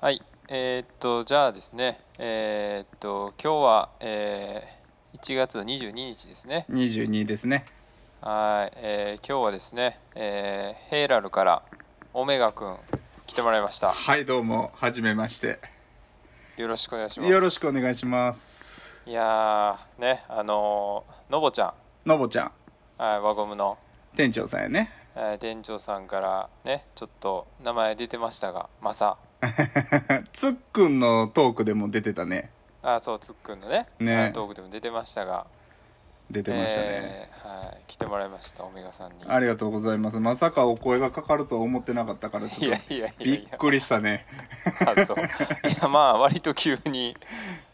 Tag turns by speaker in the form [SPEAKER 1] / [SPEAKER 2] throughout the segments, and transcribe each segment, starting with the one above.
[SPEAKER 1] はい、えーっと、じゃあですね、えーっと、今日は、えー1月の22日ですね。
[SPEAKER 2] 22ですね
[SPEAKER 1] はい、えー今日はですね、えーヘイラルからオメガくん来てもらいました。
[SPEAKER 2] はいどうもはじめまして
[SPEAKER 1] よろしくお願いします。
[SPEAKER 2] よろしくお願いします
[SPEAKER 1] いやー、ね、あのーのぼちゃ
[SPEAKER 2] のぼちゃん
[SPEAKER 1] ん、はい、輪ゴムの、
[SPEAKER 2] 店長さんやね
[SPEAKER 1] えー店長さんからね、ちょっと名前出てましたが、マサ。
[SPEAKER 2] つっくんのトークでも出てたね
[SPEAKER 1] あ、そう、つっくんのね、
[SPEAKER 2] ね
[SPEAKER 1] はいトークでも出てましたが、
[SPEAKER 2] 出てましたね、
[SPEAKER 1] えーはい、来てもらいました、オメガさんに。
[SPEAKER 2] ありがとうございますまさかお声がかかるとは思ってなかったからち
[SPEAKER 1] い
[SPEAKER 2] ょ
[SPEAKER 1] や
[SPEAKER 2] っと
[SPEAKER 1] いやいや
[SPEAKER 2] び
[SPEAKER 1] いや
[SPEAKER 2] っ。くりしたね
[SPEAKER 1] あそういやまあ割と急に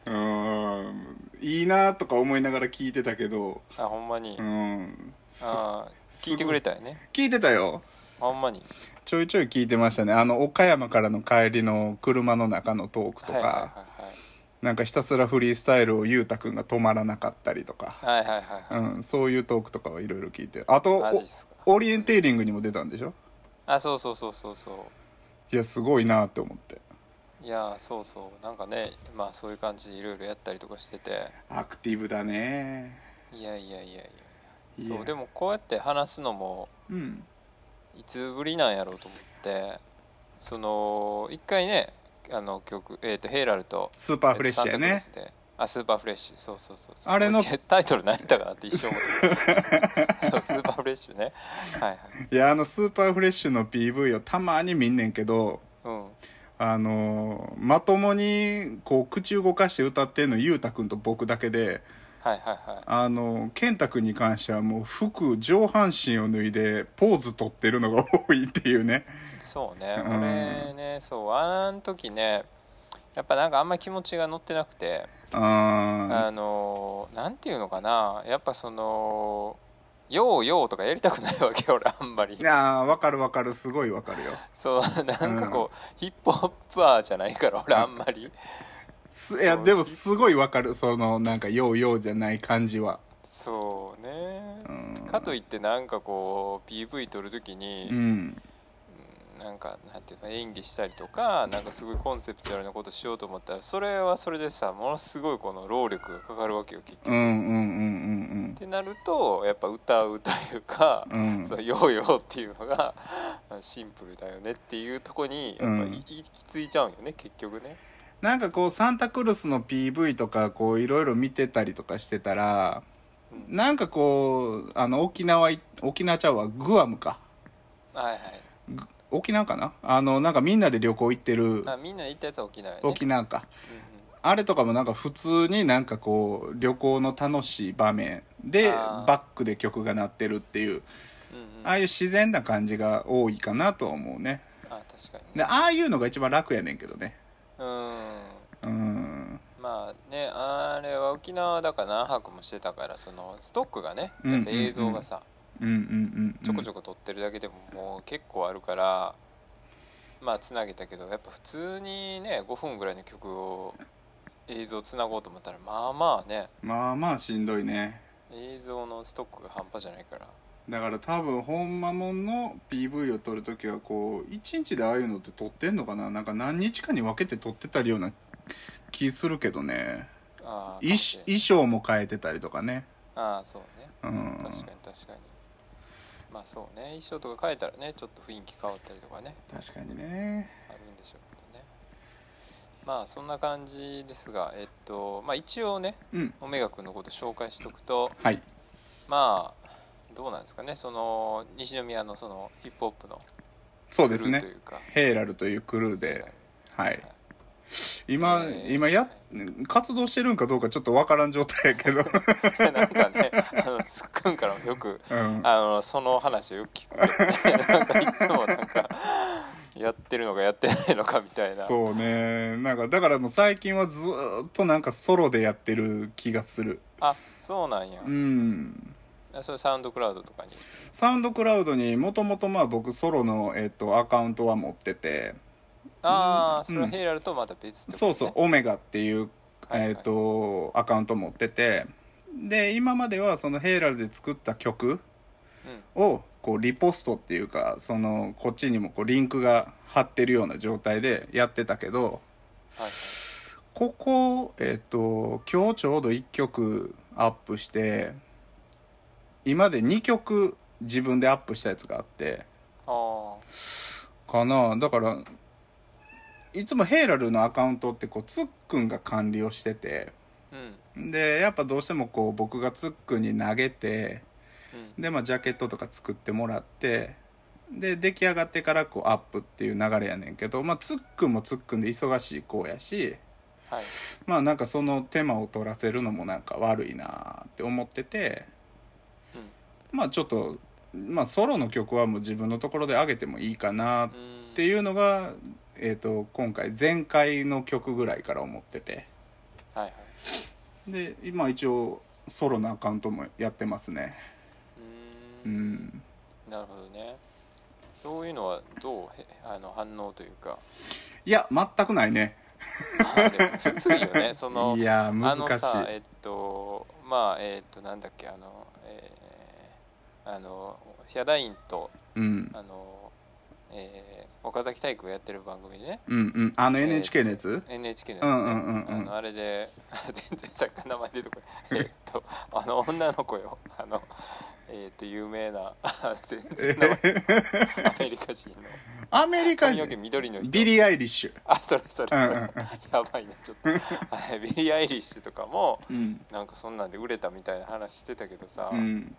[SPEAKER 2] うーんいいなとか思いながら聞いてたけど
[SPEAKER 1] あほんまに、
[SPEAKER 2] うーんす
[SPEAKER 1] あ
[SPEAKER 2] す
[SPEAKER 1] 聞いてくれたよね
[SPEAKER 2] 聞いてたよ
[SPEAKER 1] ほんまに
[SPEAKER 2] ちょいちょい聞いてましたねあの岡山からの帰りの車の中のトークと
[SPEAKER 1] は
[SPEAKER 2] か、
[SPEAKER 1] いはい
[SPEAKER 2] なんかひたすらフリースタイルをゆうたくんが止まらなかったりとか、
[SPEAKER 1] はいはいはいはいはいは
[SPEAKER 2] うん、そういうトークとかはいろいろ聞いてるあ
[SPEAKER 1] い
[SPEAKER 2] と
[SPEAKER 1] マジっすか
[SPEAKER 2] おオリエンテーリングにも出たんでしょ
[SPEAKER 1] あそうそうそうそうそ
[SPEAKER 2] いやすごいなって思って
[SPEAKER 1] ういやそうそうなんかねまあそういう感じでいろいろやったりとかしてて
[SPEAKER 2] アクティブだね
[SPEAKER 1] いやいやいやいや
[SPEAKER 2] いや
[SPEAKER 1] そうでもこうやって話すのも
[SPEAKER 2] うん
[SPEAKER 1] いつぶりなんやろうと思ってその一回ねあの曲えっ、とヘイラルと
[SPEAKER 2] スーパーフレッシュや
[SPEAKER 1] えっと
[SPEAKER 2] ね
[SPEAKER 1] サンタクロースであスーパーフレッシュそうそうそうそう
[SPEAKER 2] あれの
[SPEAKER 1] 俺タイトル何やったかなって一生思 ってたそうスーパーフレッシュねはいはい
[SPEAKER 2] いやあのスーパーフレッシュの PV をたまに見んねんけど
[SPEAKER 1] うん
[SPEAKER 2] あのーまともにこう口動かして歌ってんのゆうたくんと僕だけで
[SPEAKER 1] はいはいはい
[SPEAKER 2] あの健太君に関してはもう服上半身を脱いでポーズ取ってるのが多いっていうね
[SPEAKER 1] そうね
[SPEAKER 2] うん
[SPEAKER 1] 俺ねそうあん時ねやっぱなんかあんま気持ちが乗ってなくて、あ
[SPEAKER 2] あ
[SPEAKER 1] のーなんていうのかなやっぱその「ようよう」とかやりたくないわけ俺あんまり
[SPEAKER 2] ーあーわかるわかるすごいわかるよ
[SPEAKER 1] そうなんかこう、ヒップホッパーじゃないから俺あんまり
[SPEAKER 2] すいやでもすごいわかるそのなんか「ようよう」じゃない感じは
[SPEAKER 1] そうね
[SPEAKER 2] うん
[SPEAKER 1] かといってなんかこう PV 撮るときに、
[SPEAKER 2] うん
[SPEAKER 1] なんかなんていうか演技したりとかなんかすごいコンセプチュアルなことしようと思ったらそれはそれでさものすごいこの労力がかかるわけよ結局。
[SPEAKER 2] うんうんう
[SPEAKER 1] っ、
[SPEAKER 2] ん
[SPEAKER 1] てなるとやっぱ歌うというか
[SPEAKER 2] うんう
[SPEAKER 1] 「
[SPEAKER 2] んう
[SPEAKER 1] そ
[SPEAKER 2] ん
[SPEAKER 1] うヨーヨー」っていうのがシンプルだよねっていうとこにやっぱ
[SPEAKER 2] うん
[SPEAKER 1] い行き着いちゃうんよね結局ね。
[SPEAKER 2] なんかこうサンタクルスの PV とかこういろいろ見てたりとかしてたら
[SPEAKER 1] うん
[SPEAKER 2] なんかこうあの沖縄い沖縄ちゃうわグアムか
[SPEAKER 1] はいはい
[SPEAKER 2] 沖縄かなあのなんかみんなで旅行行ってる
[SPEAKER 1] あみんな行ったやつは沖縄やね。
[SPEAKER 2] 沖縄か
[SPEAKER 1] うんうん
[SPEAKER 2] あれとかもなんか普通になんかこう旅行の楽しい場面で
[SPEAKER 1] あー
[SPEAKER 2] バックで曲が鳴ってるっていう
[SPEAKER 1] うんうん
[SPEAKER 2] ああいう自然な感じが多いかなとは思うね
[SPEAKER 1] あ確かに
[SPEAKER 2] で
[SPEAKER 1] ね。
[SPEAKER 2] ああいうのが一番楽やねんけどね
[SPEAKER 1] うん
[SPEAKER 2] うん
[SPEAKER 1] まあねあれは沖縄だから何泊もしてたからそのストックがね
[SPEAKER 2] うん
[SPEAKER 1] やっぱ映像がさ、
[SPEAKER 2] うんうんうん
[SPEAKER 1] ちょこちょ
[SPEAKER 2] こ
[SPEAKER 1] こ撮ってるだけでももう結構あるからまあつなげたけどやっぱ普通にね5分ぐらいの曲を映像つなごうと思ったらまあまあね
[SPEAKER 2] まあまあしんどいね
[SPEAKER 1] 映像のストックが半端じゃないから
[SPEAKER 2] だから多分ほんまもんの PV を撮るときはこう一日でああいうのって撮ってんのかななんか何日かに分けて撮ってたりような気するけどね
[SPEAKER 1] ああ
[SPEAKER 2] 衣衣装も変えてたりとかね
[SPEAKER 1] ああそうね
[SPEAKER 2] うん
[SPEAKER 1] 確かに確かにまあそうね衣装とか変えたらねちょっと雰囲気変わったりとかね
[SPEAKER 2] 確かにね
[SPEAKER 1] あるんでしょうけどねまあそんな感じですがえっとまあ一応ね
[SPEAKER 2] うん
[SPEAKER 1] オメガ君のこと紹介しておくと
[SPEAKER 2] はい
[SPEAKER 1] まあどうなんですかねその西宮のそのヒップホップの
[SPEAKER 2] そうです
[SPEAKER 1] クルー
[SPEAKER 2] ね
[SPEAKER 1] というか
[SPEAKER 2] ヘイラルというクルーではい
[SPEAKER 1] は
[SPEAKER 2] 今
[SPEAKER 1] い
[SPEAKER 2] 今や活動してるんかどうかちょっとわからん状態や けど
[SPEAKER 1] なんかねあのつっくんからもよく
[SPEAKER 2] うん
[SPEAKER 1] あのその話をよく聞くけどねなんかいつもなんかやってるのかやってないのかみたいな
[SPEAKER 2] そうねなんかだからもう最近はずーっとなんかソロでやってる気がする
[SPEAKER 1] あそうなんや
[SPEAKER 2] うん
[SPEAKER 1] あそれサウンドクラウドとかに
[SPEAKER 2] サウンドクラウドにもともとまあ僕ソロの、えっとアカウントは持ってて
[SPEAKER 1] ああそれ
[SPEAKER 2] う
[SPEAKER 1] は
[SPEAKER 2] ん
[SPEAKER 1] ヘイラルとまた別ってこと、
[SPEAKER 2] そ
[SPEAKER 1] ね、
[SPEAKER 2] うそうオメガっていう
[SPEAKER 1] はいはい
[SPEAKER 2] えっとアカウント持っててで今まではそのヘイラルで作った曲
[SPEAKER 1] うん
[SPEAKER 2] をこうリポストっていうかそのこっちにもこうリンクが貼ってるような状態でやってたけど
[SPEAKER 1] はい
[SPEAKER 2] ここえっ、と今日ちょうど1曲アップして今まで2曲自分でアップしたやつがあって
[SPEAKER 1] あ
[SPEAKER 2] かなだからいつもヘイラルのアカウントってこうつっくんが管理をしてて
[SPEAKER 1] あうん
[SPEAKER 2] でやっぱどうしてもこう僕がつっくんに投げて
[SPEAKER 1] うん
[SPEAKER 2] で、まあ、ジャケットとか作ってもらってで出来上がってからこうアップっていう流れやねんけど、まあ、つっくんもつっくんで忙しい子やし
[SPEAKER 1] はい
[SPEAKER 2] まあなんかその手間を取らせるのもなんか悪いなって思っててまあちょっと、まあ、ソロの曲はもう自分のところで上げてもいいかな
[SPEAKER 1] う
[SPEAKER 2] っ
[SPEAKER 1] ん
[SPEAKER 2] ていうのが、えー、と今回前回の曲ぐらいから思ってて
[SPEAKER 1] はいはい
[SPEAKER 2] で今一応ソロのアカウントもやってますね
[SPEAKER 1] う
[SPEAKER 2] う
[SPEAKER 1] ーん
[SPEAKER 2] ん
[SPEAKER 1] なるほどねそういうのはどうへあの反応という か
[SPEAKER 2] いや全くないね
[SPEAKER 1] まあでもきついよねその
[SPEAKER 2] いやー難
[SPEAKER 1] あのさ
[SPEAKER 2] しい
[SPEAKER 1] えっとまあえっとなんだっけあのえーあのヒャダインと
[SPEAKER 2] うん
[SPEAKER 1] あの、えー岡崎体育がやってる番組でね
[SPEAKER 2] うんうんあの
[SPEAKER 1] えー
[SPEAKER 2] NHK のやつ、
[SPEAKER 1] NHK の
[SPEAKER 2] う
[SPEAKER 1] や
[SPEAKER 2] んうんうん
[SPEAKER 1] つ
[SPEAKER 2] う
[SPEAKER 1] ねあ
[SPEAKER 2] ん
[SPEAKER 1] のあれで 全然作家の名前出てこない えっとあの女の子よあのえっと有名な 全然名前アメリカ人の
[SPEAKER 2] アメリカ
[SPEAKER 1] 髪の毛
[SPEAKER 2] 人
[SPEAKER 1] 緑の人
[SPEAKER 2] ビリー・アイリッシュ
[SPEAKER 1] あそれそれそれ、
[SPEAKER 2] うんうんうん
[SPEAKER 1] やばいなちょっとはいビリー・アイリッシュとかも
[SPEAKER 2] うん、
[SPEAKER 1] なんかそんなんで売れたみたいな話してたけどさ、
[SPEAKER 2] うん、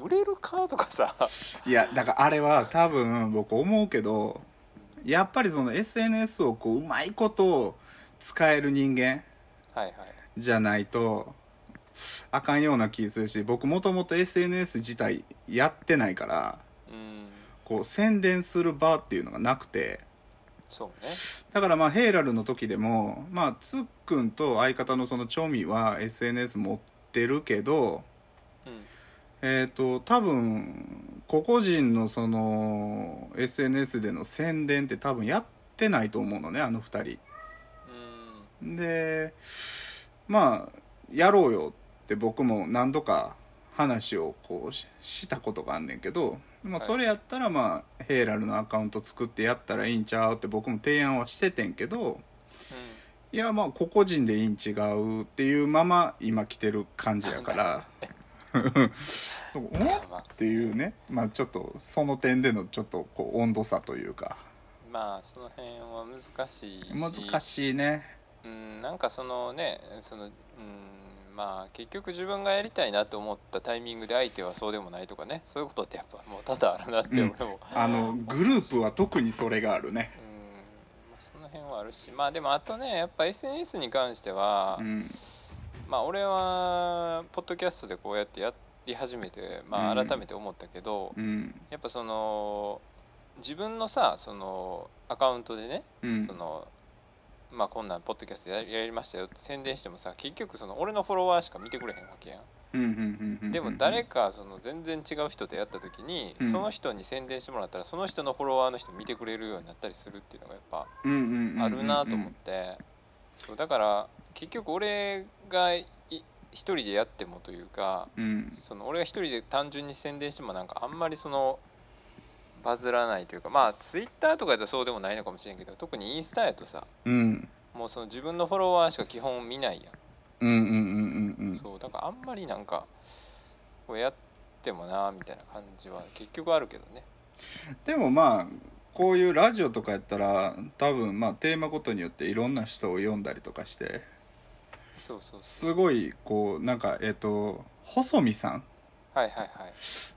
[SPEAKER 1] 売れるかとかさ
[SPEAKER 2] いやだからあれは多分僕思うけどやっぱりその SNS をこううまいこと使える人間
[SPEAKER 1] はいはい
[SPEAKER 2] じゃないとあかんような気するし僕もともと SNS 自体やってないから
[SPEAKER 1] うん
[SPEAKER 2] こう宣伝する場っていうのがなくて
[SPEAKER 1] そうね
[SPEAKER 2] だからまあヘイラルの時でもまあつっくんと相方のそのチョミは SNS 持ってるけど
[SPEAKER 1] うん
[SPEAKER 2] えっ、と多分個々人のその SNS での宣伝って多分やってないと思うのねあの2
[SPEAKER 1] うん
[SPEAKER 2] 人でまあやろうよって僕も何度か話をこうししたことがあんねんけど、まあ、
[SPEAKER 1] はい
[SPEAKER 2] それやったらまあヘイラルのアカウント作ってやったらいいんちゃうって僕も提案はしててんけどいやまあ個々人でいいん違うっていうまま今来てる感じやから お
[SPEAKER 1] うん
[SPEAKER 2] っ
[SPEAKER 1] まあ
[SPEAKER 2] っていうねまあちょっとその点でのちょっとこう温度差というか
[SPEAKER 1] まあその辺は難しいし
[SPEAKER 2] 難しいね
[SPEAKER 1] うんなんかそのねそのうんまあ結局自分がやりたいなと思ったタイミングで相手はそうでもないとかねそういうことってやっぱもう多々あるなって
[SPEAKER 2] うん
[SPEAKER 1] 俺も
[SPEAKER 2] あのグループは特にそれがあるね
[SPEAKER 1] うんまあその辺はあるしまあでもあとねやっぱ SNS に関しては、
[SPEAKER 2] うん
[SPEAKER 1] まあ俺はポッドキャストでこうやってやり始めて、ま
[SPEAKER 2] う
[SPEAKER 1] あ、
[SPEAKER 2] ん
[SPEAKER 1] 改めて思ったけど、
[SPEAKER 2] うん
[SPEAKER 1] やっぱその自分のさそのアカウントでね、
[SPEAKER 2] うん
[SPEAKER 1] そのまあこんなんポッドキャストやりやりましたよって宣伝してもさ結局その俺のフォロワーしか見てくれへんわけやん。
[SPEAKER 2] うんうんうんうん
[SPEAKER 1] でも誰かその全然違う人とやった時に、
[SPEAKER 2] うん
[SPEAKER 1] その人に宣伝してもらったらその人のフォロワーの人見てくれるようになったりするっていうのがやっぱ
[SPEAKER 2] うんうんうんうん
[SPEAKER 1] あるなと思って、そうだから結局俺がい一人でやってもというか
[SPEAKER 2] うん
[SPEAKER 1] その俺が一人で単純に宣伝してもなんかあんまりそのバズらないというかまあツイッターとかやったらそうでもないのかもしれんけど特にインスタやとさ
[SPEAKER 2] うん
[SPEAKER 1] もうその自分のフォロワーしか基本見ないやん、
[SPEAKER 2] うんうんうんうんうん
[SPEAKER 1] そうだからあんまりなんかこうやってもなみたいな感じは結局あるけどね
[SPEAKER 2] でもまあこういうラジオとかやったら多分まあテーマごとによっていろんな人を読んだりとかして
[SPEAKER 1] そうそうそ
[SPEAKER 2] すごいこうなんかえっと細見さん
[SPEAKER 1] うはいはいはい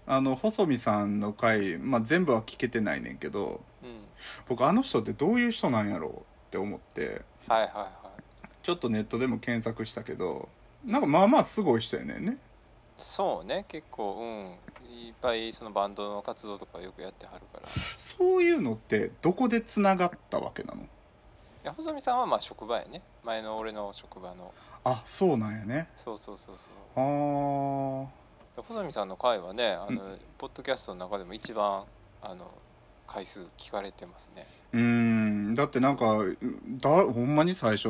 [SPEAKER 2] あの細見さんの回、まあ、全部は聞けてないねんけど
[SPEAKER 1] うん
[SPEAKER 2] 僕あの人ってどういう人なんやろうって思って
[SPEAKER 1] はいはいはい
[SPEAKER 2] ちょっとネットでも検索したけどなんかまあまあすごい人やねんね
[SPEAKER 1] そうね結構うんいっぱいそのバンドの活動とかよくやってはるからい
[SPEAKER 2] そういうのってどこでつながったわけなの
[SPEAKER 1] や細見さんはまあ職場やね前の俺の職場の
[SPEAKER 2] あそうなんやね
[SPEAKER 1] そうそうそうそう
[SPEAKER 2] あー
[SPEAKER 1] で細見さんの回はねあの、
[SPEAKER 2] う
[SPEAKER 1] ポッドキャストの中でも一番あの回数聞かれてますね
[SPEAKER 2] うーんだってなんかだほんまに最初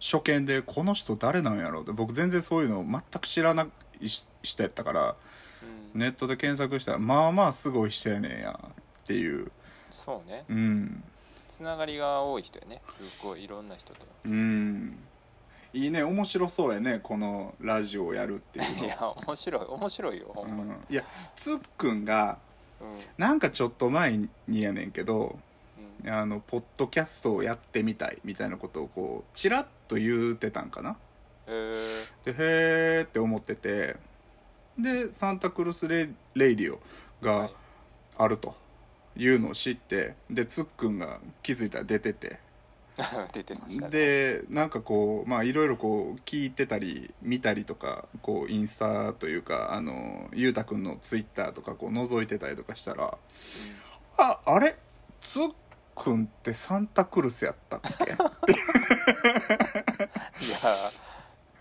[SPEAKER 2] 初見でこの人誰なんやろうって僕全然そういうの全く知らないし人やったから
[SPEAKER 1] うん
[SPEAKER 2] ネットで検索したらまあまあすごい人やねんやっていう
[SPEAKER 1] そうね
[SPEAKER 2] うん
[SPEAKER 1] つながりが多い人やねすごいいろんな人と
[SPEAKER 2] うんいいね面白そうやねこのラジオをやるっていう
[SPEAKER 1] いや面白い面白いよほん
[SPEAKER 2] の、
[SPEAKER 1] ま
[SPEAKER 2] う
[SPEAKER 1] に
[SPEAKER 2] ん、いやつっくんが
[SPEAKER 1] うん
[SPEAKER 2] なんかちょっと前にやねんけど
[SPEAKER 1] うん
[SPEAKER 2] あのポッドキャストをやってみたいみたいなことをこうチラッと言うてたんかな
[SPEAKER 1] えー
[SPEAKER 2] でへーって思っててでサンタクルスレレイディオ
[SPEAKER 1] は
[SPEAKER 2] が
[SPEAKER 1] い
[SPEAKER 2] あるというのを知ってでつっくんが気づいたら出てて
[SPEAKER 1] 出てましたね
[SPEAKER 2] でなんかこうまあいろいろこう聞いてたり見たりとかこうインスタというかあのゆうたくんのツイッターとかこう覗いてたりとかしたらああれつっくんってサンタクルスやったっけ
[SPEAKER 1] いや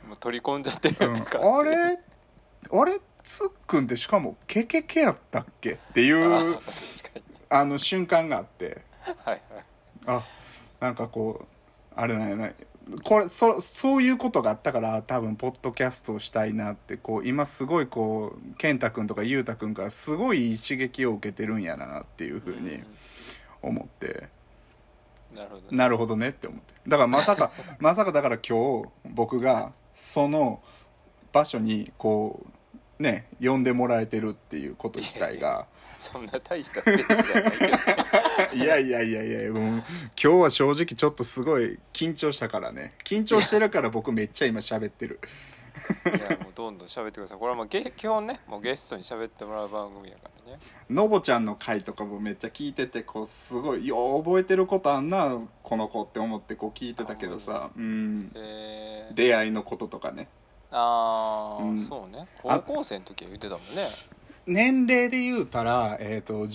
[SPEAKER 1] もう取り込んじゃってるよね
[SPEAKER 2] うん、あれあれつっくんってしかも「ケケケやったっけ?」ってい
[SPEAKER 1] あー
[SPEAKER 2] う
[SPEAKER 1] 確かに
[SPEAKER 2] あの瞬間があって
[SPEAKER 1] はいはい
[SPEAKER 2] あなんかこうあれなんやなこれそそういうことがあったから多分ポッドキャストをしたいなってこう今すごいこう健太くんとか裕太くんからすごいいい刺激を受けてるんやなっていうふうに思って、
[SPEAKER 1] うんなるほどね
[SPEAKER 2] なるほどねって思ってだからまさ かまさかだから今日僕がその場所にこうね呼んでもらえてるっていうこと自体 が
[SPEAKER 1] そんな大したペーじゃないけど
[SPEAKER 2] いやいやいやいやもう今日は正直ちょっとすごい緊張したからね緊張してるから僕めっちゃ今喋ってる
[SPEAKER 1] いやもうどんどん喋ってくださいこれはもうゲ基本ねもうゲストに喋ってもらう番組やからね
[SPEAKER 2] のぼちゃんの回とかもめっちゃ聞いててこうすごいよう覚えてることあんなこの子って思ってこう聞いてたけどさうん
[SPEAKER 1] えー、
[SPEAKER 2] 出会いのこととかね
[SPEAKER 1] ああ、
[SPEAKER 2] うん
[SPEAKER 1] そうね
[SPEAKER 2] あ
[SPEAKER 1] 高校生の時は言ってたもんね
[SPEAKER 2] 年齢で言うたら、えー、と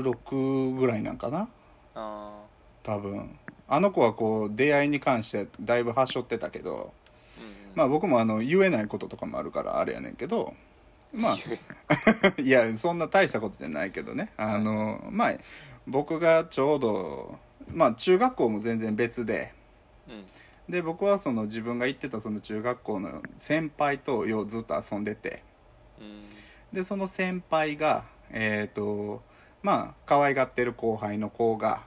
[SPEAKER 2] 16ぐらいなんかな
[SPEAKER 1] あ
[SPEAKER 2] 多分あの子はこう出会いに関してだいぶはしょってたけど、
[SPEAKER 1] ーうんうん
[SPEAKER 2] まあ僕もあの言えないこととかもあるからあれやねんけどま
[SPEAKER 1] 言え
[SPEAKER 2] あ いやそんな大したことじゃないけどねあの、まあ僕がちょうどまあ中学校も全然別で
[SPEAKER 1] うん
[SPEAKER 2] で僕はその自分が行ってたその中学校の先輩とようずっと遊んでて。
[SPEAKER 1] うん
[SPEAKER 2] でその先輩がえっ、とまあ可愛がってる後輩の子が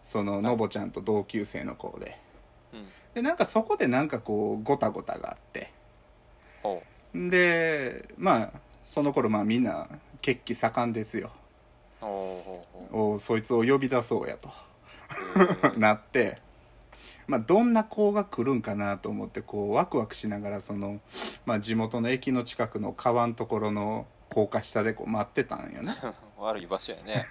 [SPEAKER 2] そののぼちゃんと同級生の子で
[SPEAKER 1] うん
[SPEAKER 2] でなんかそこでなんかこうごたごたがあって
[SPEAKER 1] ほ
[SPEAKER 2] でまあその頃まあみんな血気盛んですよ
[SPEAKER 1] うほうほうほ
[SPEAKER 2] おうそいつを呼び出そうやと
[SPEAKER 1] う、えー
[SPEAKER 2] なって、まあ、どんな子が来るんかなと思ってこうワクワクしながらその、まあ、地元の駅の近くの川のところの高架下でこう待ってたんよね
[SPEAKER 1] 悪い場所やね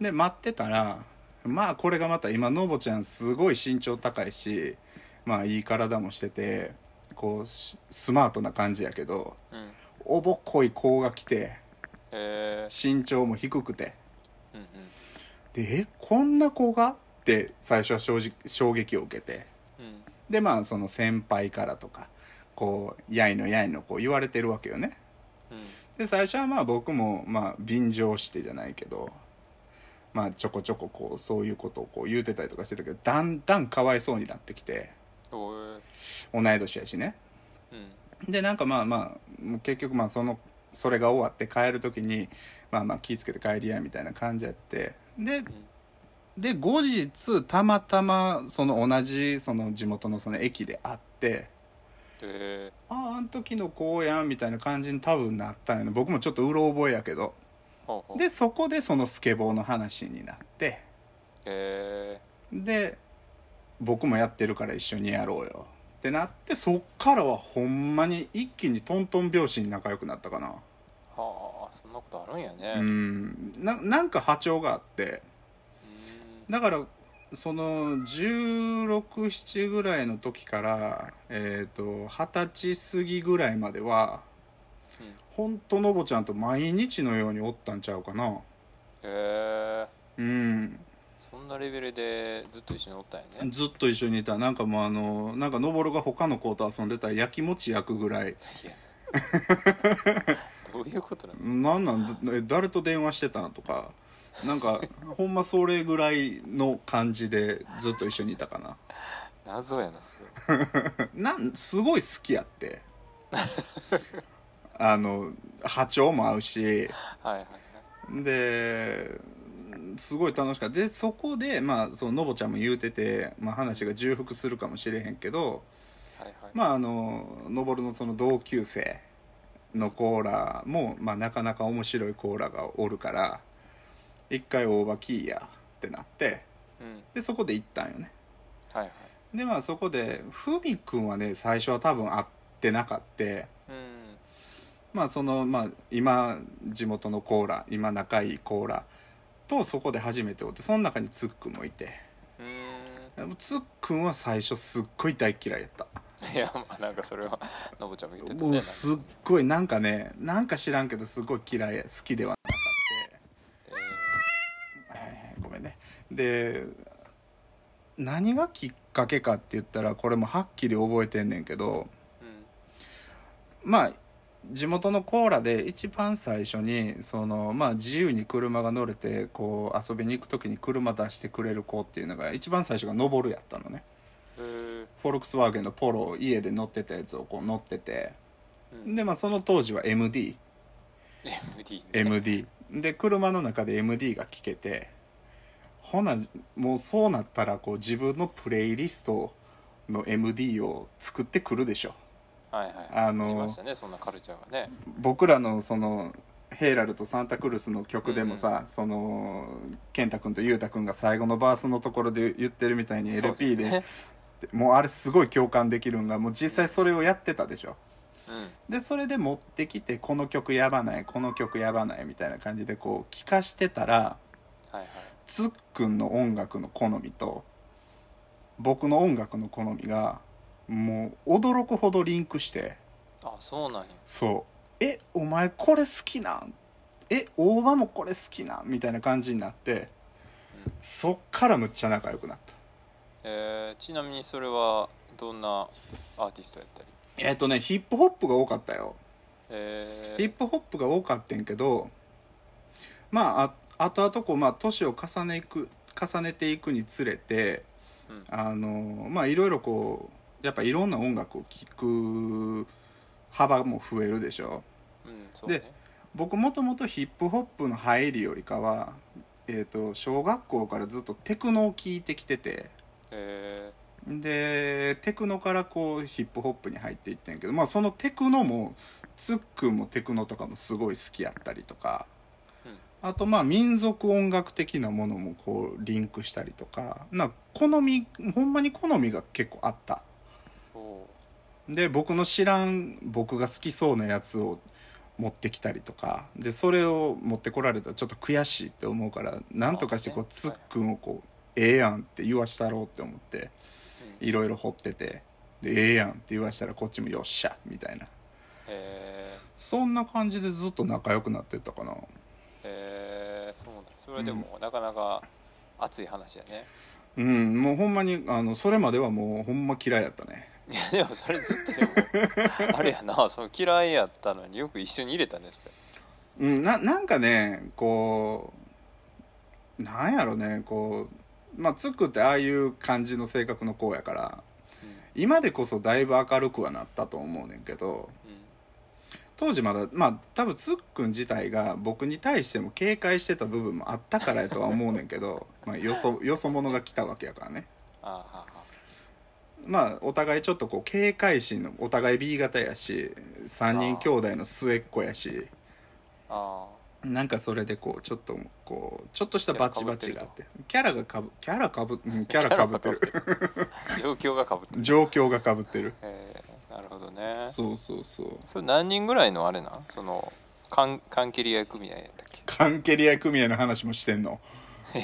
[SPEAKER 2] で待ってたらまあこれがまた今のぼちゃんすごい身長高いしまあいい体もしててこうしスマートな感じやけど
[SPEAKER 1] うん
[SPEAKER 2] おぼっこい子が来て
[SPEAKER 1] えー
[SPEAKER 2] 身長も低くて
[SPEAKER 1] うんうん
[SPEAKER 2] でえこんな子がって最初は正直衝撃を受けて
[SPEAKER 1] うん
[SPEAKER 2] でまあその先輩からとかこうやいのやいのこう言われてるわけよね
[SPEAKER 1] うん
[SPEAKER 2] で最初はまあ僕もまあ便乗してじゃないけどまあちょこちょここうそういうことをこう言うてたりとかしてたけどだんだんかわいそうになってきて
[SPEAKER 1] おー
[SPEAKER 2] 同い年やしね
[SPEAKER 1] うん
[SPEAKER 2] でなんかまあまあもう結局まあそのそれが終わって帰る時にまあまあ気ぃつけて帰りやみたいな感じやってで
[SPEAKER 1] うん
[SPEAKER 2] で後日たまたまその同じその地元のその駅で会って
[SPEAKER 1] え
[SPEAKER 2] あああん時の子やんみたいな感じに多分なったんやね僕もちょっとうろ覚えやけど
[SPEAKER 1] ーほうほう
[SPEAKER 2] でそこでそのスケボーの話になって
[SPEAKER 1] え
[SPEAKER 2] で僕もやってるから一緒にやろうよってなってそっからはほんまに一気にトントン拍子に仲良くなったかな、
[SPEAKER 1] ーはあそんなことあるんやね
[SPEAKER 2] う、んななんか波長があって
[SPEAKER 1] うん
[SPEAKER 2] だからその1617ぐらいの時からえっ、と二十歳過ぎぐらいまでは
[SPEAKER 1] うん
[SPEAKER 2] ほんとのぼちゃんと毎日のようにおったんちゃうかな
[SPEAKER 1] えー
[SPEAKER 2] うん
[SPEAKER 1] そんなレベルでずっと一緒におったんやね。
[SPEAKER 2] ずっと一緒にいたなんかもうあのなんかのぼるが他の子と遊んでたらやきもち焼くぐらい
[SPEAKER 1] いやどういうことなんですか
[SPEAKER 2] なんなんだえ誰と電話してたんとかなんか ほんまそれぐらいの感じでずっと一緒にいたかな
[SPEAKER 1] 謎やなそれ。
[SPEAKER 2] なんすごい好きやって あの波長も合うし
[SPEAKER 1] はいはい
[SPEAKER 2] ですごい楽しかったでそこでまあそののぼちゃんも言うてて、まあ、話が重複するかもしれへんけど
[SPEAKER 1] はいはいはい
[SPEAKER 2] まああの登るのその同級生のコーラも、まあ、なかなか面白いコーラがおるから一回大場キーやってなって
[SPEAKER 1] うん
[SPEAKER 2] でそこで行ったんよね
[SPEAKER 1] はいはい
[SPEAKER 2] でまあそこでふみくんはね最初は多分会ってなかって
[SPEAKER 1] うん
[SPEAKER 2] まあそのまあ今地元のコーラ今仲いいコーラとそこで初めておってその中につっくんもいて
[SPEAKER 1] うー
[SPEAKER 2] つっくんは最初すっごい大嫌いやった
[SPEAKER 1] んいやまあなんかそれはのぼちゃんも言ってたね
[SPEAKER 2] もうすっごいなんかねなんか知らんけどすごい嫌い好きではなかった、はいはい、ごめんねで何がきっかけかって言ったらこれもはっきり覚えてんねんけど
[SPEAKER 1] うん
[SPEAKER 2] まあ地元のコーラで一番最初にその、まあ、自由に車が乗れてこう遊びに行く時に車出してくれる子っていうのが一番最初が登るやったのね
[SPEAKER 1] えー
[SPEAKER 2] フォルクスワーゲンのポロを家で乗ってたやつをこう乗ってて
[SPEAKER 1] うん
[SPEAKER 2] でまあその当時は MDMD
[SPEAKER 1] MD ね
[SPEAKER 2] で車の中で MD が聴けてほなもうそうなったらこう自分のプレイリストの MD を作ってくるでしょ
[SPEAKER 1] はいはい
[SPEAKER 2] あの
[SPEAKER 1] いましたねそんなカルチャーがね
[SPEAKER 2] 僕らのそのヘイラルとサンタクルスの曲でもさ、その健太君と裕太君が最後のバースのところで言ってるみたいに
[SPEAKER 1] そうす
[SPEAKER 2] LP で
[SPEAKER 1] ね
[SPEAKER 2] もうあれすごい共感できるんがもう実際それをやってたでしょ
[SPEAKER 1] うん
[SPEAKER 2] でそれで持ってきてこの曲やばないこの曲やばないみたいな感じでこう聴かしてたら
[SPEAKER 1] はいはい
[SPEAKER 2] つっくんの音楽の好みと僕の音楽の好みがもう驚くほどリンクして。
[SPEAKER 1] あそうなんや
[SPEAKER 2] そう「えお前これ好きなんえ大場もこれ好きなん?」みたいな感じになって、
[SPEAKER 1] うん
[SPEAKER 2] そっからむっちゃ仲良くなった
[SPEAKER 1] えーちなみにそれはどんなアーティストやったり
[SPEAKER 2] えっ、とねヒップホップが多かったよ
[SPEAKER 1] え
[SPEAKER 2] ヒップホップが多かったんけどまああ後々こうまあ年を重ねいく重ねていくにつれて
[SPEAKER 1] うん
[SPEAKER 2] あのまあいろいろこうやっぱいろんな音楽を聴く幅も増えるでしょ
[SPEAKER 1] うんそうね
[SPEAKER 2] で僕もともとヒップホップの入りよりかは、えー、と小学校からずっとテクノを聞いてきてて
[SPEAKER 1] え
[SPEAKER 2] でテクノからこうヒップホップに入っていってんけど、まあ、そのテクノもつっくんもテクノとかもすごい好きやったりとか、
[SPEAKER 1] うん
[SPEAKER 2] あとまあ民族音楽的なものもこうリンクしたりとかなんか好みほんまに好みが結構あった。
[SPEAKER 1] ー、お
[SPEAKER 2] で僕の知らん僕が好きそうなやつを持ってきたりとかでそれを持ってこられたらちょっと悔しいって思うからなんとかしてこう
[SPEAKER 1] あ
[SPEAKER 2] つ
[SPEAKER 1] そう
[SPEAKER 2] っ
[SPEAKER 1] ね
[SPEAKER 2] くんをこう、ええやんって言わしたろうって思って
[SPEAKER 1] ーうん、
[SPEAKER 2] いろいろ掘っててでええやんって言わしたらこっちもよっしゃみたいな
[SPEAKER 1] えー
[SPEAKER 2] そんな感じでずっと仲良くなってったかな
[SPEAKER 1] えーそうなんそれはでもなかなか熱い話やね、
[SPEAKER 2] うんもうほんまにあのそれまではもうほんま嫌いやったね
[SPEAKER 1] いやでもそれずっとでもあれや なその嫌いやったのによく一緒に入れたねそれ
[SPEAKER 2] うんななんかねこうなんやろねこうまあつっくってああいう感じの性格の子やから今でこそだいぶ明るくはなったと思うねんけど
[SPEAKER 1] うん、うん
[SPEAKER 2] 当時まだまあ多分つっくん自体が僕に対しても警戒してた部分もあったからやとは思うねんけ どまあよそよそ者が来たわけやからね
[SPEAKER 1] あーはーは
[SPEAKER 2] まあお互いちょっとこう警戒心のお互い B 型やし3人兄弟の末っ子やし
[SPEAKER 1] ーあ
[SPEAKER 2] なんかそれでこうちょっとこうちょっとしたバチバチがあってキャラがかぶキャラかぶうん
[SPEAKER 1] ー
[SPEAKER 2] キャラかぶってる
[SPEAKER 1] キャラが被ってる状況がかぶってる
[SPEAKER 2] 状況がかぶってる
[SPEAKER 1] えーなるほどね
[SPEAKER 2] そうそうそう
[SPEAKER 1] それ何人ぐらいのあれなんその缶缶切り合い組合やったっ
[SPEAKER 2] 関係り合い組合の話もしてんの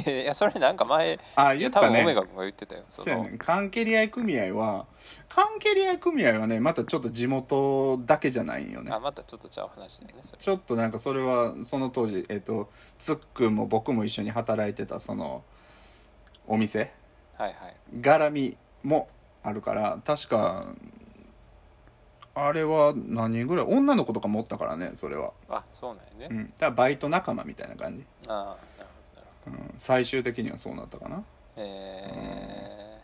[SPEAKER 1] け いやそれなんか前
[SPEAKER 2] あ
[SPEAKER 1] いや
[SPEAKER 2] 言っ
[SPEAKER 1] 多
[SPEAKER 2] た
[SPEAKER 1] 分オメ
[SPEAKER 2] ね
[SPEAKER 1] ガ君が言ってたよそ
[SPEAKER 2] そうや
[SPEAKER 1] の
[SPEAKER 2] ね関係り合い組合は関係り合い組合はねまたちょっと地元だけじゃないんよね
[SPEAKER 1] あまたちょっとちゃう話だよねそれ
[SPEAKER 2] ちょっとなんかそれはその当時えっ、とつっくんも僕も一緒に働いてたそのお店
[SPEAKER 1] はいはい
[SPEAKER 2] 絡みもあるから確かあれは何人ぐらい女の子とか持ったからねそれは、
[SPEAKER 1] あそうなんや
[SPEAKER 2] う
[SPEAKER 1] ね、
[SPEAKER 2] ん、だからバイト仲間みたいな感じ、
[SPEAKER 1] ああなるほどなる
[SPEAKER 2] うん、最終的にはそうなったかな
[SPEAKER 1] ほどえ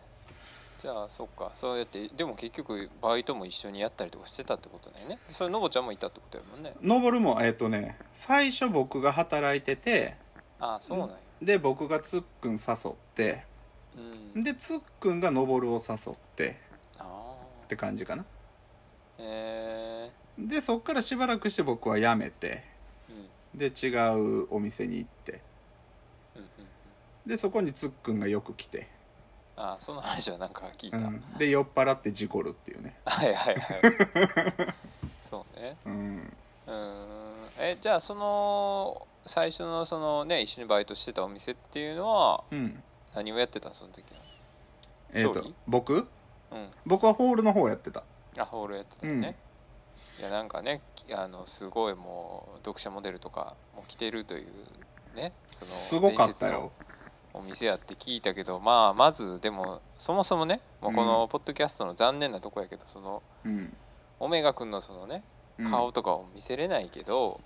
[SPEAKER 1] じゃあそっかそうやってでも結局バイトも一緒にやったりとかしてたってことだよねそれのぼちゃんもいたってことやもんね
[SPEAKER 2] 登るもえっ、とね最初僕が働いてて
[SPEAKER 1] ああそうなんや
[SPEAKER 2] で僕がつっくん誘って
[SPEAKER 1] うん
[SPEAKER 2] でつっくんが登るを誘って
[SPEAKER 1] ああ
[SPEAKER 2] って感じかな
[SPEAKER 1] え
[SPEAKER 2] でそっからしばらくして僕は辞めて
[SPEAKER 1] ー、うんうん
[SPEAKER 2] で違うお店に行って
[SPEAKER 1] うんうん
[SPEAKER 2] でそこにつっくんがよく来て、
[SPEAKER 1] ああその話はなんか聞いうた、
[SPEAKER 2] ん、で酔っ払って事故るっていうね
[SPEAKER 1] はいはいはいそうね
[SPEAKER 2] うん
[SPEAKER 1] うーんえじゃあその最初のそのね一緒にバイトしてたお店っていうのは
[SPEAKER 2] うん
[SPEAKER 1] 何をやってたその時は
[SPEAKER 2] えっ、
[SPEAKER 1] 調
[SPEAKER 2] と
[SPEAKER 1] 理
[SPEAKER 2] 僕
[SPEAKER 1] うん
[SPEAKER 2] 僕はホールの方やってた
[SPEAKER 1] あホールやってたのね、いやなんかねきあのすごいもう読者モデルとかも来てるというねその
[SPEAKER 2] すごかったよ
[SPEAKER 1] お店やって聞いたけどまあまずでもそもそもねもうこ
[SPEAKER 2] う
[SPEAKER 1] のポッドキャストの残念なとこやけどその
[SPEAKER 2] うん、
[SPEAKER 1] オメガ君のそのね
[SPEAKER 2] うん
[SPEAKER 1] 顔とかを見せれないけど、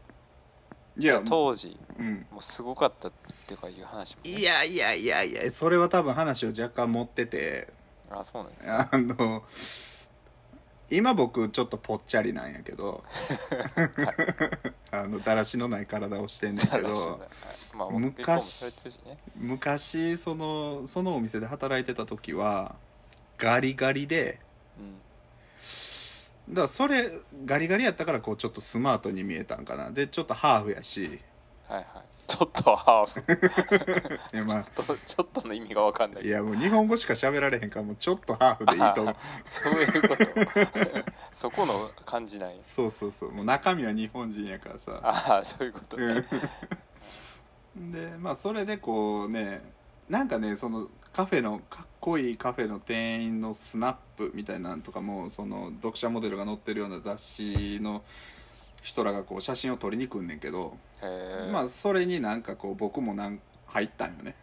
[SPEAKER 2] いや、
[SPEAKER 1] 当時
[SPEAKER 2] うん、
[SPEAKER 1] もうすごかったってかいう話も、ね、
[SPEAKER 2] いやいやいやいやそれは多分話を若干持ってて
[SPEAKER 1] あそうなんですか
[SPEAKER 2] あの今僕ちょっとぽっちゃりなんやけど、 あのだらしのない体をしてんねんけ
[SPEAKER 1] だらしない
[SPEAKER 2] ど
[SPEAKER 1] はいまあ
[SPEAKER 2] 昔
[SPEAKER 1] 結婚もされてるしね
[SPEAKER 2] 昔そのそのお店で働いてた時はガリガリで
[SPEAKER 1] うん
[SPEAKER 2] だからそれガリガリやったからこうちょっとスマートに見えたんかなでちょっとハーフやし
[SPEAKER 1] はいはいちょっとハーフ
[SPEAKER 2] いや,、まあ、
[SPEAKER 1] ちょっとちょっとの意味がわかんない
[SPEAKER 2] いやもう日本語しか喋られへんからもうちょっとハーフでいい と思う
[SPEAKER 1] そういうことそこの感じない
[SPEAKER 2] そうそうそうもう中身は日本人やからさ
[SPEAKER 1] ああそういうことね、
[SPEAKER 2] うんでまあそれでこうねなんかねそのカフェのかっこいいカフェの店員のスナップみたいなんとかもその読者モデルが載ってるような雑誌の人らがこう写真を撮りに来んねんけど、
[SPEAKER 1] へえ
[SPEAKER 2] まあそれになんかこう僕もなん入ったんよね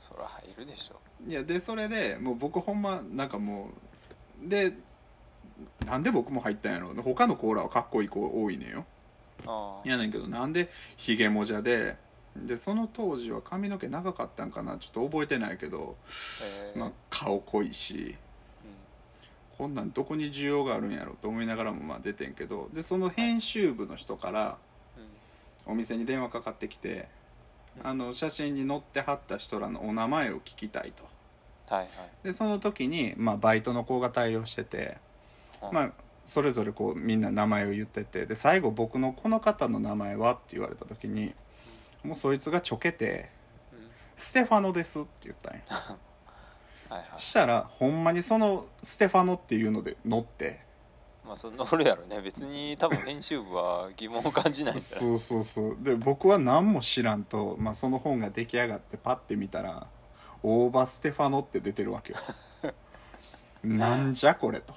[SPEAKER 1] そら入るでしょ
[SPEAKER 2] いやでそれでもう僕ほんまなんかもうでなんで僕も入ったんやろ他のコーラはかっこいい子多いねんよ
[SPEAKER 1] ああ
[SPEAKER 2] やねんけどなんでひげもじゃででその当時は髪の毛長かったんかなちょっと覚えてないけど、
[SPEAKER 1] へえ
[SPEAKER 2] まあ、顔濃いしこんなんどこに需要があるんやろと思いながらもまあ出てんけどでその編集部の人から
[SPEAKER 1] うんうん
[SPEAKER 2] お店に電話かかってきて
[SPEAKER 1] うん
[SPEAKER 2] あの写真に載ってはった人らのお名前を聞きたいと
[SPEAKER 1] はいはい
[SPEAKER 2] でその時に、まあ、バイトの子が対応してて、まあ、それぞれこうみんな名前を言っててで最後僕の「この方の名前は?」って言われた時にもうそいつがちょけて
[SPEAKER 1] うん
[SPEAKER 2] ステファノですって言ったんや
[SPEAKER 1] はいはい
[SPEAKER 2] したらほんまにそのステファノっていうので乗って
[SPEAKER 1] まあその乗るやろね別に多分編集部は疑問を感じないんだよ
[SPEAKER 2] そうそうそうで僕は何も知らんと、まあ、その本が出来上がってパッて見たら「大場ステファノ」って出てるわけよなんじゃこれと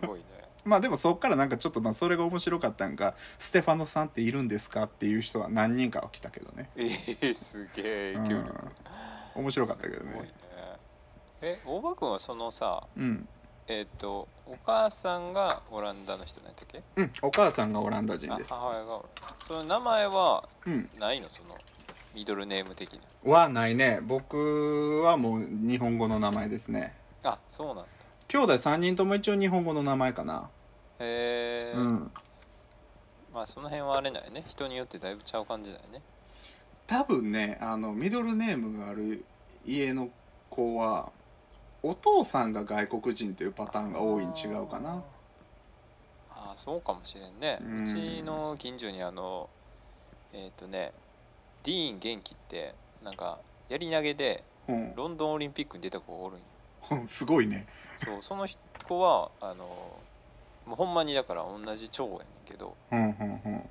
[SPEAKER 1] すごいね
[SPEAKER 2] まあでもそっからなんかちょっとまあそれが面白かったんが「ステファノさんっているんですか?」っていう人は何人かは来たけどね
[SPEAKER 1] えー、すげえ
[SPEAKER 2] うん
[SPEAKER 1] 影響力
[SPEAKER 2] 面白かったけど
[SPEAKER 1] すごいね
[SPEAKER 2] ね
[SPEAKER 1] え大場君はそのさ
[SPEAKER 2] うん、
[SPEAKER 1] えっ、とお母さんがオランダの人なんやったっけ
[SPEAKER 2] うん、お母さんがオランダ人
[SPEAKER 1] あ
[SPEAKER 2] です
[SPEAKER 1] 母親がおらその名前は
[SPEAKER 2] うん
[SPEAKER 1] ないのそのミドルネーム的な
[SPEAKER 2] はないね僕はもう日本語の名前ですね
[SPEAKER 1] あそうなんだ
[SPEAKER 2] 兄弟3人とも一応日本語の名前かな、
[SPEAKER 1] へえ、
[SPEAKER 2] うん
[SPEAKER 1] まあその辺はあれないね人によってだいぶちゃう感じだよね
[SPEAKER 2] 多分ねあのミドルネームがある家の子はお父さんが外国人というパターンが多いに違うかな
[SPEAKER 1] あーあーそうかもしれんね
[SPEAKER 2] うん
[SPEAKER 1] うちの近所にあのえっ、とねディーン元気ってなんかやり投げで
[SPEAKER 2] うん
[SPEAKER 1] ロンドンオリンピックに出た子がおるんよ
[SPEAKER 2] すごいね
[SPEAKER 1] そうその子はあのもうほんまにだから同じ町やねんけど
[SPEAKER 2] うんうん
[SPEAKER 1] あのも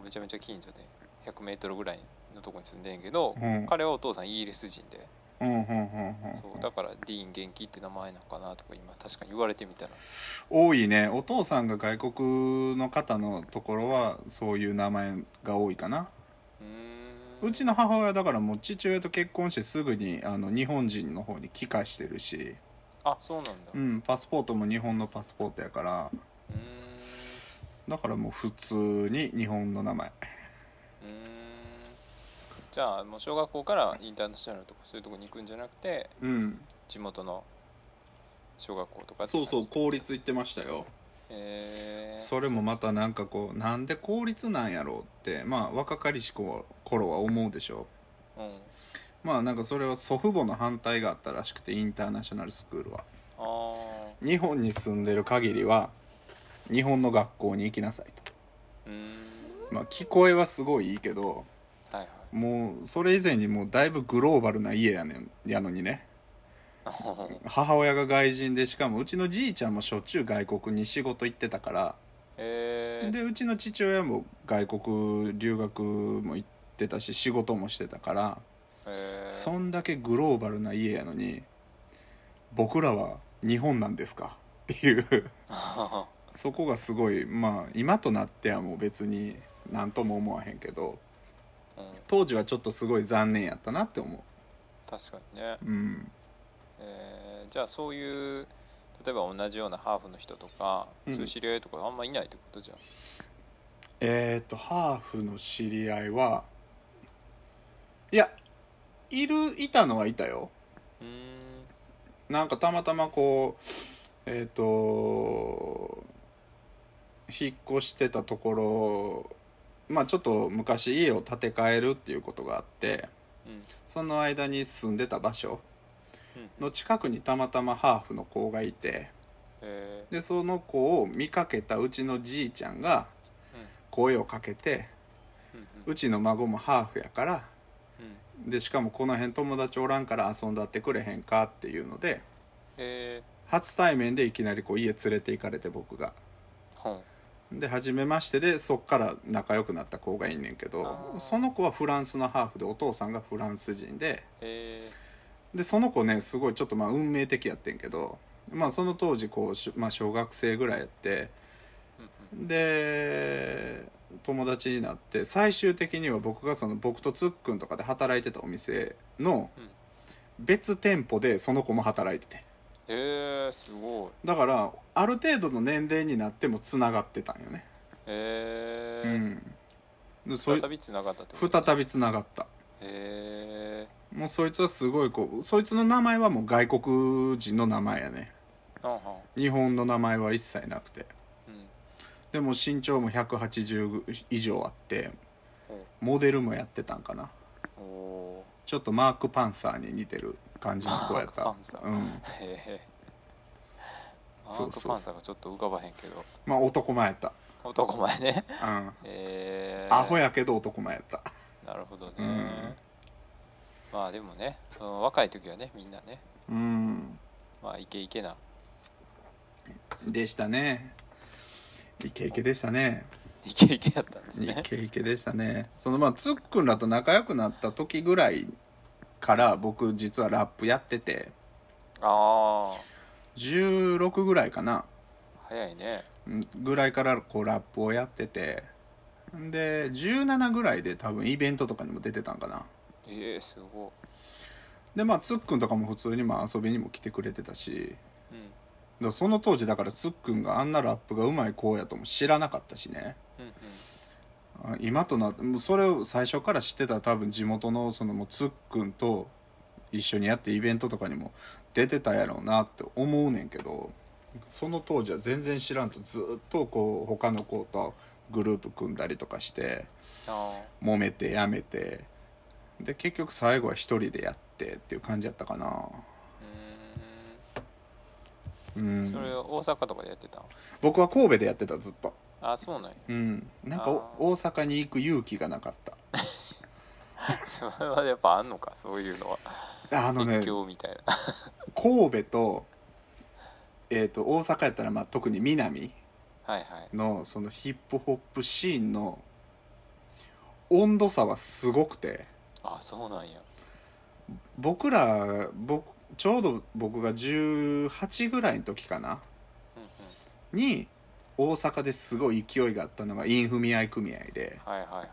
[SPEAKER 1] うめちゃめちゃ近所で 100m ぐらいのとこに住んでんけど、
[SPEAKER 2] うんうん
[SPEAKER 1] 彼はお父さんイギリス人で、
[SPEAKER 2] うんうんうんうん
[SPEAKER 1] そうだからディーン元気って名前なのかなとか今確かに言われてみたら
[SPEAKER 2] 多いねお父さんが外国の方のところはそういう名前が多いかな
[SPEAKER 1] うーん
[SPEAKER 2] うちの母親だからもう父親と結婚してすぐにあの日本人の方に帰化してるし、
[SPEAKER 1] あそうなんだ
[SPEAKER 2] う
[SPEAKER 1] うーん
[SPEAKER 2] ん、パスポートも日本のパスポートやからだからもう普通に日本の名前
[SPEAKER 1] うーんじゃあもう小学校からインターナショナルとかそういうとこに行くんじゃなくて
[SPEAKER 2] うん
[SPEAKER 1] 地元の小学校とかって
[SPEAKER 2] そうそう
[SPEAKER 1] 感じ
[SPEAKER 2] 公立行ってましたよ
[SPEAKER 1] えー、
[SPEAKER 2] それもまたなんかこうなんで公立なんやろうってまあ若かりし頃は思うでしょ
[SPEAKER 1] うん
[SPEAKER 2] まあなんかそれは祖父母の反対があったらしくてインターナショナルスクールは
[SPEAKER 1] ああ
[SPEAKER 2] 日本に住んでる限りは日本の学校に行きなさいと
[SPEAKER 1] うーん
[SPEAKER 2] まあ聞こえはすごいいいけど
[SPEAKER 1] はいはい
[SPEAKER 2] もうそれ以前にもうだいぶグローバルな家やねんやのにね
[SPEAKER 1] あほほほ
[SPEAKER 2] 母親が外人でしかもうちのじいちゃんもしょっちゅう外国に仕事行ってたから
[SPEAKER 1] え ー、
[SPEAKER 2] でうちの父親も外国留学も行ってたし仕事もしてたから
[SPEAKER 1] えー、
[SPEAKER 2] そんだけグローバルな家やのに僕らは日本なんですかっていうそこがすごいまあ今となってはもう別に何とも思わへんけど
[SPEAKER 1] うん、
[SPEAKER 2] 当時はちょっとすごい残念やったなって思
[SPEAKER 1] 確かにね、
[SPEAKER 2] ううん
[SPEAKER 1] えー、じゃあそういう例えば同じようなハーフの人とか、
[SPEAKER 2] うん
[SPEAKER 1] そういう知り合いとかあんまいないってことじゃん
[SPEAKER 2] えっ、とハーフの知り合いはいやいるいたのはいたよ
[SPEAKER 1] うーん
[SPEAKER 2] なんかたまたまこうえっ、と引っ越してたところまあちょっと昔家を建て替えるっていうことがあって
[SPEAKER 1] うん
[SPEAKER 2] その間に住んでた場所
[SPEAKER 1] うん
[SPEAKER 2] の近くにたまたまハーフの子がいて
[SPEAKER 1] え
[SPEAKER 2] でその子を見かけたうちのじいちゃんが
[SPEAKER 1] うん
[SPEAKER 2] 声をかけて
[SPEAKER 1] ー、うんうん
[SPEAKER 2] うちの孫もハーフやから
[SPEAKER 1] うん
[SPEAKER 2] でしかもこの辺友達おらんから遊んだってくれへんかっていうので
[SPEAKER 1] え
[SPEAKER 2] 初対面でいきなりこう家連れて行かれて僕が
[SPEAKER 1] ー、ほん
[SPEAKER 2] で初めましてでそっから仲良くなった子がいんねんけ
[SPEAKER 1] あ
[SPEAKER 2] ど
[SPEAKER 1] ー
[SPEAKER 2] その子はフランスのハーフでお父さんがフランス人で
[SPEAKER 1] え
[SPEAKER 2] でその子ねすごいちょっとまあ運命的やってんけど、まあ、その当時こう、しまあ、小学生ぐらいやって
[SPEAKER 1] ー、うん
[SPEAKER 2] で友達になって最終的には僕がその僕とつっくんとかで働いてたお店の
[SPEAKER 1] うん
[SPEAKER 2] 別店舗でその子も働いてて
[SPEAKER 1] えー、すごい
[SPEAKER 2] だからある程度の年齢になってもつながってたんよね、
[SPEAKER 1] えー
[SPEAKER 2] うんでそい
[SPEAKER 1] 再びつながったってこと、
[SPEAKER 2] 再びつながった
[SPEAKER 1] え
[SPEAKER 2] もうそいつはすごいこうそいつの名前はもう外国人の名前やね
[SPEAKER 1] ー、あんは
[SPEAKER 2] 日本の名前は一切なくて
[SPEAKER 1] んうん
[SPEAKER 2] でも身長も180以上あって
[SPEAKER 1] ほ
[SPEAKER 2] モデルもやってたんかな
[SPEAKER 1] うお
[SPEAKER 2] ちょっとマーク・パンサーに似てる感じの子や
[SPEAKER 1] マー
[SPEAKER 2] った
[SPEAKER 1] クパンサー
[SPEAKER 2] うん
[SPEAKER 1] ー へえマ
[SPEAKER 2] そうそう
[SPEAKER 1] ーク・パンサーがちょっと浮かばへんけど
[SPEAKER 2] まあ男前やった、
[SPEAKER 1] 男前ね
[SPEAKER 2] うん
[SPEAKER 1] えー、
[SPEAKER 2] アホやけど男前やった
[SPEAKER 1] なるほどね、
[SPEAKER 2] うん
[SPEAKER 1] まあでもねその若い時はねみんなね
[SPEAKER 2] うん
[SPEAKER 1] まあイケイケな
[SPEAKER 2] でしたねイケイケでしたね
[SPEAKER 1] イケイケだったんです
[SPEAKER 2] イ
[SPEAKER 1] ね
[SPEAKER 2] ケイケでしたねそのまあつっくんらと仲良くなった時ぐらいから僕実はラップやってて
[SPEAKER 1] ああ
[SPEAKER 2] 16ぐらいかな
[SPEAKER 1] 早いね
[SPEAKER 2] うんぐらいからこうラップをやっててで17ぐらいで多分イベントとかにも出てたんかな
[SPEAKER 1] ええすご
[SPEAKER 2] でまあつっくんとかも普通にまあ遊びにも来てくれてたし
[SPEAKER 1] い、うん、
[SPEAKER 2] だからその当時だからつっくんがあんなラップがうまい子やとも知らなかったしね
[SPEAKER 1] うんうん
[SPEAKER 2] あ今となってもうそれを最初から知ってたら多分地元のそのもうつっくんと一緒にやってイベントとかにも出てたやろうなって思うねんけどその当時は全然知らんとずっとこう他の子とグループ組んだりとかして
[SPEAKER 1] あ
[SPEAKER 2] 揉めてやめてで結局最後は一人でやってっていう感じやったかな
[SPEAKER 1] あうー
[SPEAKER 2] うん
[SPEAKER 1] んそれを大阪とかでやってたの
[SPEAKER 2] 僕は神戸でやってたずっと
[SPEAKER 1] あそうなんや
[SPEAKER 2] うんなんか
[SPEAKER 1] あー
[SPEAKER 2] お大阪に行く勇気がなかった
[SPEAKER 1] それはやっぱあんのかそういうのは
[SPEAKER 2] あのね
[SPEAKER 1] 一興みたいな
[SPEAKER 2] 神戸と,、えー、と大阪やったら、まあ、特に南
[SPEAKER 1] はいはい
[SPEAKER 2] のそのヒップホップシーンの温度差はすごくて
[SPEAKER 1] あそうなんや
[SPEAKER 2] 僕ら僕ちょうど僕が18ぐらいの時かな
[SPEAKER 1] うんうん
[SPEAKER 2] に大阪ですごい勢いがあったのがインフミ合組合で
[SPEAKER 1] はいはいはい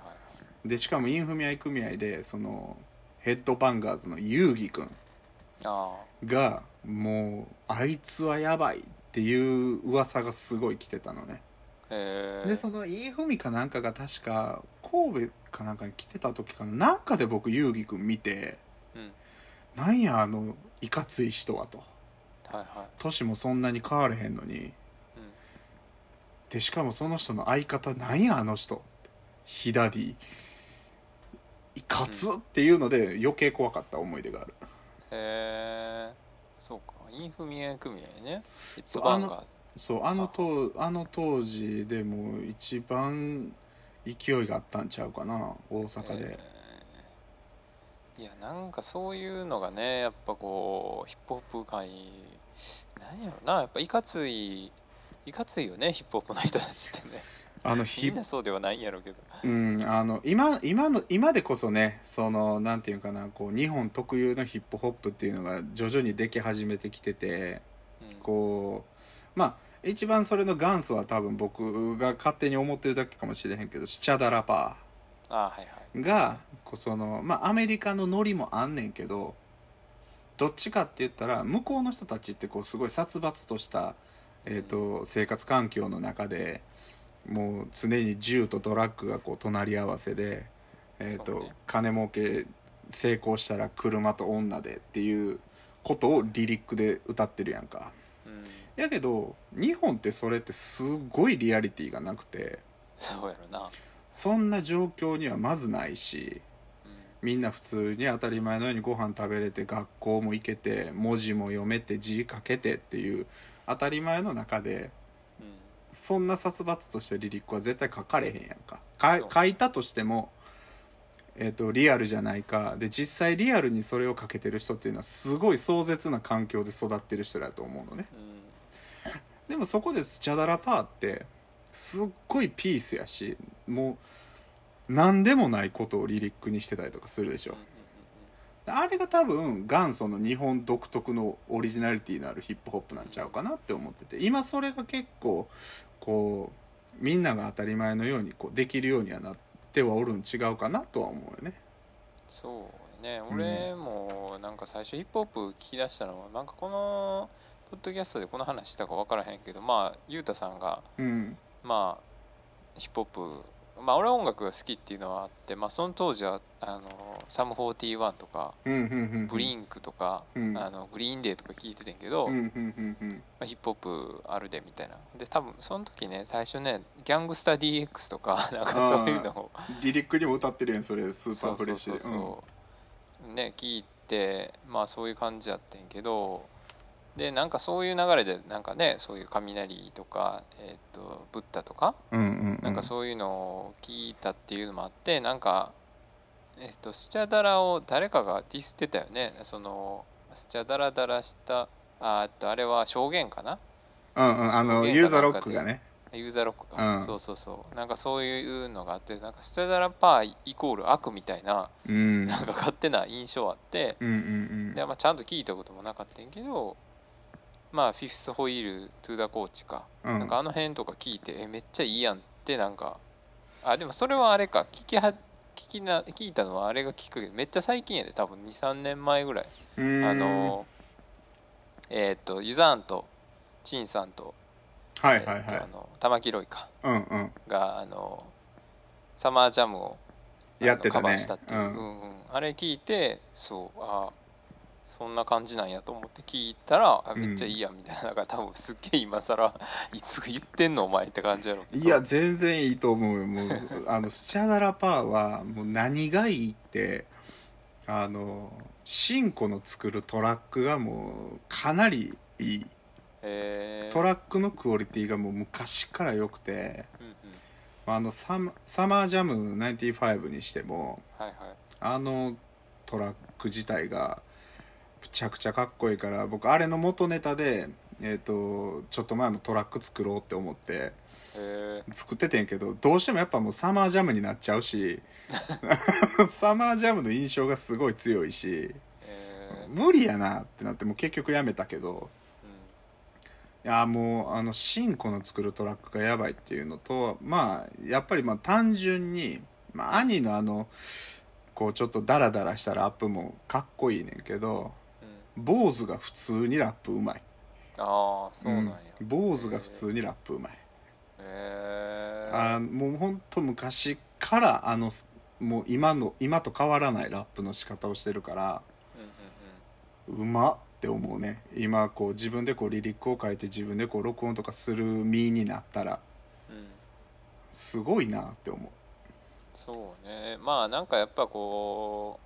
[SPEAKER 2] でしかもインフミ合組合でそのヘッドバンガーズの遊戯くん
[SPEAKER 1] あ
[SPEAKER 2] がもうあいつはやばいっていう噂がすごい来てたのね
[SPEAKER 1] あへえ
[SPEAKER 2] でそのインフミかなんかが確か神戸かなんかに来てた時かななんかで僕遊戯くん見て
[SPEAKER 1] うん
[SPEAKER 2] なんやあのいかつい人はと
[SPEAKER 1] はいはい
[SPEAKER 2] 年もそんなに変われへんのに
[SPEAKER 1] うん
[SPEAKER 2] でしかもその人の相方なんやあの人ヒダディいかつっていうので余計怖かった思い出がある
[SPEAKER 1] へえそうかインフミエ組合ねヒッ
[SPEAKER 2] そ
[SPEAKER 1] ト
[SPEAKER 2] うあ
[SPEAKER 1] バ
[SPEAKER 2] の
[SPEAKER 1] ンガーズ
[SPEAKER 2] そうあの当あの当時でも一番勢いがあったんちゃうかな大阪で、
[SPEAKER 1] えーいやなんかそういうのがねやっぱこうヒップホップ界なんやろなやっぱいかついいかついよねヒップホップの人たちってね
[SPEAKER 2] あの
[SPEAKER 1] み
[SPEAKER 2] ひ
[SPEAKER 1] んなそうではないんやろうけど
[SPEAKER 2] うんあの今今の今でこそねそのなんていうかなこう日本特有のヒップホップっていうのが徐々にでき始めてきてて
[SPEAKER 1] うん
[SPEAKER 2] こうまあ一番それの元祖は多分僕が勝手に思ってるだけかもしれへんけどシチャダラパ
[SPEAKER 1] あはいはい
[SPEAKER 2] ーがこうそのまあアメリカのノリもあんねんけどどっちかって言ったら向こうの人たちってこうすごい殺伐とした、えー、と生活環境の中でもう常に銃とドラッグがこう隣り合わせで、えー
[SPEAKER 1] そう
[SPEAKER 2] と
[SPEAKER 1] ね
[SPEAKER 2] 金儲け成功したら車と女でっていうことをリリックで歌ってるやんか。
[SPEAKER 1] うん
[SPEAKER 2] やけど日本ってそれってすごいリアリティがなくて
[SPEAKER 1] そうやろな
[SPEAKER 2] そんな状況にはまずないし
[SPEAKER 1] うん
[SPEAKER 2] みんな普通に当たり前のようにご飯食べれて学校も行けて文字も読めて字書けてっていう当たり前の中で
[SPEAKER 1] うん
[SPEAKER 2] そんな殺伐としてリリックは絶対書かれへんやんかか
[SPEAKER 1] そう
[SPEAKER 2] 書いたとしても、えー、とリアルじゃないかで実際リアルにそれを書けてる人っていうのはすごい壮絶な環境で育ってる人だと思うのね。
[SPEAKER 1] うん
[SPEAKER 2] でもそこでスチャダラパーってすっごいピースやしもう何でもないことをリリックにしてたりとかするでしょ
[SPEAKER 1] うんうんうん
[SPEAKER 2] あれが多分元祖の日本独特のオリジナリティのあるヒップホップなんちゃうかなって思ってて今それが結構こうみんなが当たり前のようにこうできるようにはなってはおるん違うかなとは思うよね
[SPEAKER 1] そうね
[SPEAKER 2] ん
[SPEAKER 1] 俺もなんか最初ヒップホップ聞き出したのはなんかこのポッドキャストでこの話したか分からへんけどまあゆうたさんが
[SPEAKER 2] うん
[SPEAKER 1] まあヒップホップまあ俺は音楽が好きっていうのはあってまあその当時はあのサム41とか
[SPEAKER 2] うんうんうんうん
[SPEAKER 1] ブリンクとか、
[SPEAKER 2] うん
[SPEAKER 1] あのグリーンデーとか聞いててんけど、
[SPEAKER 2] うんう
[SPEAKER 1] ま
[SPEAKER 2] んうんうん
[SPEAKER 1] あ、ヒップホップあるでみたいなで多分その時ね最初ねギャングスタ DX とか なんかそういうのを
[SPEAKER 2] リリックにも歌ってるやんそれスーパーフレッシ
[SPEAKER 1] そ
[SPEAKER 2] ュ
[SPEAKER 1] うそうそうそう、ね聞いてまあそういう感じやってんけどでなんかそういう流れでなんかねそういう雷とか、えー、とブッダとか
[SPEAKER 2] でうんうんうんうん
[SPEAKER 1] なんかそういうのを聞いたっていうのもあって、なんか、えっと、スチャダラを誰かがディスってたよねそのスチャダラダラしたあえっとあれは証言かな
[SPEAKER 2] うんうんあの
[SPEAKER 1] そう
[SPEAKER 2] ユーザーロックがね
[SPEAKER 1] ユーザーロックか、
[SPEAKER 2] うん
[SPEAKER 1] そうそうそうなんかそういうのがあってなんかスチャダラパーイコール悪みたいな
[SPEAKER 2] うん
[SPEAKER 1] なんか勝手な印象あって、
[SPEAKER 2] うんうん
[SPEAKER 1] でまあ、ちゃんと聞いたこともなかったんやけどまあフィフスホイールトゥーダコーチか、
[SPEAKER 2] うん
[SPEAKER 1] なんかあの辺とか聞いてえめっちゃいいやんってなんかあでもそれはあれか聞きは聞きな聞いたのはあれがきっかけめっちゃ最近やで多分23年前ぐらい
[SPEAKER 2] うん
[SPEAKER 1] あのえーっとユザーンとチンさんと,、
[SPEAKER 2] は
[SPEAKER 1] え
[SPEAKER 2] いはい
[SPEAKER 1] ーっとあ
[SPEAKER 2] は
[SPEAKER 1] の玉木ロイか
[SPEAKER 2] いうんうん
[SPEAKER 1] があのサマージャムをあの
[SPEAKER 2] やってた
[SPEAKER 1] カバー
[SPEAKER 2] ね
[SPEAKER 1] したっていうう、うんんうんあれ聞いてそうあそんな感じなんやと思って聞いたらあ
[SPEAKER 2] うん
[SPEAKER 1] めっちゃいいやみたいな、なんか多分すっげえ今更 いつ言ってんのお前って感じやろうけど
[SPEAKER 2] いや全然いいと思うよもう あのスチャダラパーはもう何がいいってあのシンコの作るトラックがもうかなりいい
[SPEAKER 1] えー
[SPEAKER 2] トラックのクオリティがもう昔から良くて
[SPEAKER 1] うんうん
[SPEAKER 2] あのサマサマージャム95にしても
[SPEAKER 1] はいはい
[SPEAKER 2] あのトラック自体がむちゃくちゃかっこいいから僕あれの元ネタで、えー、とちょっと前もトラック作ろうって思って
[SPEAKER 1] え
[SPEAKER 2] 作っててんけどどうしてもやっぱもうサマージャムになっちゃう しサマージャムの印象がすごい強いし
[SPEAKER 1] ー、えー
[SPEAKER 2] 無理やなってなってもう結局やめたけどいやもうあのシンコの作るトラックがやばいっていうのとまあやっぱりまあ単純に、まあ、兄のあのこうちょっとダラダラしたラップもかっこいいねんけど
[SPEAKER 1] うんうん
[SPEAKER 2] 坊主が普通にラップうまい
[SPEAKER 1] ああそうなんや、
[SPEAKER 2] うん坊主が普通にラップうまい
[SPEAKER 1] えー、
[SPEAKER 2] あーもうほんと昔からあのすもう今の今と変わらないラップの仕方をしてるから
[SPEAKER 1] うんうんうん
[SPEAKER 2] うまっって思うね今こう自分でこうリリックを書いて自分でこう録音とかする身になったら
[SPEAKER 1] うん
[SPEAKER 2] すごいなって思
[SPEAKER 1] そうねまあなんかやっぱこ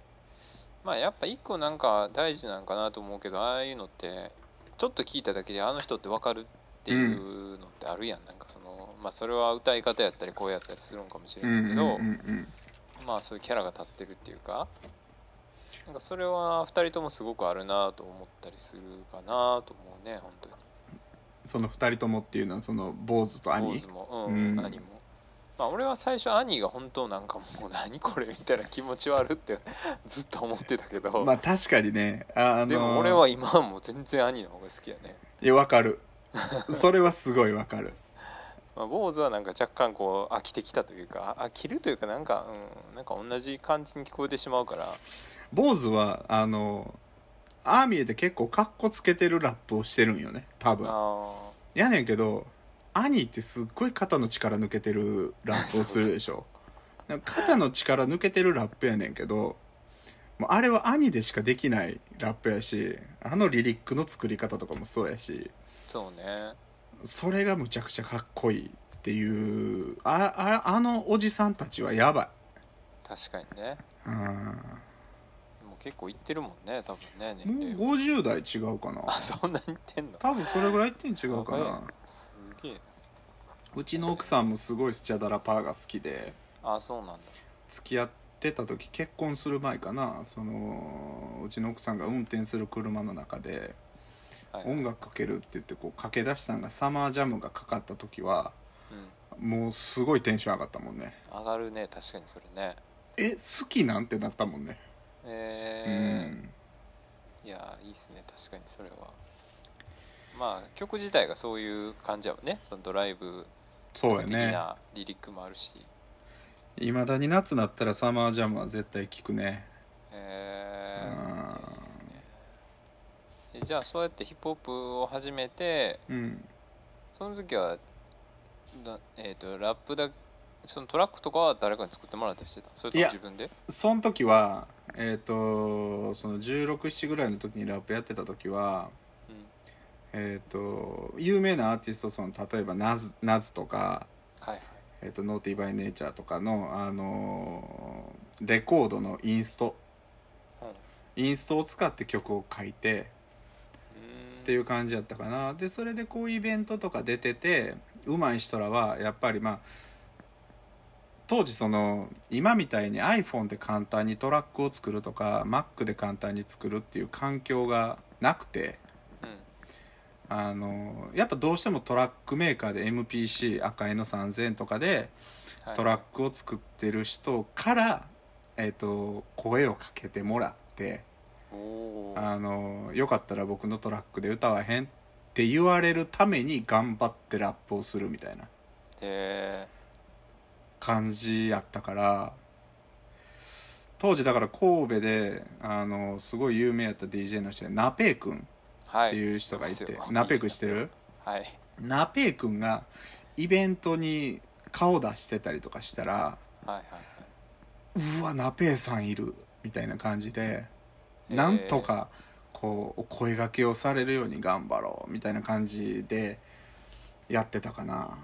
[SPEAKER 1] うまあやっぱ一個なんか大事なんかなと思うけどああいうのってちょっと聞いただけであの人ってわかるっていうのってあるやん、なんかそのまあそれは歌い方やったり声やったりするんかもし
[SPEAKER 2] う。う
[SPEAKER 1] れ
[SPEAKER 2] ん
[SPEAKER 1] ないけど、
[SPEAKER 2] うんうん
[SPEAKER 1] まあそういうキャラが立ってるっていうかなんかそれは2人ともすごくあるなと思ったりするかなと思うね本当に
[SPEAKER 2] その二人ともっていうのはその坊主と兄
[SPEAKER 1] 坊主も、うん
[SPEAKER 2] うん
[SPEAKER 1] 兄もまあ俺は最初兄が本当なんかもう何これみたいな気持ち悪ってずっと思ってたけど、
[SPEAKER 2] まあ確かにねああの
[SPEAKER 1] でも俺は今はもう全然兄の方が好きやね、
[SPEAKER 2] いやわかるそれはすごいわかる
[SPEAKER 1] まあ、坊主はなんか若干こう飽きてきたというかあ飽きるというかなんか、うん、なんか同じ感じに聞こえてしまうから
[SPEAKER 2] 坊主はあのああ見えて結構カッコつけてるラップをしてるんよね多分
[SPEAKER 1] あ
[SPEAKER 2] やねんけど兄ってすっごい肩の力抜けてるラッ プをするでしょなんか肩の力抜けてるラップやねんけどもうあれは兄でしかできないラップやしあのリリックの作り方とかもそうやし
[SPEAKER 1] ーそうね
[SPEAKER 2] それがむちゃくちゃかっこいいっていうあああのおじさんたちはやばい
[SPEAKER 1] 確かにね
[SPEAKER 2] うん
[SPEAKER 1] もう結構いってるもんね多分ね年齢は
[SPEAKER 2] もう50代違うかな
[SPEAKER 1] あそんなにいってんの
[SPEAKER 2] 多分それぐらい言ってん違うか
[SPEAKER 1] 若
[SPEAKER 2] ない
[SPEAKER 1] すげえ
[SPEAKER 2] うちの奥さんもすごいスチャダラパーが好きで
[SPEAKER 1] なあそうなんだ
[SPEAKER 2] 付き合ってた時結婚する前かなそのうちの奥さんが運転する車の中で
[SPEAKER 1] はい、うん、
[SPEAKER 2] 音楽かけるって言ってこう駆け出したんがサマージャムがかかった時はもうすごいテンション上がったもんね
[SPEAKER 1] 上がるね確かにそれね
[SPEAKER 2] え好きなんてなったもんね、
[SPEAKER 1] え
[SPEAKER 2] うん
[SPEAKER 1] ーいやいいっすね確かにそれはまあ曲自体がそういう感じやもんねそのドライブ
[SPEAKER 2] そうや
[SPEAKER 1] 的
[SPEAKER 2] ね
[SPEAKER 1] なリリックもあるし
[SPEAKER 2] いまだに夏なったらサマージャムは絶対聞くね
[SPEAKER 1] え
[SPEAKER 2] うん
[SPEAKER 1] ー、いいっすねえじゃあそうやってヒップホップを始めて
[SPEAKER 2] うん
[SPEAKER 1] その時はだえっ、とラップだそのトラックとかは誰かに作ってもらったりしてたそれとも
[SPEAKER 2] いや
[SPEAKER 1] 自分で
[SPEAKER 2] その時はえっ、とその1617ぐらいの時にラップやってた時は
[SPEAKER 1] うん
[SPEAKER 2] えっ、と有名なアーティストその例えばナズナズとか、
[SPEAKER 1] はいはい
[SPEAKER 2] えー、とノーティーバイネイチャーとかの、あのーレコードのインスト
[SPEAKER 1] うん
[SPEAKER 2] インストを使って曲を書いて
[SPEAKER 1] っ
[SPEAKER 2] っていう感じやったかなでそれでこうイベントとか出てて上手い人らはやっぱりまあ当時その今みたいに iPhone で簡単にトラックを作るとか Mac で簡単に作るっていう環境がなくてあのやっぱどうしてもトラックメーカーで MPC 赤いの3000とかでトラックを作ってる人から、えー、と声をかけてもらって。
[SPEAKER 1] クおー
[SPEAKER 2] あのよかったら僕のトラックで歌わへんって言われるために頑張ってラップをするみたいな
[SPEAKER 1] へ
[SPEAKER 2] 感じやったから当時だから神戸であのすごい有名やった DJ の人でナペイ君
[SPEAKER 1] ーはい
[SPEAKER 2] っていう人がいて、
[SPEAKER 1] そうですよ
[SPEAKER 2] ナペイ君知ってる
[SPEAKER 1] はい
[SPEAKER 2] ナペイ君がイベントに顔出してたりとかしたら
[SPEAKER 1] はいはいはいう
[SPEAKER 2] わナペイさんいるみたいな感じで
[SPEAKER 1] えー
[SPEAKER 2] なんとかこうお声掛けをされるように頑張ろうみたいな感じでやってたかな、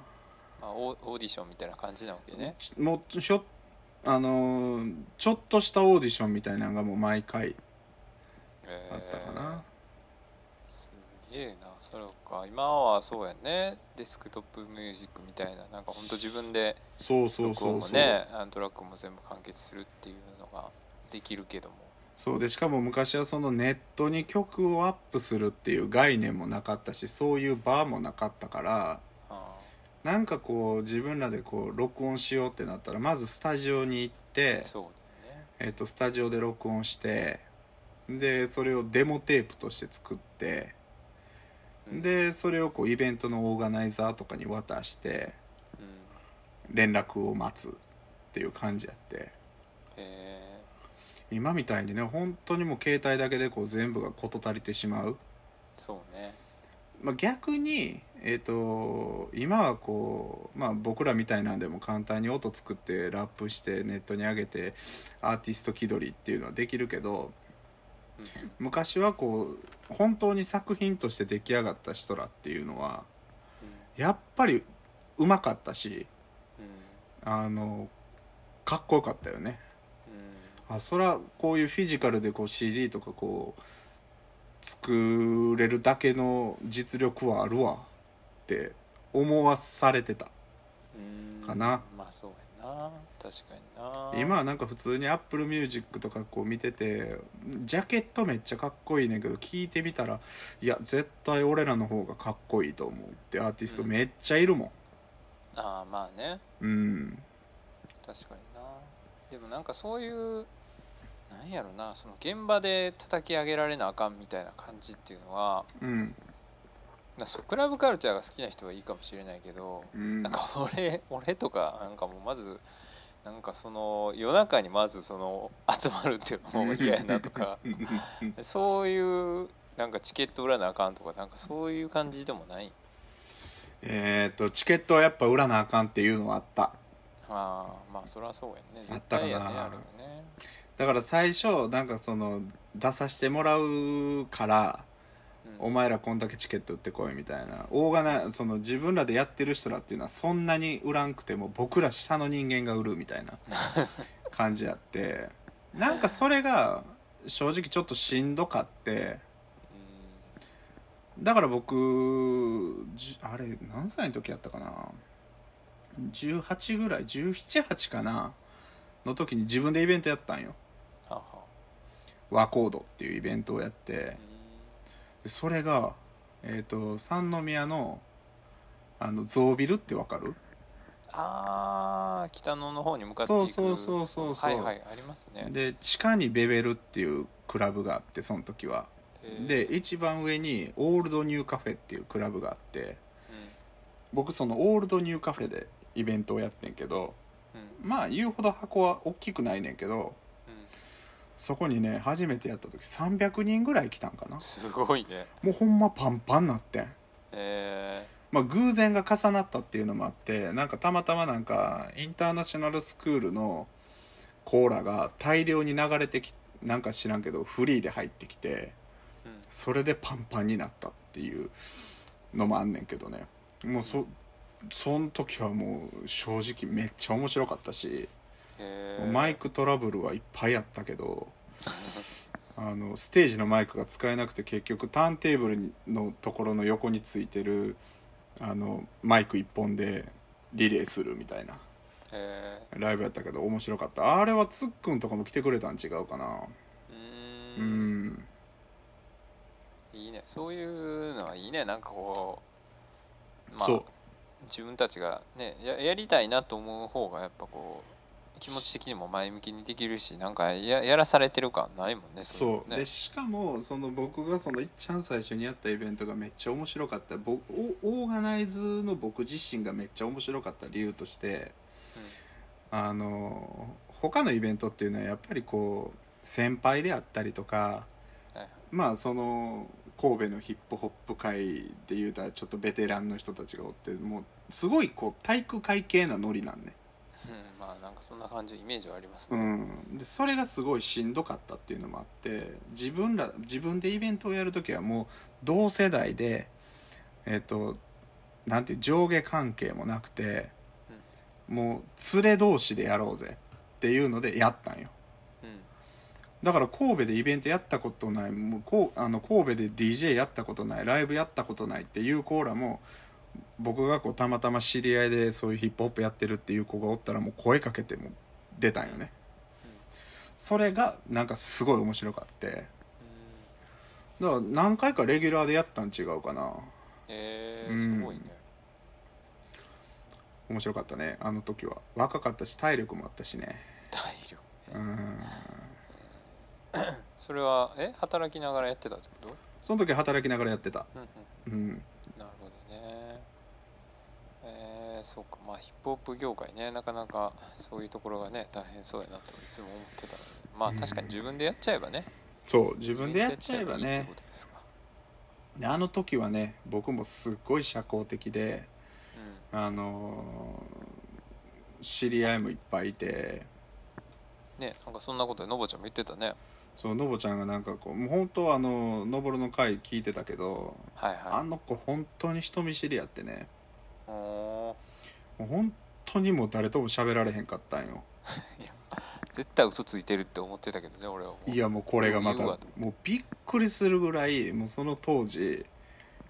[SPEAKER 1] まあ、オーオーディションみたいな感じなわけね
[SPEAKER 2] ちもうひょあのーちょっとしたオーディションみたいなのがもう毎回
[SPEAKER 1] へ
[SPEAKER 2] あ
[SPEAKER 1] ー
[SPEAKER 2] ったかな、
[SPEAKER 1] すげえなそれか今はそうやねデスクトップミュージックみたいななんかほんと自分で
[SPEAKER 2] そうそう
[SPEAKER 1] 録
[SPEAKER 2] そ
[SPEAKER 1] 音
[SPEAKER 2] う
[SPEAKER 1] も
[SPEAKER 2] そう、
[SPEAKER 1] ねあのトラックも全部完結するっていうのができるけども
[SPEAKER 2] そうでしかも昔はそのネットに曲をアップするっていう概念もなかったしそういうバーもなかったから
[SPEAKER 1] あ
[SPEAKER 2] なんかこう自分らでこう録音しようってなったらまずスタジオに行って
[SPEAKER 1] ーそうだよね
[SPEAKER 2] えっとスタジオで録音してでそれをデモテープとして作って、
[SPEAKER 1] うん、
[SPEAKER 2] でそれをこうイベントのオーガナイザーとかに渡して
[SPEAKER 1] うん、
[SPEAKER 2] 連絡を待つっていう感じやって
[SPEAKER 1] え
[SPEAKER 2] 今みたいにね本当にもう携帯だけでこう全部が事足りてしまう、
[SPEAKER 1] ーそうね
[SPEAKER 2] まあ、逆に、えっと今はこう、まあ、僕らみたいなんでも簡単に音作ってラップしてネットに上げてアーティスト気取りっていうのはできるけど
[SPEAKER 1] うん
[SPEAKER 2] 昔はこう本当に作品として出来上がった人らっていうのは
[SPEAKER 1] うん
[SPEAKER 2] やっぱりうまかったし
[SPEAKER 1] うん
[SPEAKER 2] あのかっこよかったよね
[SPEAKER 1] うん
[SPEAKER 2] あそらこういうフィジカルでこう CD とかこう作れるだけの実力はあるわって思わされてた
[SPEAKER 1] うん
[SPEAKER 2] かな
[SPEAKER 1] まあそうやな確かにな
[SPEAKER 2] 今はなんか普通に Apple Music とかこう見ててジャケットめっちゃかっこいいねんけど聞いてみたらいや絶対俺らの方がかっこいいと思うってアーティストめっちゃいるも
[SPEAKER 1] ああまあね
[SPEAKER 2] んうん
[SPEAKER 1] 確かになでもなんかそういうなんやろなその現場で叩き上げられなあかんみたいな感じっていうのは
[SPEAKER 2] うん
[SPEAKER 1] なそうクラブカルチャーが好きな人はいいかもしれないけど、
[SPEAKER 2] うん
[SPEAKER 1] なんか俺俺とかなんかもうまずなんかその夜中にまずその集まるっていうのも嫌やなとか
[SPEAKER 2] うんうんうん
[SPEAKER 1] そういうなんかチケット売らなあかんとかなんかそういう感じでもない
[SPEAKER 2] えっとチケットはやっぱ売らなあかんっていうのはあった
[SPEAKER 1] ああまあそりゃそうやんね
[SPEAKER 2] あっ
[SPEAKER 1] 絶
[SPEAKER 2] たか
[SPEAKER 1] 対
[SPEAKER 2] な
[SPEAKER 1] やねあれもね
[SPEAKER 2] だから最初なんかその出させてもらうから
[SPEAKER 1] う
[SPEAKER 2] お
[SPEAKER 1] ん
[SPEAKER 2] 前らこんだけチケット売ってこいみたいなオーガナその自分らでやってる人らっていうのはそんなに売らんくても僕ら下の人間が売るみた いな感じやってなんかそれが正直ちょっとしんどかってだから僕じあれ何歳の時やったかな18ぐらい1718かなの時に自分でイベントやったんよ
[SPEAKER 1] はあは
[SPEAKER 2] ワコードっていうイベントをやって
[SPEAKER 1] あう
[SPEAKER 2] でそれが、えー、と三宮のあのゾービルってわかる
[SPEAKER 1] んあー北野の方に向かっていく
[SPEAKER 2] そうそうそうそうそ
[SPEAKER 1] は
[SPEAKER 2] う
[SPEAKER 1] いはいありますね
[SPEAKER 2] で地下にベベルっていうクラブがあってその時は
[SPEAKER 1] えー
[SPEAKER 2] で一番上にオールドニューカフェっていうクラブがあって僕そのオールドニューカフェでイベントをやってんけど
[SPEAKER 1] うんうん
[SPEAKER 2] まあ言うほど箱は大きくないねんけど
[SPEAKER 1] うん
[SPEAKER 2] そこにね初めてやった時300人ぐらい来たんかな
[SPEAKER 1] すごいね
[SPEAKER 2] もうほんまパンパンなってん
[SPEAKER 1] え
[SPEAKER 2] まあ、偶然が重なったっていうのもあってなんかたまたまなんかインターナショナルスクールのコーラが大量に流れてきなんか知らんけどフリーで入ってきて
[SPEAKER 1] ーうん
[SPEAKER 2] それでパンパンになったっていうのもあんねんけどねもうそその時はもう正直めっちゃ面白かったし、
[SPEAKER 1] えー
[SPEAKER 2] マイクトラブルはいっぱいあったけどあのステージのマイクが使えなくて結局ターンテーブルのところの横についてるあのマイク1本でリレーするみたいな
[SPEAKER 1] え
[SPEAKER 2] ライブやったけど面白かったあれはつっくんとかも来てくれたん違うかな
[SPEAKER 1] ーう
[SPEAKER 2] う
[SPEAKER 1] ーん
[SPEAKER 2] ん
[SPEAKER 1] いいねそういうのはいいねなんかこうまあ
[SPEAKER 2] そう
[SPEAKER 1] 自分たちがねややりたいなと思う方がやっぱこう気持ち的にも前向きにできるしなんかややらされてる感ないもんねれ
[SPEAKER 2] そう
[SPEAKER 1] ね
[SPEAKER 2] でしかもその僕がそのいっちゃん最初にやったイベントがめっちゃ面白かった僕オオーガナイズの僕自身がめっちゃ面白かった理由としてあの他のイベントっていうのはやっぱりこう先輩であったりとか
[SPEAKER 1] うんはいはい
[SPEAKER 2] まあその神戸のヒップホップ界でいうたらちょっとベテランの人たちがおってもうすごいこう体育会系なノリなんね、
[SPEAKER 1] うんまあなんかそんな感じのイメージはあります
[SPEAKER 2] う
[SPEAKER 1] ね、
[SPEAKER 2] ん、でそれがすごいしんどかったっていうのもあって自分ら自分でイベントをやる時はもう同世代でえっ、となんていう上下関係もなくてもう連れ同士でやろうぜっていうのでやったんよ。
[SPEAKER 1] うん
[SPEAKER 2] だから神戸でイベントやったことないもうこうあの神戸で DJ やったことないライブやったことないっていうコーラも僕がこうたまたま知り合いでそういうヒップホップやってるっていう子がおったらもう声かけても出たんよね、
[SPEAKER 1] うん
[SPEAKER 2] それがなんかすごい面白かってだから何回かレギュラーでやったん違うかな
[SPEAKER 1] え
[SPEAKER 2] う
[SPEAKER 1] ー、
[SPEAKER 2] ん
[SPEAKER 1] すごいね、
[SPEAKER 2] 面白かったねあの時は若かったし体力もあったしね
[SPEAKER 1] 体力
[SPEAKER 2] うん
[SPEAKER 1] それはえ働きながらやってたってこと、
[SPEAKER 2] その時働きながらやってた
[SPEAKER 1] うんうん、
[SPEAKER 2] うん
[SPEAKER 1] なるほどねえー、そうかまあヒップホップ業界ねなかなかそういうところがね大変そうやなといつも思ってたのでまあ
[SPEAKER 2] うん
[SPEAKER 1] 確かに自分でやっちゃえばね、
[SPEAKER 2] そう自分でやっちゃえば
[SPEAKER 1] 自分でやっちゃいいって
[SPEAKER 2] ね
[SPEAKER 1] ことですか
[SPEAKER 2] であの時はね僕もすっごい社交的であのー知り合いもいっぱいいて
[SPEAKER 1] うんねなんかそんなことでのぼちゃんも言ってたね
[SPEAKER 2] そうのぼちゃんがなんかこうもう本当はあののぼるの回聞いてたけど
[SPEAKER 1] はい
[SPEAKER 2] あ
[SPEAKER 1] は
[SPEAKER 2] の子本当に人見知りやってね
[SPEAKER 1] いおー
[SPEAKER 2] もう本当にもう誰とも喋られへんかったんよ
[SPEAKER 1] 絶対嘘ついてるって思ってたけどね俺はもう
[SPEAKER 2] いやもうこれがま
[SPEAKER 1] 余
[SPEAKER 2] た
[SPEAKER 1] 裕は
[SPEAKER 2] も
[SPEAKER 1] と
[SPEAKER 2] うびっくりするぐらいもうその当時「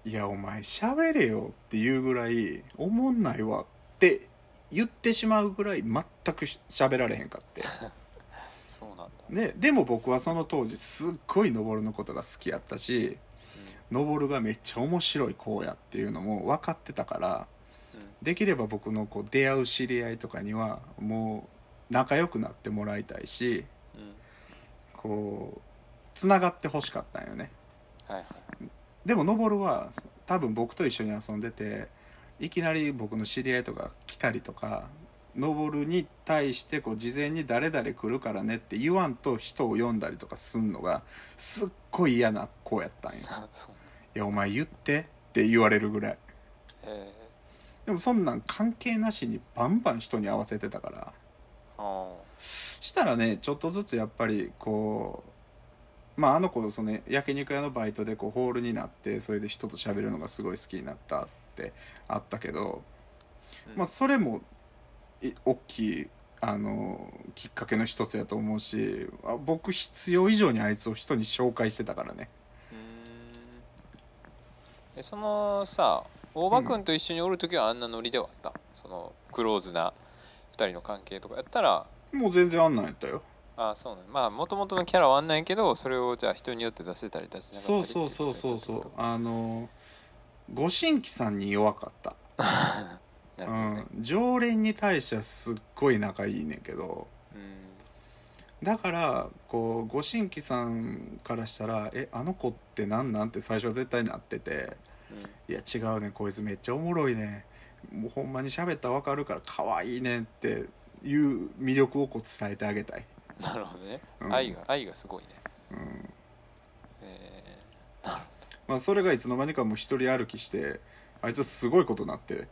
[SPEAKER 2] いやお前喋れよ」っていうぐらい「おもんないわ」って言ってしまうぐらい全くし喋られへんかって
[SPEAKER 1] そうなんだ、
[SPEAKER 2] ででも僕はその当時すっごい登るのことが好きやったし登るがめっちゃ面白い子やっていうのも分かってたから
[SPEAKER 1] うんうん
[SPEAKER 2] できれば僕のこう出会う知り合いとかにはもう仲良くなってもらいたいし
[SPEAKER 1] うん
[SPEAKER 2] こうつながってほしかったんよね
[SPEAKER 1] はい はい。
[SPEAKER 2] でも登るは多分僕と一緒に遊んでていきなり僕の知り合いとか来たりとか登るに対してこう事前に「誰々来るからね」って言わんと人を呼んだりとかすんのがすっごい嫌な子やったんよ
[SPEAKER 1] あそう
[SPEAKER 2] いやお前言ってって言われるぐらい
[SPEAKER 1] え
[SPEAKER 2] でもそんなん関係なしにバンバン人に合わせてたから
[SPEAKER 1] ー、あ
[SPEAKER 2] したらねちょっとずつやっぱりこうまああの子その焼肉屋のバイトでこうホールになってそれで人と喋るのがすごい好きになったってあったけど、
[SPEAKER 1] ーうん
[SPEAKER 2] まあそれもい大きいあのきっかけの一つやと思うしあ僕必要以上にあいつを人に紹介してたからね
[SPEAKER 1] うーんえそのさ大場君と一緒におる時はあんなノリではあった、そのクローズな2人の関係とかやったら
[SPEAKER 2] もう全然あんなんやったよ
[SPEAKER 1] ああそうねまあもともとのキャラはあんないけどそれをじゃあ人によって出せたり出せなかったり
[SPEAKER 2] そうそうそ
[SPEAKER 1] っ
[SPEAKER 2] うそう
[SPEAKER 1] てい
[SPEAKER 2] そう
[SPEAKER 1] こ
[SPEAKER 2] あのご新規さんに弱かった
[SPEAKER 1] とだったな
[SPEAKER 2] う
[SPEAKER 1] るほど
[SPEAKER 2] ん
[SPEAKER 1] ね、
[SPEAKER 2] 常連に対してはすっごい仲いいねんけど
[SPEAKER 1] うん
[SPEAKER 2] だからこうご新規さんからしたら「えあの子って何なん?」って最初は絶対なってて
[SPEAKER 1] うん
[SPEAKER 2] 「いや違うねんこいつめっちゃおもろいねんもうほんまに喋ったらわかるから可愛いねん」っていう魅力をこう伝えてあげたい、
[SPEAKER 1] なるほどね、
[SPEAKER 2] うん
[SPEAKER 1] 愛が愛がすごいね
[SPEAKER 2] うん
[SPEAKER 1] え
[SPEAKER 2] まあ、それがいつの間にかもう一人歩きしてあいつはすごいことになって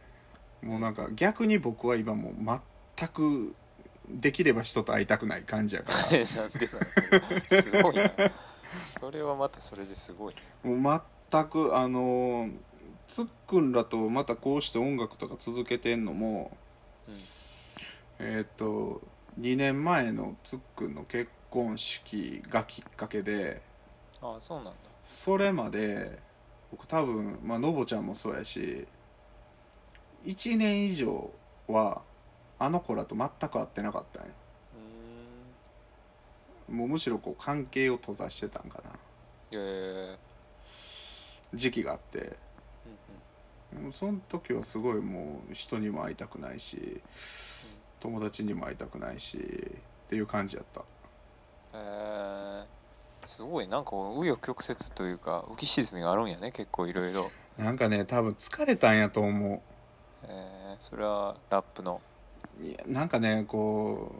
[SPEAKER 2] もうなんか逆に僕は今もう全くできれば人と会いたくない感じやから
[SPEAKER 1] ー なんでなんすごいなそれはまたそれですごいね
[SPEAKER 2] もう全くあのーつっくんらとまたこうして音楽とか続けてんのも
[SPEAKER 1] うん
[SPEAKER 2] えっ、と2年前のつっくんの結婚式がきっかけで
[SPEAKER 1] ああそうなんだ
[SPEAKER 2] それまで僕多分まあのぼちゃんもそうやし1年以上はあの子らと全く会ってなかったね
[SPEAKER 1] うーん
[SPEAKER 2] もうむしろこう関係を閉ざしてたんかな
[SPEAKER 1] えー
[SPEAKER 2] 時期があって
[SPEAKER 1] うんうん
[SPEAKER 2] もうその時はすごいもう人にも会いたくないし友達にも会いたくないしっていう感じやった
[SPEAKER 1] えーすごいなんか紆余曲折というか浮き沈みがあるんやね結構いろいろ
[SPEAKER 2] なんかね多分疲れたんやと思
[SPEAKER 1] えーそれはラップの
[SPEAKER 2] ういやなんかねこ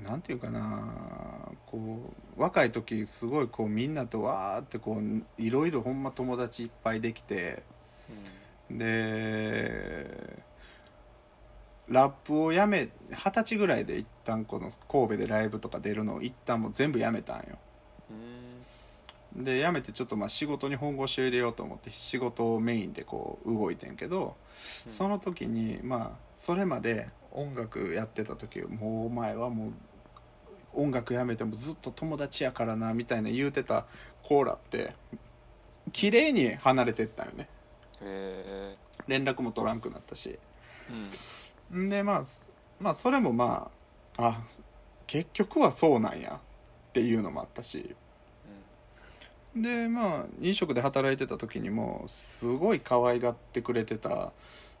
[SPEAKER 2] うなんていうかなこう若い時すごいこうみんなとわーってこういろいろほんま友達いっぱいできてでラップをやめ二十歳ぐらいで一旦この神戸でライブとか出るのを一旦もう全部やめたんよ
[SPEAKER 1] うんうん
[SPEAKER 2] で辞めてちょっとまあ仕事に本腰を入れようと思って仕事をメインでこう動いてんけど、その時にまあそれまで音楽やってた時もうお前はもう音楽やめてもずっと友達やからなみたいな言うてたコーラって綺麗に離れてったよね
[SPEAKER 1] え
[SPEAKER 2] 連絡も取らんくなったし
[SPEAKER 1] ーうん
[SPEAKER 2] んでまあすまあそれもまああ結局はそうなんやっていうのもあったしでまあ飲食で働いてた時にもすごい可愛がってくれてた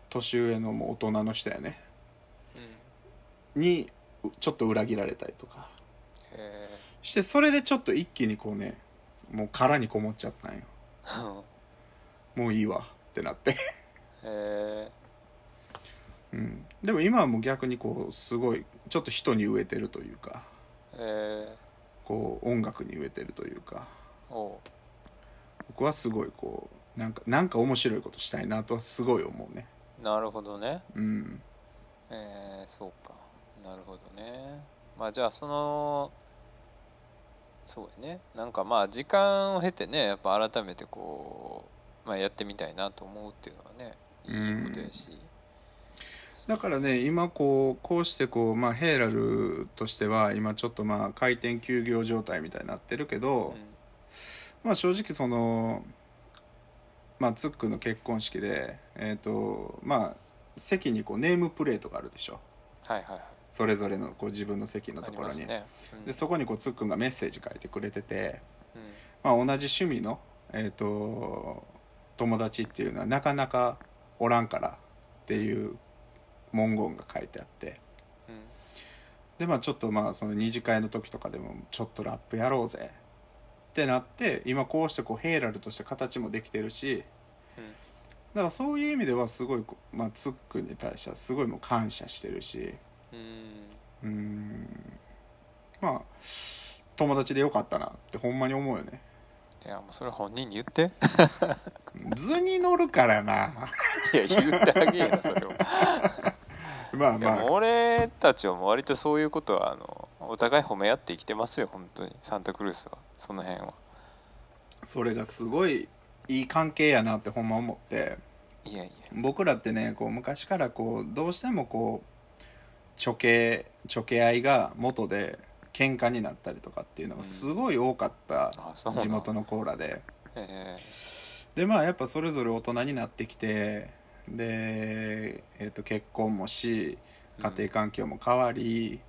[SPEAKER 2] 年上のもう大人の人やね
[SPEAKER 1] うんうん
[SPEAKER 2] にうちょっと裏切られたりとか
[SPEAKER 1] え
[SPEAKER 2] してそれでちょっと一気にこうねもう殻にこもっちゃったんよ
[SPEAKER 1] ー
[SPEAKER 2] もういいわってなって、
[SPEAKER 1] え
[SPEAKER 2] うん、でも今はもう逆にこうすごいちょっと人に飢えてるというか
[SPEAKER 1] ーえ
[SPEAKER 2] こう音楽に飢えてるというか
[SPEAKER 1] ーおう
[SPEAKER 2] 僕はすごいこうなんかなんか面白いことしたいなとはすごい思うね
[SPEAKER 1] なるほどね
[SPEAKER 2] うん
[SPEAKER 1] えーそうかなるほどねまあじゃあそのそうやねなんかまあ時間を経てねやっぱ改めてこう、まあ、やってみたいなと思うっていうのはねいいことやし、
[SPEAKER 2] だからね今こうこうしてこう、まあ、ヘイラルとしては今ちょっとまあ開店休業状態みたいになってるけ
[SPEAKER 1] うん
[SPEAKER 2] ど、まあ正直そのまあつっくんの結婚式でえっ、とまあ席にこうネームプレートがあるでしょ
[SPEAKER 1] はいはいはい
[SPEAKER 2] それぞれのこう自分の席の
[SPEAKER 1] あ
[SPEAKER 2] と
[SPEAKER 1] り
[SPEAKER 2] ころ
[SPEAKER 1] ます
[SPEAKER 2] に、
[SPEAKER 1] ね、うん
[SPEAKER 2] でそこにこうつっくんがメッセージ書いてくれてて、
[SPEAKER 1] うん
[SPEAKER 2] まあ、同じ趣味の、えー、と友達っていうのはなかなかおらんからっていう文言が書いてあって
[SPEAKER 1] うん
[SPEAKER 2] でまあちょっとまあその二次会の時とかでもちょっとラップやろうぜってなって今こうしてこうヘイラルとして形もできてるし
[SPEAKER 1] うん
[SPEAKER 2] だからそういう意味ではすごいこう、まあ、つっくんに対してはすごいもう感謝してるし
[SPEAKER 1] うん
[SPEAKER 2] うーんまあ友達でよかったなってほんまに思 うよね
[SPEAKER 1] いやもうそれ本人に言って
[SPEAKER 2] 図に乗るからな
[SPEAKER 1] いや言ってあげえよそ れを
[SPEAKER 2] まあ
[SPEAKER 1] いや
[SPEAKER 2] ま
[SPEAKER 1] もう
[SPEAKER 2] あ
[SPEAKER 1] 俺たちはもう割とそういうことはあのお互い褒め合って生きてますよ本当にサンタクルースはその辺は
[SPEAKER 2] それがすごいいい関係やなってほんま思って
[SPEAKER 1] いやいや
[SPEAKER 2] 僕らってねこう昔からこうどうしてもこうちょけちょけ合いが元で喧嘩になったりとかっていうのがすごい多かった
[SPEAKER 1] あそう
[SPEAKER 2] 地元
[SPEAKER 1] の、
[SPEAKER 2] のコーラで。
[SPEAKER 1] え
[SPEAKER 2] でまあやっぱそれぞれ大人になってきてで、えー、と結婚もし家庭環境も変わり、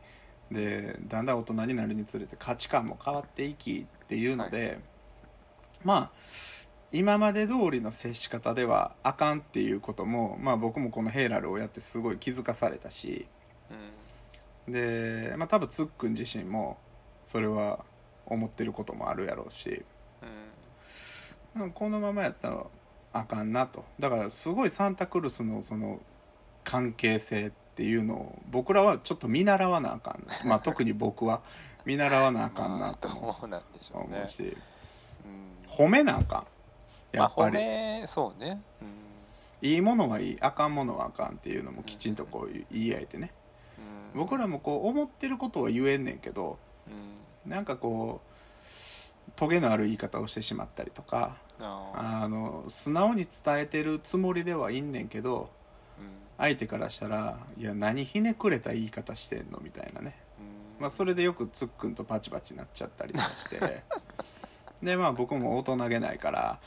[SPEAKER 2] でだんだん大人になるにつれて価値観も変わっていきっていうので、まあ今まで通りの接し方ではあかんっていうことも、まあ、僕もこのヘイラルをやってすごい気づかされたし
[SPEAKER 1] ーうん
[SPEAKER 2] で、まあ、多分つっくん自身もそれは思ってることもあるやろうし。
[SPEAKER 1] うん
[SPEAKER 2] うんこのままやったらあかんなとだからすごいサンタクルスのその関係性っていうのを僕らはちょっと見習わなあ かん、まあ、特に僕は見習わなあかん
[SPEAKER 1] ま
[SPEAKER 2] な
[SPEAKER 1] あ
[SPEAKER 2] と思
[SPEAKER 1] どうなんでしょうね
[SPEAKER 2] う、し、
[SPEAKER 1] うん
[SPEAKER 2] 褒めなあかんやっぱり、
[SPEAKER 1] まあ、褒めそうね、うん
[SPEAKER 2] いいものはいいあかんものはあかんっていうのもきちんとこう言い合えてね
[SPEAKER 1] うん、
[SPEAKER 2] 僕らもこう思ってることは言えんねんけど
[SPEAKER 1] うん
[SPEAKER 2] なんかこうトゲのある言い方をしてしまったりとか
[SPEAKER 1] あ
[SPEAKER 2] あの素直に伝えてるつもりではいんねんけど
[SPEAKER 1] ーうん
[SPEAKER 2] 相手からしたら「いや何ひねくれた言い方してんの」みたいなね、
[SPEAKER 1] うん
[SPEAKER 2] まあ、それでよくつっくんとパチパチなっちゃったりとかしてでまあ僕も大人げないから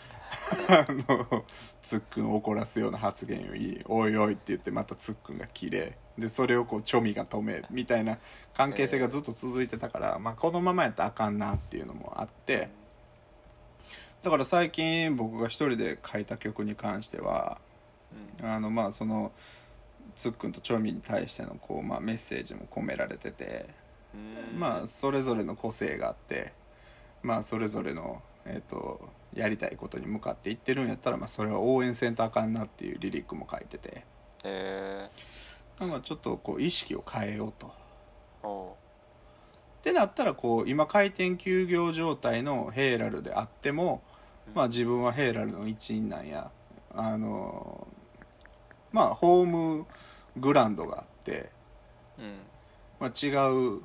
[SPEAKER 2] あのつっくんを怒らすような発言を言い「おいおい」って言ってまたつっくんが切れでそれをこうちょみが止めみたいな関係性がずっと続いてたから、まあ、このままやったらあかんなっていうのもあって。だから最近僕が一人で書いた曲に関しては
[SPEAKER 1] うん
[SPEAKER 2] あのまあそのつっくんとチョミに対してのこう、まあ、メッセージも込められてて、
[SPEAKER 1] うん
[SPEAKER 2] まあそれぞれの個性があってまあそれぞれの、えー、とやりたいことに向かっていってるんやったら、まあ、それは応援せんとあかんなっていうリリックも書いてて
[SPEAKER 1] え
[SPEAKER 2] まあちょっとこう意識を変えようと。
[SPEAKER 1] ー、おう
[SPEAKER 2] ってなったらこう今開店休業状態のヘイラルであっても、
[SPEAKER 1] うん
[SPEAKER 2] まあ、自分はヘイラルの一員なんやあのまあホームグラウンドがあって、
[SPEAKER 1] うん
[SPEAKER 2] まあ、違う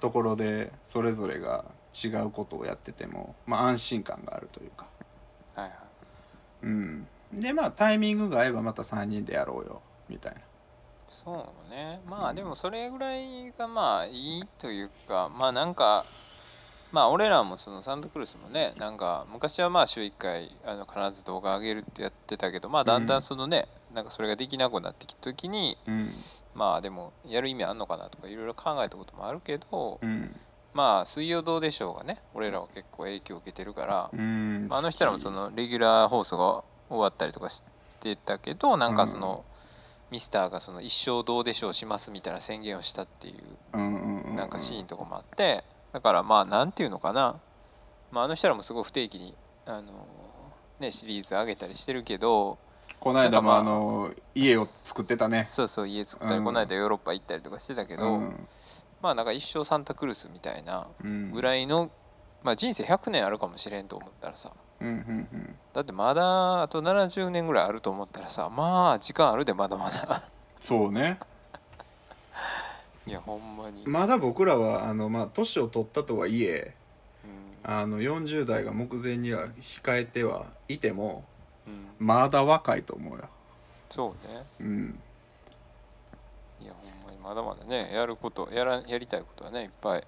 [SPEAKER 2] ところでそれぞれが違うことをやってても、まあ、安心感があるというか、
[SPEAKER 1] はいはい
[SPEAKER 2] うん、でまあタイミングが合えばまた3人でやろうよみたいな
[SPEAKER 1] そうねまあでもそれぐらいがまあいいというかまあなんかまあ俺らもそのサンタクルスもねなんか昔はまあ週1回あの必ず動画上げるってやってたけどまあだんだんそのね、なんかそれができなくなってきた時に
[SPEAKER 2] うん
[SPEAKER 1] まあでもやる意味あんのかなとかいろいろ考えたこともあるけど、
[SPEAKER 2] うん
[SPEAKER 1] まあ「水曜どうでしょう」がね俺らは結構影響を受けてるから、
[SPEAKER 2] うん
[SPEAKER 1] まあ、あの人らもそのレギュラー放送が終わったりとかしてたけどなんかその、ミスターがその一生どうでしょうしますみたいな宣言をしたっていう
[SPEAKER 2] うんうんうう
[SPEAKER 1] なんかシーンとかもあってだからまあなんていうのかな、まあ、あの人らもすごい不定期に、あのね、シリーズ上げたりしてるけど
[SPEAKER 2] この間も、
[SPEAKER 1] なん
[SPEAKER 2] あ
[SPEAKER 1] かまあ
[SPEAKER 2] の家を作ってたね
[SPEAKER 1] そうそう家作ったり、
[SPEAKER 2] うん
[SPEAKER 1] この間ヨーロッパ行ったりとかしてたけど、
[SPEAKER 2] うん
[SPEAKER 1] まあなんか一生サンタクルースみたいな
[SPEAKER 2] うん、
[SPEAKER 1] ぐらいの、まあ、人生100年あるかもしれんと思ったらさ
[SPEAKER 2] うんうんうん
[SPEAKER 1] だってまだあと70年ぐらいあると思ったらさまあ時間あるでまだまだ
[SPEAKER 2] そうね
[SPEAKER 1] いやほんまに、
[SPEAKER 2] まだ僕らはあのまあ年を取ったとはいえ
[SPEAKER 1] うん
[SPEAKER 2] あの40代が目前には控えてはいても
[SPEAKER 1] うん
[SPEAKER 2] まだ若いと思うよ
[SPEAKER 1] そうね
[SPEAKER 2] うん
[SPEAKER 1] いやほんまにまだまだねやることやらやりたいことはねいっぱい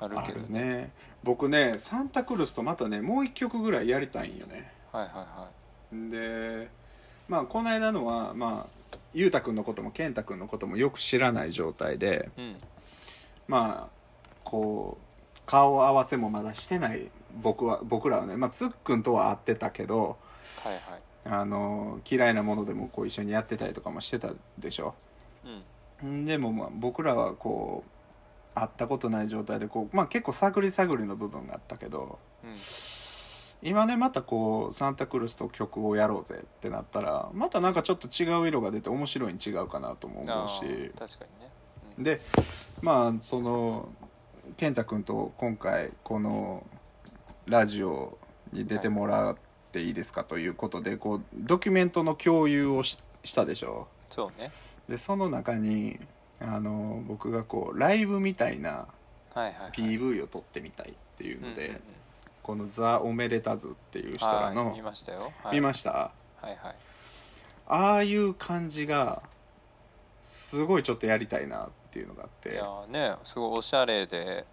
[SPEAKER 1] ある
[SPEAKER 2] あ
[SPEAKER 1] けど
[SPEAKER 2] る
[SPEAKER 1] ね
[SPEAKER 2] ね僕ねサンタクルスとまたねもう一曲ぐらいやりたいんよね
[SPEAKER 1] はいはいは
[SPEAKER 2] でまあこの間のはまあ裕太君のことも健太君のこともよく知らない状態で
[SPEAKER 1] いうん
[SPEAKER 2] まあこう顔合わせもまだしてない僕は僕らはねまあつっくんとは会ってたけど
[SPEAKER 1] はいはい
[SPEAKER 2] あの嫌いなものでもこう一緒にやってたりとかもしてたでしょ
[SPEAKER 1] うん
[SPEAKER 2] んでもまあ僕らはこう会ったことない状態でこう、まあ、結構探り探りの部分があったけど
[SPEAKER 1] うん
[SPEAKER 2] 今ねまたこうサンタクルスと曲をやろうぜってなったらまたなんかちょっと違う色が出て面白いに違うかなとも思
[SPEAKER 1] あ
[SPEAKER 2] う
[SPEAKER 1] ー
[SPEAKER 2] し
[SPEAKER 1] 確かにねうん
[SPEAKER 2] でまあその健太君と今回このラジオに出てもらっていいですかということでこうドキュメントの共有をししたでしょ
[SPEAKER 1] そうね
[SPEAKER 2] でその中にあの僕がこうライブみたいな
[SPEAKER 1] はいはいはい
[SPEAKER 2] PV を撮ってみたいっていうの
[SPEAKER 1] う
[SPEAKER 2] で、
[SPEAKER 1] んうんうん
[SPEAKER 2] この「ザ・おめでたず」っていう人らの
[SPEAKER 1] はい見ましたよ、はい、
[SPEAKER 2] 見ました
[SPEAKER 1] はいはい
[SPEAKER 2] ああいう感じがすごいちょっとやりたいなっていうのがあっ
[SPEAKER 1] い
[SPEAKER 2] て
[SPEAKER 1] やーねすごいおしゃれで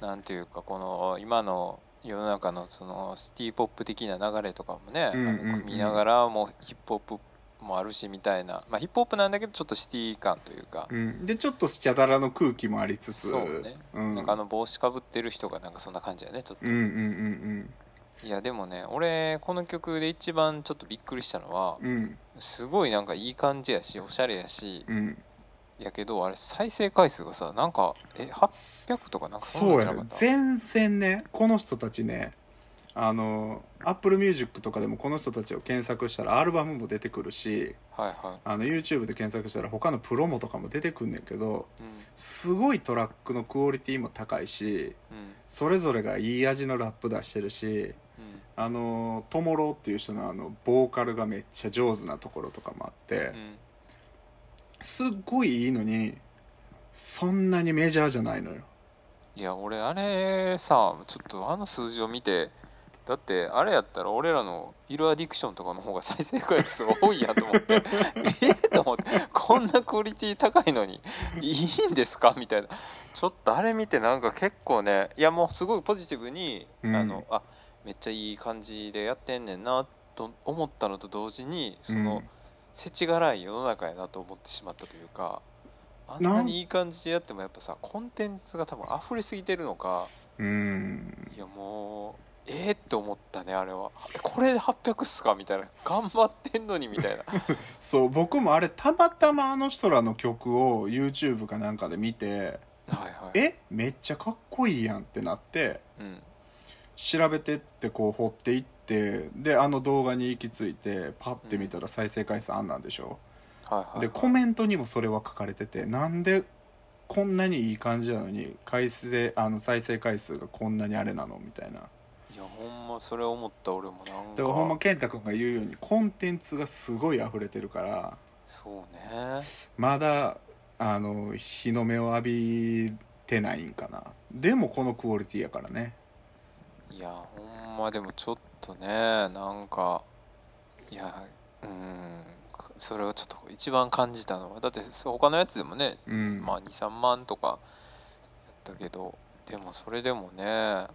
[SPEAKER 1] なんていうかこの今の世の中のそのシティ・ポップ的な流れとかもね、
[SPEAKER 2] うんうんうん
[SPEAKER 1] あの見ながらもうヒップホップもあるしみたいな、まあ、ヒップホップなんだけどちょっとシティ感というか
[SPEAKER 2] う、ん、でちょっとスチャダラの空気もありつつ
[SPEAKER 1] そうね
[SPEAKER 2] うん、
[SPEAKER 1] なんかあの帽子かぶってる人がなんかそんな感じやねちょっ
[SPEAKER 2] う
[SPEAKER 1] と、
[SPEAKER 2] んうんうん
[SPEAKER 1] いやでもね俺この曲で一番ちょっとびっくりしたのは
[SPEAKER 2] うんうん
[SPEAKER 1] すごいなんかいい感じやしおしゃれやし
[SPEAKER 2] うん
[SPEAKER 1] やけどあれ再生回数がさなんかえ800とかなんかそんな
[SPEAKER 2] そ
[SPEAKER 1] ん
[SPEAKER 2] う
[SPEAKER 1] じゃ
[SPEAKER 2] や
[SPEAKER 1] なか
[SPEAKER 2] ね
[SPEAKER 1] った
[SPEAKER 2] 全然ねこの人たちねあのアップルミュージックとかでもこの人たちを検索したらアルバムも出てくるし
[SPEAKER 1] はいは
[SPEAKER 2] あの YouTube で検索したら他のプロモとかも出てくんねんけど
[SPEAKER 1] い、うん
[SPEAKER 2] すごいトラックのクオリティも高いし
[SPEAKER 1] うん
[SPEAKER 2] それぞれがいい味のラップ出してるし
[SPEAKER 1] うん
[SPEAKER 2] あのトモローっていう人のあのボーカルがめっちゃ上手なところとかもあって
[SPEAKER 1] うん
[SPEAKER 2] すっごいいいのにそんなにメジャーじゃないのよ
[SPEAKER 1] いや俺あれさちょっとあの数字を見てだってあれやったら俺らの「色アディクション」とかの方が 再生回数多いやと思って ええと思ってこんなクオリティ高いのにいいんですかみたいなちょっとあれ見てなんか結構ねいやもうすごいポジティブに、
[SPEAKER 2] うん
[SPEAKER 1] あのあめっちゃいい感じでやってんねんなと思ったのと同時にその、
[SPEAKER 2] うん
[SPEAKER 1] 世知辛い世の中やなと思ってしまったというかあん
[SPEAKER 2] な
[SPEAKER 1] なんにいい感じでやってもやっぱさコンテンツが多分溢れすぎてるのか
[SPEAKER 2] うん
[SPEAKER 1] いやもうええー、って思ったねあれはえこれで800っすかみたいな頑張ってんのにみたいな
[SPEAKER 2] そう僕もあれたまたまあの人らの曲を YouTube かなんかで見て
[SPEAKER 1] はいはい
[SPEAKER 2] えめっちゃかっこいいやんってなって
[SPEAKER 1] うん
[SPEAKER 2] 調べてってこう掘っていってであの動画に行き着いてパッて見たら再生回数あんなんでしょ、
[SPEAKER 1] はいはいはい
[SPEAKER 2] でコメントにもそれは書かれててなんでこんなにいい感じなのに回数あの再生回数がこんなにあれなのみたいない
[SPEAKER 1] やほんまそれ思った俺もなん
[SPEAKER 2] だ
[SPEAKER 1] か
[SPEAKER 2] からほんま健太君が言うようにコンテンツがすごい溢れてるから
[SPEAKER 1] そうね
[SPEAKER 2] まだあの日の目を浴びてないんかなでもこのクオリティやからね
[SPEAKER 1] いやほんまでもちょっとねなんかいやうんそれをちょっと一番感じたのはだって他のやつでもね
[SPEAKER 2] うん、
[SPEAKER 1] まあ23万とかやったけどでもそれでもね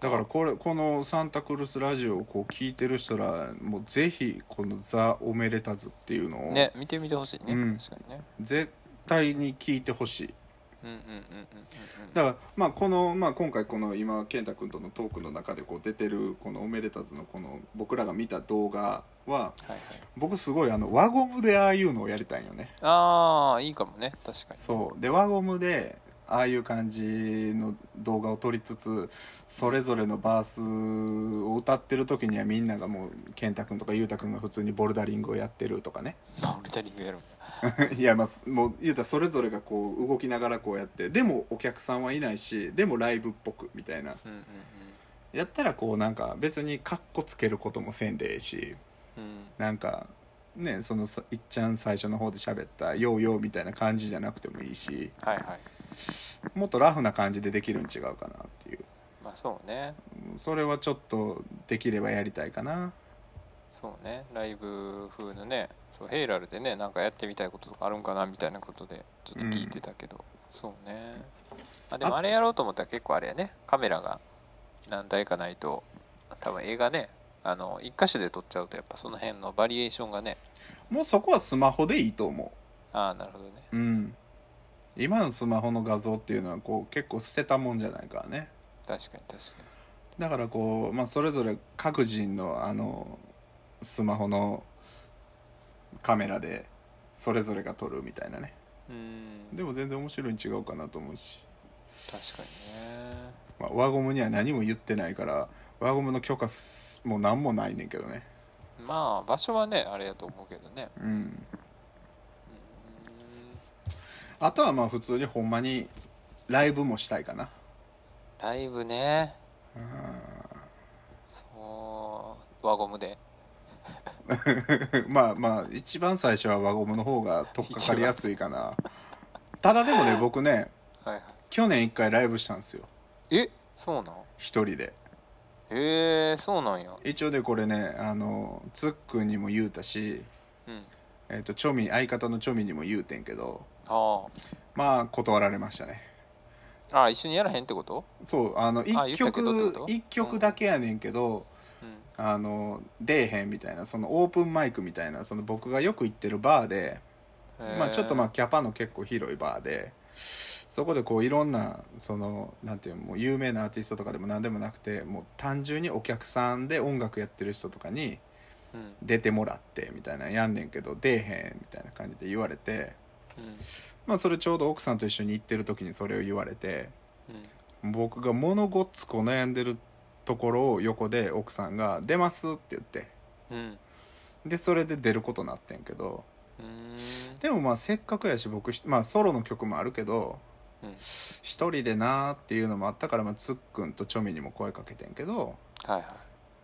[SPEAKER 2] だからこれこの「サンタクルスラジオ」をこう聞いてる人らもうぜひこの「ザ・おめでたず」っていうのを
[SPEAKER 1] ね見てみてほしいね、
[SPEAKER 2] うん
[SPEAKER 1] 確かにね
[SPEAKER 2] 絶対に聞いてほしい
[SPEAKER 1] うんうんうんうんうんうん
[SPEAKER 2] だからまあこの、まあ、今回この今健太君とのトークの中でこう出てるこの「おめでたず」のこの僕らが見た動画
[SPEAKER 1] は
[SPEAKER 2] は
[SPEAKER 1] いはい
[SPEAKER 2] 僕すごいあの輪ゴムでああいうのをやりたいんよね
[SPEAKER 1] ああいいかもね確かに
[SPEAKER 2] そうで輪ゴムでああいう感じの動画を撮りつつそれぞれのバースを歌ってる時にはみんながもう健太君とか裕太君が普通にボルダリングをやってるとかね
[SPEAKER 1] ボルダリングやるんだ
[SPEAKER 2] いやまあもう裕太それぞれがこう動きながらこうやってでもお客さんはいないしでもライブっぽくみたいな
[SPEAKER 1] うんうん
[SPEAKER 2] やったらこうなんか別にカッコつけることもせんでええし
[SPEAKER 1] うんうん
[SPEAKER 2] なんかねそのさいっちゃん最初の方で喋った「ようよう」みたいな感じじゃなくてもいいし
[SPEAKER 1] はいはい
[SPEAKER 2] もっとラフな感じでできるん違うかなっていう
[SPEAKER 1] まあそうね
[SPEAKER 2] それはちょっとできればやりたいかな
[SPEAKER 1] そうねライブ風のねそうヘイラルでねなんかやってみたいこととかあるんかなみたいなことでちょっと聞いてたけど、そうねあでも
[SPEAKER 2] あ
[SPEAKER 1] あれやろうと思ったら結構あれやねカメラが何台かないと多分映画ねあの一箇所で撮っちゃうとやっぱその辺のバリエーションがね
[SPEAKER 2] もうそこはスマホでいいと思
[SPEAKER 1] ああなるほどね
[SPEAKER 2] ううん今のスマホの画像っていうのはこう結構捨てたもんじゃないからね
[SPEAKER 1] 確かに確かに
[SPEAKER 2] だからこう、まあ、それぞれ各人のあのスマホのカメラでそれぞれが撮るみたいなね
[SPEAKER 1] うーん
[SPEAKER 2] でも全然面白いに違うかなと思うし、
[SPEAKER 1] 確かにね
[SPEAKER 2] まあ、輪ゴムには何も言ってないから輪ゴムの許可すもう何もないねんけどね
[SPEAKER 1] まあ場所はねあれやと思うけどね
[SPEAKER 2] うん
[SPEAKER 1] うーん
[SPEAKER 2] あとはまあ普通にほんまにライブもしたいかな
[SPEAKER 1] ライブね
[SPEAKER 2] うん
[SPEAKER 1] そう輪ゴムで
[SPEAKER 2] まあまあ一番最初は輪ゴムの方が取っかかりやすいかなただでもね僕ね
[SPEAKER 1] はいはい
[SPEAKER 2] 去年一回ライブしたんですよ
[SPEAKER 1] えそうなん
[SPEAKER 2] 一人で
[SPEAKER 1] へえそうなんや
[SPEAKER 2] 一応でこれねあのつっくんにも言うたし、
[SPEAKER 1] うん
[SPEAKER 2] えっとチョミ相方のチョミにも言うてんけど
[SPEAKER 1] あ
[SPEAKER 2] まあ断られましたね
[SPEAKER 1] あああ一緒にやらへんってこと
[SPEAKER 2] そうあの
[SPEAKER 1] あ言
[SPEAKER 2] 1
[SPEAKER 1] ったけどってこ
[SPEAKER 2] 曲
[SPEAKER 1] と
[SPEAKER 2] 一曲だけやねんけど、
[SPEAKER 1] うん
[SPEAKER 2] あの出えへんみたいなそのオープンマイクみたいなその僕がよく行ってるバーで、まあ、ちょっとまあキャパの結構広いバーでそこでこういろんなそのなんていうのもう有名なアーティストとかでも何でもなくてもう単純にお客さんで音楽やってる人とかに
[SPEAKER 1] あうん
[SPEAKER 2] 出てもらってみたいなやんねんけど出えへんみたいな感じで言われて、まあ、それちょうど奥さんと一緒に行ってる時にそれを言われて
[SPEAKER 1] うんうん
[SPEAKER 2] 僕が物ごっつこう悩んでるところを横で奥さんが「出ます」って言って。
[SPEAKER 1] うん
[SPEAKER 2] でそれで出ることになってんけど
[SPEAKER 1] うーん
[SPEAKER 2] でもまあせっかくやし僕ひ、まあ、ソロの曲もあるけど、
[SPEAKER 1] うん
[SPEAKER 2] 一人でなーっていうのもあったから、まあ、つっくんとチョミにも声かけてんけど
[SPEAKER 1] はいはい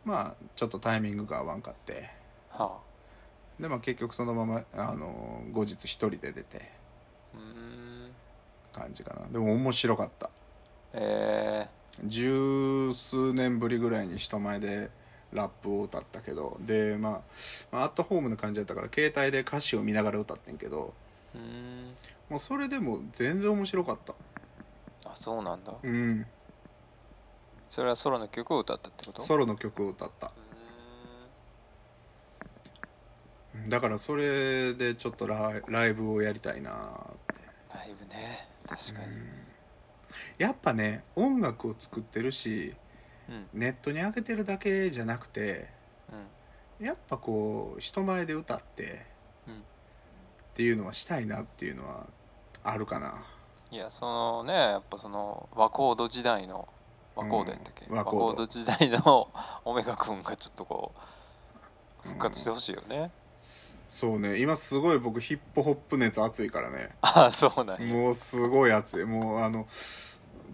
[SPEAKER 2] まあちょっとタイミングが合わんかって
[SPEAKER 1] はあ
[SPEAKER 2] で、まあ、結局そのまま、あのー後日一人で出て
[SPEAKER 1] うーん
[SPEAKER 2] 感じかなでも面白かった
[SPEAKER 1] え
[SPEAKER 2] 十数年ぶりぐらいに人前でラップを歌ったけどで、まあ、まあアットホームな感じだったから携帯で歌詞を見ながら歌ってんけど
[SPEAKER 1] ー、うーん
[SPEAKER 2] もうそれでも全然面白かった
[SPEAKER 1] あそうなんだ
[SPEAKER 2] うん
[SPEAKER 1] それはソロの曲を歌ったってこと
[SPEAKER 2] ソロの曲を歌った
[SPEAKER 1] うー
[SPEAKER 2] うんだからそれでちょっとライライブをやりたいなーって
[SPEAKER 1] んライブね確か
[SPEAKER 2] う
[SPEAKER 1] に
[SPEAKER 2] んやっぱね音楽を作ってるし
[SPEAKER 1] うん
[SPEAKER 2] ネットに上げてるだけじゃなくて
[SPEAKER 1] うん
[SPEAKER 2] やっぱこう人前で歌って、
[SPEAKER 1] うん
[SPEAKER 2] っていうのはしたいなっていうのはあるかない
[SPEAKER 1] やそのねやっぱその和コード時代の和コードやったっけ、
[SPEAKER 2] うん
[SPEAKER 1] 和
[SPEAKER 2] 和
[SPEAKER 1] コ
[SPEAKER 2] コ
[SPEAKER 1] ー
[SPEAKER 2] ード
[SPEAKER 1] ド時代の オメガ君がちょっとこう復活して
[SPEAKER 2] うん
[SPEAKER 1] ほしいよね、
[SPEAKER 2] そうね今すごい僕ヒップホップ熱熱いからね
[SPEAKER 1] ああそうなんや
[SPEAKER 2] もうすごい熱いもうあの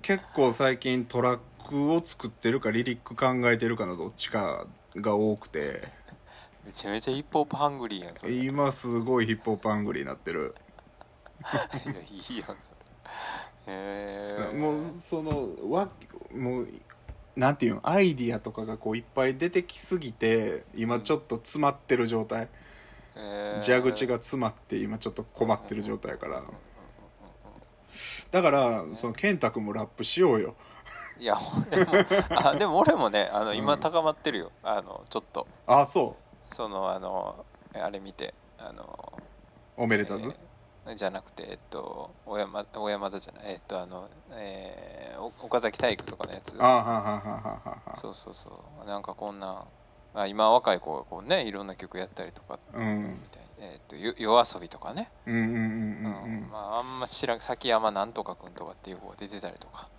[SPEAKER 2] 結構最近トラックを作ってるかリリック考えてるかのどっちかが多くて
[SPEAKER 1] めちゃめちゃヒップホップハングリーやんそれいや
[SPEAKER 2] 今すごいヒップホップアングリーになってる、
[SPEAKER 1] いいやんそれへえ
[SPEAKER 2] もうそのわもうなんていうのアイディアとかがこういっぱい出てきすぎて今ちょっと詰まってる状態、
[SPEAKER 1] え
[SPEAKER 2] 蛇口
[SPEAKER 1] が
[SPEAKER 2] が詰まって今ちょっと困ってる状態やから、だからその健太君もラップしようよ
[SPEAKER 1] いや俺もあでも俺もねあの今
[SPEAKER 2] うん
[SPEAKER 1] 高まってるよ、あのちょっと
[SPEAKER 2] あそ
[SPEAKER 1] そのあのあれ見てあの
[SPEAKER 2] うおめでたず、
[SPEAKER 1] えーじゃなくて、えっと、小山小山田じゃない、えっと、あの、えー、お岡崎体育とかのやつ
[SPEAKER 2] あ。あはははははは
[SPEAKER 1] そうそうそう。なんかこんなん、あ今若い子がこうね、いろんな曲やったりとか、
[SPEAKER 2] うん
[SPEAKER 1] みたいなえっと、よ夜遊びとかね、
[SPEAKER 2] うんうんうんうんう
[SPEAKER 1] うん
[SPEAKER 2] ん
[SPEAKER 1] まあ、あんま知らん、崎山なんとかくんとかっていう子が出てたりとか、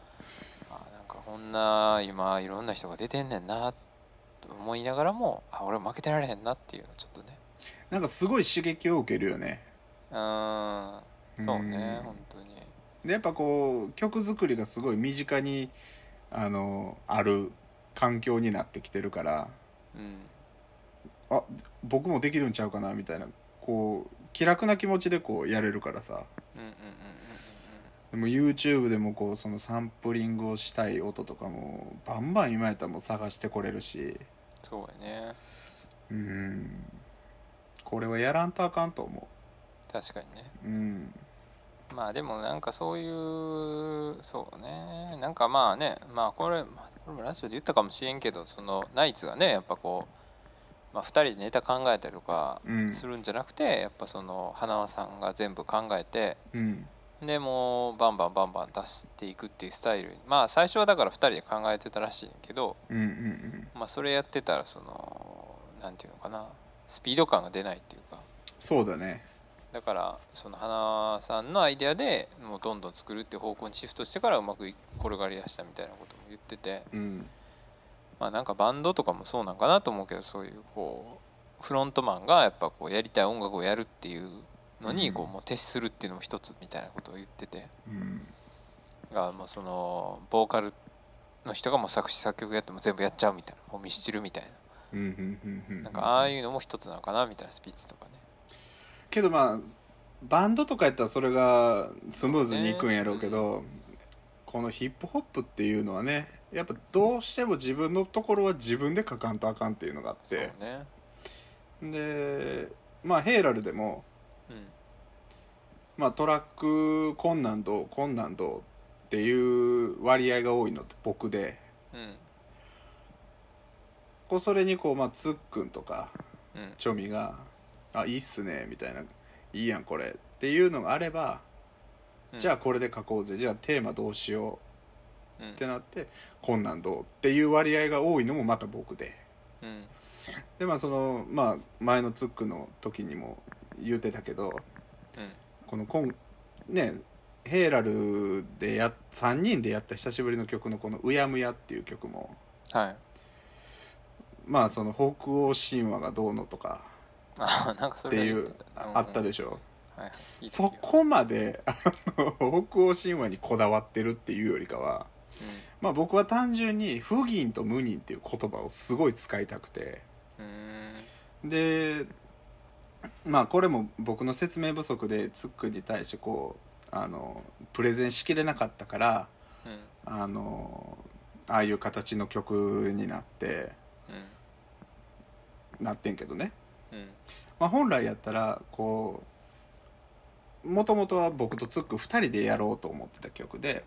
[SPEAKER 1] あなんかこんな、今、いろんな人が出てんねんな、と思いながらも、あ、俺負けてられへんなっていうの、ちょっとね。
[SPEAKER 2] なんかすごい刺激を受けるよね
[SPEAKER 1] うーん、そうね
[SPEAKER 2] う、ん
[SPEAKER 1] 本当に。
[SPEAKER 2] でやっぱこう曲作りがすごい身近にあのある環境になってきてるから
[SPEAKER 1] うん。
[SPEAKER 2] 僕もできるんちゃうかなみたいなこう気楽な気持ちでこうやれるからさ
[SPEAKER 1] うんうんうんうんうん
[SPEAKER 2] でも YouTube でもこうそのサンプリングをしたい音とかもバンバン今やったらもう探してこれるし
[SPEAKER 1] そうやね
[SPEAKER 2] うんこれはやらんとあかんと思
[SPEAKER 1] 確かにね
[SPEAKER 2] ううん
[SPEAKER 1] まあでもなんかそういうそうねなんかまあねまあこれまあこれもラジオで言ったかもしれんけどそのナイツがねやっぱこう、まあ、2人でネタ考えたりとか
[SPEAKER 2] うん
[SPEAKER 1] するんじゃなくて、やっぱその花輪さんが全部考えて
[SPEAKER 2] うん
[SPEAKER 1] でもうバンバンバンバン出していくっていうスタイルにまあ最初はだから2人で考えてたらしいんやけど、
[SPEAKER 2] うんうん
[SPEAKER 1] まあ、それやってたらそのなんていうのかなスピード感が出ないっていうか
[SPEAKER 2] そうだね
[SPEAKER 1] だからその花さんのアイデアでもうどんどん作るっていう方向にシフトしてからうまくい転がりだしたみたいなことも言ってて
[SPEAKER 2] うん
[SPEAKER 1] まあなんかバンドとかもそうなんかなと思うけどそういうこうフロントマンがやっぱこうやりたい音楽をやるっていうのにこう
[SPEAKER 2] うん
[SPEAKER 1] もう徹するっていうのも一つみたいなことを言ってて
[SPEAKER 2] うん
[SPEAKER 1] がもうそのボーカルの人がもう作詞作曲やっても全部やっちゃうみたいなもうミスチルみたい
[SPEAKER 2] うんうんうんう
[SPEAKER 1] な
[SPEAKER 2] ん
[SPEAKER 1] なんかああいうのも一つなのかなみたいなスピッツとかね
[SPEAKER 2] けどまあバンドとかやったらそれがスムーズにいくんやろうけどこのヒップホップっていうのはねやっぱどうしても自分のところは自分で書かんとあかんっていうのがあっ
[SPEAKER 1] そう
[SPEAKER 2] て
[SPEAKER 1] ね
[SPEAKER 2] でまあヘイラルでも、
[SPEAKER 1] うん
[SPEAKER 2] まあ、トラック困難度困難度っていう割合が多いのって僕で
[SPEAKER 1] うん
[SPEAKER 2] こうそれにこう、まあ、つっくんとか
[SPEAKER 1] うん
[SPEAKER 2] チョミが「あいいっすね」みたいな「いいやんこれ」っていうのがあれば
[SPEAKER 1] うん
[SPEAKER 2] じゃあこれで書こうぜじゃあテーマどうしよ
[SPEAKER 1] うん
[SPEAKER 2] うってなって困難どうっていう割合が多いのもまた僕で
[SPEAKER 1] うん
[SPEAKER 2] でまあそのまあ前のツックの時にも言ってたけど
[SPEAKER 1] うん
[SPEAKER 2] この今ねヘイラルでや3人でやった久しぶりの曲のこの「うやむや」っていう曲も
[SPEAKER 1] はい
[SPEAKER 2] まあその北欧神話がどうのとか
[SPEAKER 1] あなんかそ
[SPEAKER 2] っ
[SPEAKER 1] れ
[SPEAKER 2] て
[SPEAKER 1] が言
[SPEAKER 2] いうああった
[SPEAKER 1] で、
[SPEAKER 2] でしょ
[SPEAKER 1] はいはい聞いた
[SPEAKER 2] そ
[SPEAKER 1] 気が
[SPEAKER 2] こまであの北欧神話にこだわってるっていうよりかはまあ僕は単純に「不義と「無義っていう言葉をすごい使いたくて
[SPEAKER 1] うんうーん
[SPEAKER 2] でまあこれも僕の説明不足でつっくんに対してこうあのプレゼンしきれなかったから
[SPEAKER 1] うん
[SPEAKER 2] あのああいう形の曲になってなってんけどね、
[SPEAKER 1] うんうん
[SPEAKER 2] まあ、本来やったらこうもともとは僕とつっくん2人でやろうと思ってた曲で。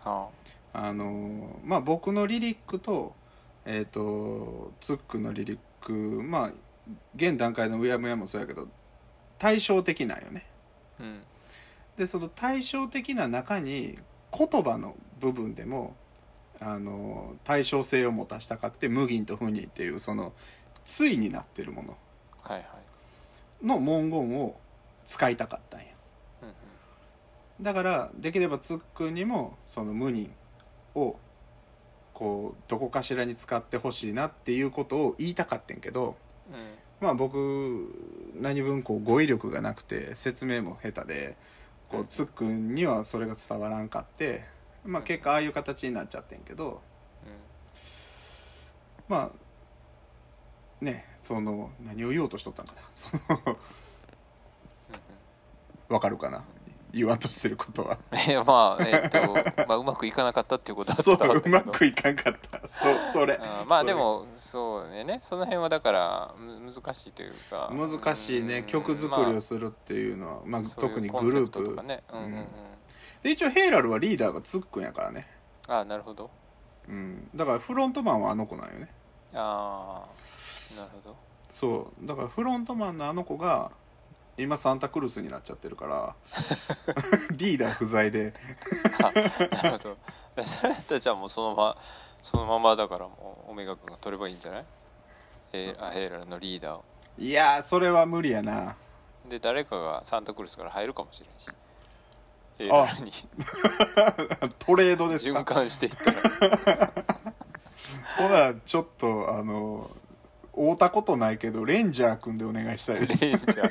[SPEAKER 1] は
[SPEAKER 2] あのまあ僕のリリックと,、えー、とツックのリリックまあ現段階の「うやむや」もそうやけど対照的なんよね。
[SPEAKER 1] あうん
[SPEAKER 2] でその対照的な中に言葉の部分でもあの対称性を持たしたかって「無銀と「不義っていうその「つい」になってるもの
[SPEAKER 1] はいはい
[SPEAKER 2] の文言を使いたかったんや。
[SPEAKER 1] うんうん
[SPEAKER 2] だからできればつっくんにもその無人をこうどこかしらに使ってほしいなっていうことを言いたかってんけど
[SPEAKER 1] うん
[SPEAKER 2] まあ僕何分こう語彙力がなくて説明も下手でこうつっくんにはそれが伝わらんかって、まあ、結果ああいう形になっちゃってんけどまあねその何を言おうとしとったんかな そのわかるかな言わんとしてることは。
[SPEAKER 1] うん えまあえっとまあうまくいかなかったっていうことは
[SPEAKER 2] そう
[SPEAKER 1] 伝わった
[SPEAKER 2] う
[SPEAKER 1] けど
[SPEAKER 2] まくいかんかったそうそれ
[SPEAKER 1] あーまあ
[SPEAKER 2] それ
[SPEAKER 1] でもそうねねその辺はだからむ難しいというか
[SPEAKER 2] 難しいうね
[SPEAKER 1] ん
[SPEAKER 2] 曲作りをするっていうのは、ま
[SPEAKER 1] ま
[SPEAKER 2] あ
[SPEAKER 1] あそういう
[SPEAKER 2] 特にグルー
[SPEAKER 1] コンセト
[SPEAKER 2] プ
[SPEAKER 1] とかねうんうんう
[SPEAKER 2] うんんで一応ヘイラルはリーダーがつっくんやからね、
[SPEAKER 1] ああなるほど
[SPEAKER 2] うん、だからフロントマンはあの子なんよね
[SPEAKER 1] ああなるほど
[SPEAKER 2] そうだからフロントマンのあの子が今サンタクルースになっちゃってるから リーダー不在で
[SPEAKER 1] なるほどえそれやったらじゃあもうそのままそのままだからもうオメガ君が取ればいいんじゃないヘイあヘイラルのリーダーを
[SPEAKER 2] いやーそれは無理やな
[SPEAKER 1] で誰かがサンタクルスから入るかもしれんしヘイラルに
[SPEAKER 2] トレードです
[SPEAKER 1] 循
[SPEAKER 2] か
[SPEAKER 1] 環していったら
[SPEAKER 2] ほらちょっとあの会うたことないけどレンジャー君でお願いしたい です
[SPEAKER 1] レンジャ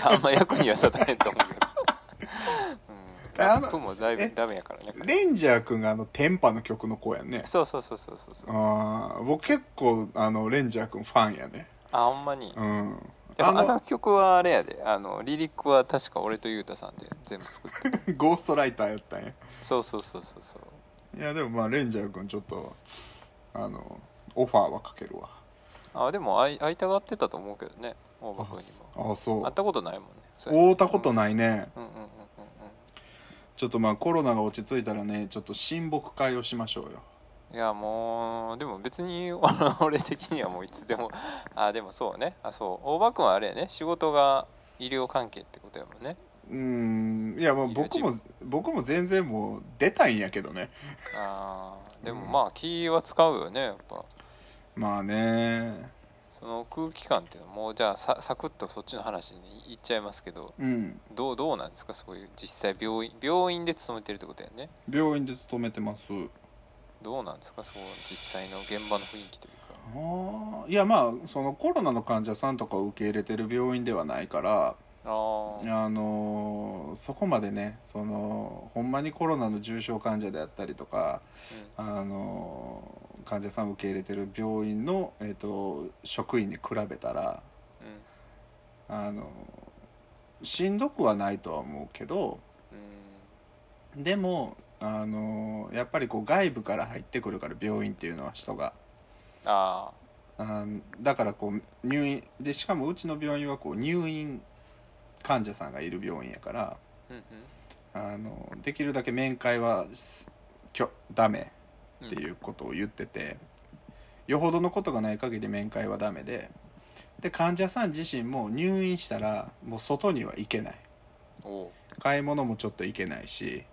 [SPEAKER 1] ーあんま役には立たへんと思うけど うん
[SPEAKER 2] あ
[SPEAKER 1] ラ
[SPEAKER 2] の
[SPEAKER 1] ップもだいぶ
[SPEAKER 2] え
[SPEAKER 1] ダメやからね
[SPEAKER 2] レンジャー君があのテンパの曲の子やんね
[SPEAKER 1] そうそうそうそうそうそう
[SPEAKER 2] ああ僕結構あのレンジャー君ファンやね
[SPEAKER 1] あほんまに
[SPEAKER 2] うん
[SPEAKER 1] でも
[SPEAKER 2] あ
[SPEAKER 1] あ
[SPEAKER 2] の
[SPEAKER 1] の曲はあれやであのリリックは確か俺とゆうたさんで全部作ってる
[SPEAKER 2] ゴーストライターやったんや
[SPEAKER 1] そうそうそうそうそう
[SPEAKER 2] いやでもまあレンジャー君ちょっとあのオファーはかけるわ
[SPEAKER 1] あでも会い会いたがってたと思うけどね大場君に
[SPEAKER 2] あそう
[SPEAKER 1] も会ったことないもんねそうやね
[SPEAKER 2] 会うたことないね
[SPEAKER 1] うんうんうんうんうん
[SPEAKER 2] ちょっとまあコロナが落ち着いたらねちょっと親睦会をしましょうよ
[SPEAKER 1] いやもうでも別に あの俺的にはもういつでもあでもそうねあそう大場君はあれやね仕事が医療関係ってことやもんね
[SPEAKER 2] うーんいやまあ
[SPEAKER 1] いや
[SPEAKER 2] 僕も僕も全然もう出たいんやけどね
[SPEAKER 1] あーでも
[SPEAKER 2] うん
[SPEAKER 1] まあ気は使うよねやっぱ
[SPEAKER 2] まあね
[SPEAKER 1] その空気感っていうのはもうじゃあさサクッとそっちの話にいっちゃいますけど
[SPEAKER 2] うん
[SPEAKER 1] どうどうなんですかそういう実際病院病院で勤めてるってことやね
[SPEAKER 2] 病院で勤めてます
[SPEAKER 1] どうなんですかそう実際の現場の雰囲気というか
[SPEAKER 2] あーいやまあそのコロナの患者さんとかを受け入れてる病院ではないか
[SPEAKER 1] ああ
[SPEAKER 2] らあのーそこまでねそのほんまにコロナの重症患者であったりとかあのー患者さんを受け入れてる病院の、えー、と職員に比べたら
[SPEAKER 1] うんうん
[SPEAKER 2] あのーしんどくはないとは思うけどでもあのーやっぱりこう外部から入ってくるから病院っていうのは人が。
[SPEAKER 1] あ
[SPEAKER 2] あーだからこう入院でしかもうちの病院はこう入院患者さんがいる病院やから
[SPEAKER 1] ーうん
[SPEAKER 2] あのできるだけ面会はすきょダメ
[SPEAKER 1] うん
[SPEAKER 2] っていうことを言ってて、よほどのことがない限り面会はダメでで患者さん自身も入院したらもう外には行けない
[SPEAKER 1] うんおう
[SPEAKER 2] 買い物もちょっと行けないし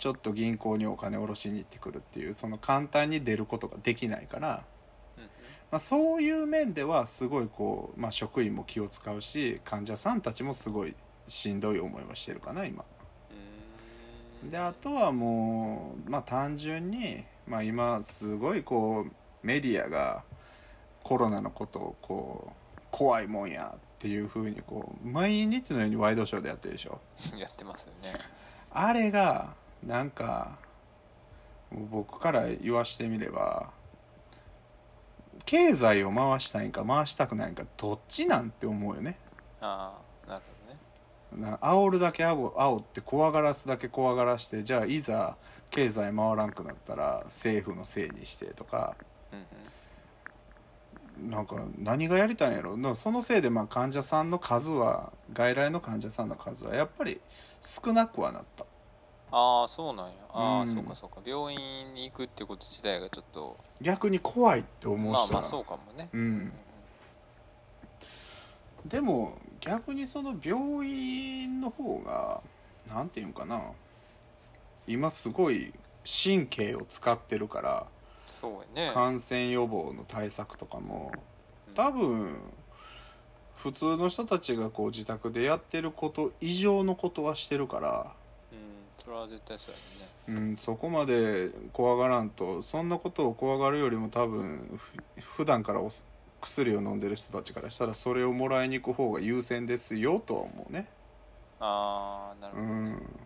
[SPEAKER 2] ちょっと銀行にお金下ろしに行ってくるっていうその簡単に出ることができないから。
[SPEAKER 1] うんうん
[SPEAKER 2] まあ、そういう面ではすごいこう、まあ、職員も気を使うし患者さんたちもすごいしんどい思いはしてるかな今。
[SPEAKER 1] うーん
[SPEAKER 2] であとはもう、まあ、単純に、まあ、今すごいこうメディアがコロナのことをこう怖いもんやっていうふうにこう毎日のようにワイドショーでやってるでしょ。
[SPEAKER 1] やってますよね
[SPEAKER 2] あれがなんかもう僕から言わしてみれば経済を回したいんか回したくないんかどっちなんて思うよね
[SPEAKER 1] ああなるほどね
[SPEAKER 2] な煽るだけ煽煽って怖がらすだけ怖がらしてじゃあいざ経済回らんくなったら政府のせいにしてとか
[SPEAKER 1] うんうん
[SPEAKER 2] なんか何がやりたいんやろなそのせいでまあ患者さんの数は外来の患者さんの数はやっぱり少なくはなった
[SPEAKER 1] ああそうなんやああ、
[SPEAKER 2] うん
[SPEAKER 1] そうかそうか病院に行くってこと自体がちょっと
[SPEAKER 2] 逆に怖いって思う
[SPEAKER 1] まあ
[SPEAKER 2] 人
[SPEAKER 1] まあ
[SPEAKER 2] が
[SPEAKER 1] そうかもね
[SPEAKER 2] うんでも逆にその病院の方がなんていうんかな今すごい神経を使ってるから
[SPEAKER 1] そうやね
[SPEAKER 2] 感染予防の対策とかも
[SPEAKER 1] うん
[SPEAKER 2] 多分普通の人たちがこう自宅でやってること以上のことはしてるから、
[SPEAKER 1] うんそれは絶対そうやね
[SPEAKER 2] うん、そこまで怖がらんとそんなことを怖がるよりも多分ふ普段からお薬を飲んでる人たちからしたらそれをもらいに行く方が優先ですよとは思うね。
[SPEAKER 1] ああなる
[SPEAKER 2] う
[SPEAKER 1] ほどね、
[SPEAKER 2] ん
[SPEAKER 1] 確かにね、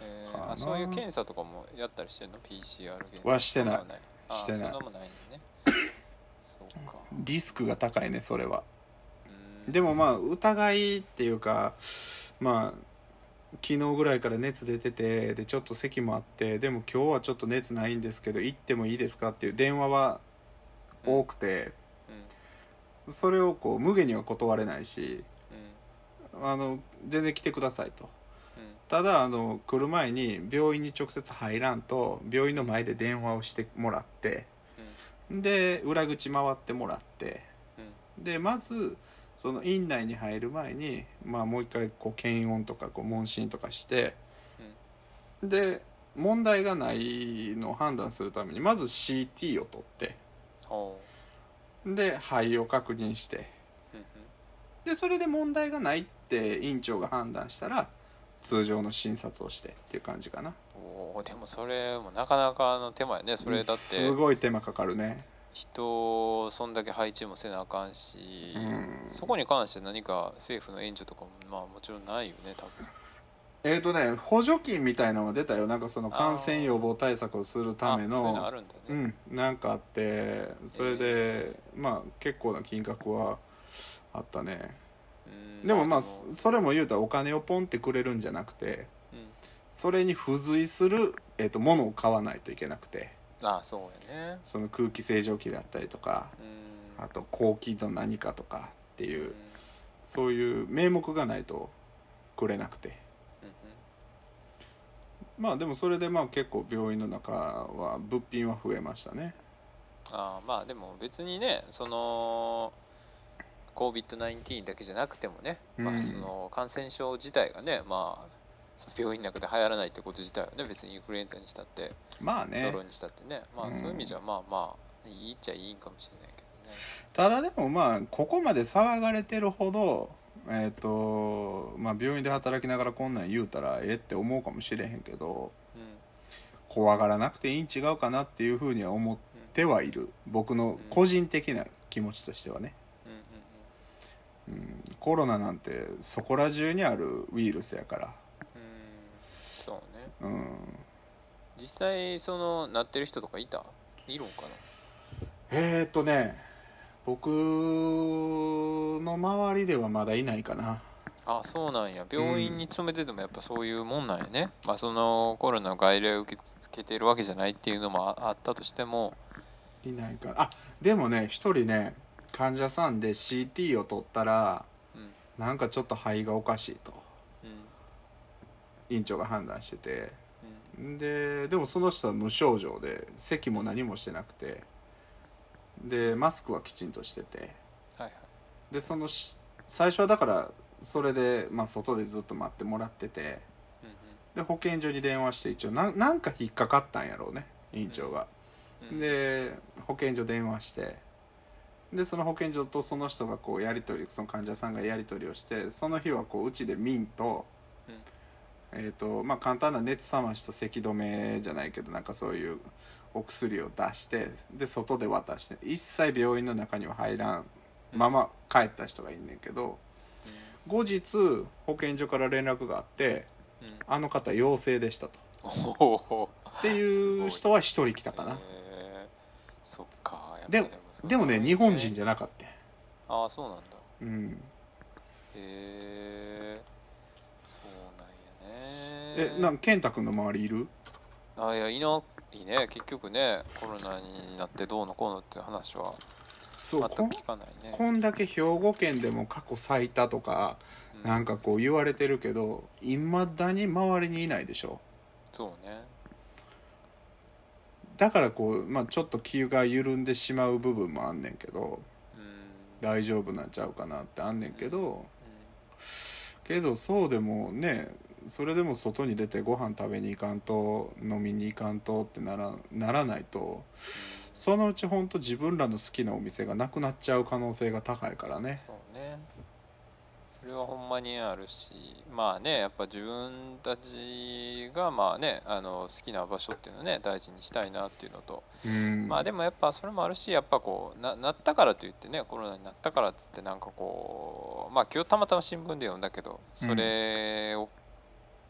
[SPEAKER 1] えー
[SPEAKER 2] かな
[SPEAKER 1] あそういう検査とかもやったりしてんの PCR 検査
[SPEAKER 2] はしてない
[SPEAKER 1] そんんあー
[SPEAKER 2] してない
[SPEAKER 1] そんなもんないん ねそうか
[SPEAKER 2] リスクが高いねそれは
[SPEAKER 1] うん
[SPEAKER 2] でもまあ疑いっていうかまあ昨日ぐらいから熱出ててでちょっと咳もあってでも今日はちょっと熱ないんですけど行ってもいいですかっていう電話は多くて、
[SPEAKER 1] うん
[SPEAKER 2] それをこう無限には断れないし
[SPEAKER 1] うん
[SPEAKER 2] あの全然来てくださいと
[SPEAKER 1] うん
[SPEAKER 2] ただあの来る前に病院に直接入らんと病院の前で電話をしてもらってで裏口回ってもらって
[SPEAKER 1] うん
[SPEAKER 2] でまずその院内に入る前に、まあ、もう一回こう検温とかこう問診とかして、で問題がないのを判断するためにまず CT を取って
[SPEAKER 1] ほ
[SPEAKER 2] で肺を確認して
[SPEAKER 1] ううんうん
[SPEAKER 2] でそれで問題がないって院長が判断したら通常の診察をしてっていう感じかな
[SPEAKER 1] おーでもそれもなかなかの手前ねそれだっ
[SPEAKER 2] す
[SPEAKER 1] て
[SPEAKER 2] ごい手間かかるね
[SPEAKER 1] 人をそんだけ配置もせなあかんし、
[SPEAKER 2] うん
[SPEAKER 1] そこに関して何か政府の援助とかもまあもちろんないよね多分
[SPEAKER 2] えっ、とね補助金みたいなのが出たよなんかその感染予防対策をするため
[SPEAKER 1] あそういう
[SPEAKER 2] の
[SPEAKER 1] のあるんだね、
[SPEAKER 2] うん、なんかあってそれで、まあ結構な金額はあったね
[SPEAKER 1] うん
[SPEAKER 2] でもまあ
[SPEAKER 1] でも
[SPEAKER 2] それも言うたらお金をポンってくれるんじゃなくて
[SPEAKER 1] うん
[SPEAKER 2] それに付随する、えっとものを買わないといけなくて
[SPEAKER 1] ああそうやね
[SPEAKER 2] その空気清浄機だったりとか
[SPEAKER 1] うん
[SPEAKER 2] あと高機の何かとかって
[SPEAKER 1] う
[SPEAKER 2] い
[SPEAKER 1] ん
[SPEAKER 2] うそういう名目がないとくれなくて
[SPEAKER 1] うん
[SPEAKER 2] まあでもそれでまあ結構病院の中は物品は増えましたね
[SPEAKER 1] ああまあでも別にねその COVID-19 だけじゃなくてもね、
[SPEAKER 2] う
[SPEAKER 1] ま
[SPEAKER 2] ん
[SPEAKER 1] あ、その感染症自体がね、まあ、その病院の中で流行らないってこと自体はね別にインフルエンザにしたって
[SPEAKER 2] まあ
[SPEAKER 1] ド
[SPEAKER 2] ね
[SPEAKER 1] ローにしたってね、ま
[SPEAKER 2] うん
[SPEAKER 1] あそういう意味じゃまあまあいいっちゃいいんかもしれないけどね。
[SPEAKER 2] ただでもまあここまで騒がれてるほどえっ、とまあ病院で働きながらこんなん言うたらええって思うかもしれへんけど
[SPEAKER 1] うん
[SPEAKER 2] 怖がらなくていいん違うかなっていうふうには思ってはいる僕の個人的な気持ちとしてはね、
[SPEAKER 1] うんうん
[SPEAKER 2] うん、コロナなんてそこら中にあるウイルスやから
[SPEAKER 1] うんうんそうね
[SPEAKER 2] うん
[SPEAKER 1] 実際そのなってる人とかいたいるんかな
[SPEAKER 2] えー、っとね僕の周りではまだいないかな
[SPEAKER 1] あそうなんや病院に勤めててもやっぱそういうもんなんやね、まあそのコロナの外来を受け付けてるわけじゃないっていうのもああったとしても
[SPEAKER 2] いないかあでもね一人ね患者さんで CT を取ったら
[SPEAKER 1] うんうん
[SPEAKER 2] なんかちょっと肺がおかしいと院長が判断しててででもその人は無症状で咳も何もしてなくてでマスクはきちんとしてて
[SPEAKER 1] はいはい
[SPEAKER 2] でそのし最初はだからそれで、まあ、外でずっと待ってもらってて
[SPEAKER 1] うん
[SPEAKER 2] で保健所に電話して一応なんなんか引っかかったんやろうね院長が、
[SPEAKER 1] うんうん
[SPEAKER 2] で保健所電話してでその保健所とその人がこうやり取りその患者さんがやり取りをしてその日はこううちで民と,、
[SPEAKER 1] うん
[SPEAKER 2] えーとまあ、簡単な熱冷ましと咳止めじゃないけどなんかそういうお薬を出してで外で渡して一切病院の中には入らんまま帰った人がいんねんけど後日保健所から連絡があって
[SPEAKER 1] うんうん
[SPEAKER 2] あの方陽性でしたと
[SPEAKER 1] おお
[SPEAKER 2] っていう人は1人来たかな、
[SPEAKER 1] えーそっかやっぱ
[SPEAKER 2] でも
[SPEAKER 1] そう
[SPEAKER 2] でもね日本人
[SPEAKER 1] じ
[SPEAKER 2] じゃなかったよ
[SPEAKER 1] ゃああそうなんだ
[SPEAKER 2] うん
[SPEAKER 1] へえそうなんやね
[SPEAKER 2] えなん健太君の周りいる
[SPEAKER 1] あいやいないね結局ねコロナになってどうのこうのって話は
[SPEAKER 2] そ
[SPEAKER 1] 全
[SPEAKER 2] う
[SPEAKER 1] く
[SPEAKER 2] こん
[SPEAKER 1] 聞かないね
[SPEAKER 2] こんだけ兵庫県でも過去最多とか
[SPEAKER 1] うん
[SPEAKER 2] なんかこう言われてるけどいまだに周りにいないでしょ
[SPEAKER 1] そうね
[SPEAKER 2] だからこう、まあ、ちょっと気が緩んでしまう部分もあんねんけど
[SPEAKER 1] うん
[SPEAKER 2] 大丈夫なんちゃうかなってあんねんけど
[SPEAKER 1] う
[SPEAKER 2] けどそうでもねそれでも外に出てご飯食べに行かんと飲みに行かんとってならならないとそのうちほんと自分らの好きなお店がなくなっちゃう可能性が高いからね
[SPEAKER 1] んそうねそれはほんまにあるしまあねやっぱ自分たちがまあねあの好きな場所っていうのをね大事にしたいなっていうのと
[SPEAKER 2] うん
[SPEAKER 1] まあでもやっぱそれもあるしやっぱこうななったからといってねコロナになったからっつってなんかこうまあ今日たまたま新聞で読んだけどそれを、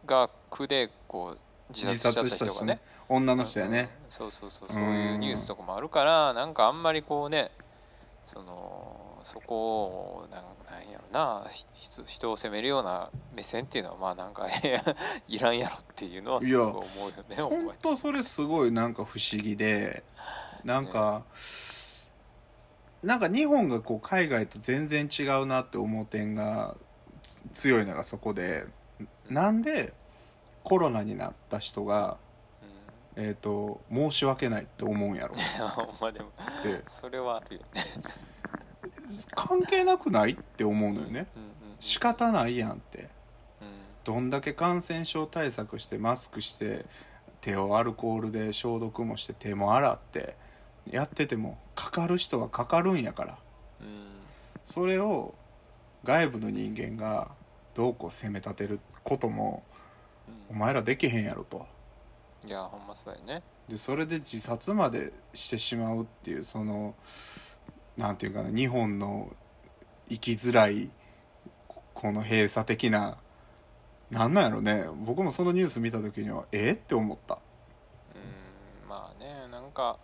[SPEAKER 1] が苦でこう自殺しちゃったりとかね
[SPEAKER 2] 女の人やね
[SPEAKER 1] うんそうそうそう
[SPEAKER 2] うん
[SPEAKER 1] そういうニュースとかもあるからなんかあんまりこうねそのそこをなんなんやろなひ人人を責めるような目線っていうのはまあなんか いらんやろっていうのはすごい思うよね
[SPEAKER 2] 本
[SPEAKER 1] 思い
[SPEAKER 2] 当それすごいなんか不思議でなんか、なんか日本がこう海外と全然違うなって思う点がつ強いのがそこでなんでコロナになった人が、
[SPEAKER 1] うん
[SPEAKER 2] えー、と申し訳ないって思うんやろっ
[SPEAKER 1] いやほんまでも
[SPEAKER 2] て
[SPEAKER 1] それはあるよね。
[SPEAKER 2] 関係なくないって思うのよ
[SPEAKER 1] う
[SPEAKER 2] ね
[SPEAKER 1] んうんうん
[SPEAKER 2] 仕方ないやんって
[SPEAKER 1] うん
[SPEAKER 2] どんだけ感染症対策してマスクして手をアルコールで消毒もして手も洗ってやっててもかかる人はかかるんやから
[SPEAKER 1] うん
[SPEAKER 2] それを外部の人間がどうこう責め立てることもお前らできへんやろと
[SPEAKER 1] うんいやほんまそうやね。
[SPEAKER 2] でそれで自殺までしてしまうっていうそのなんていうかな日本の生きづらいここの閉鎖的ななんなんやろね僕もそのニュース見た時にはえって思った。
[SPEAKER 1] うんまあねなんか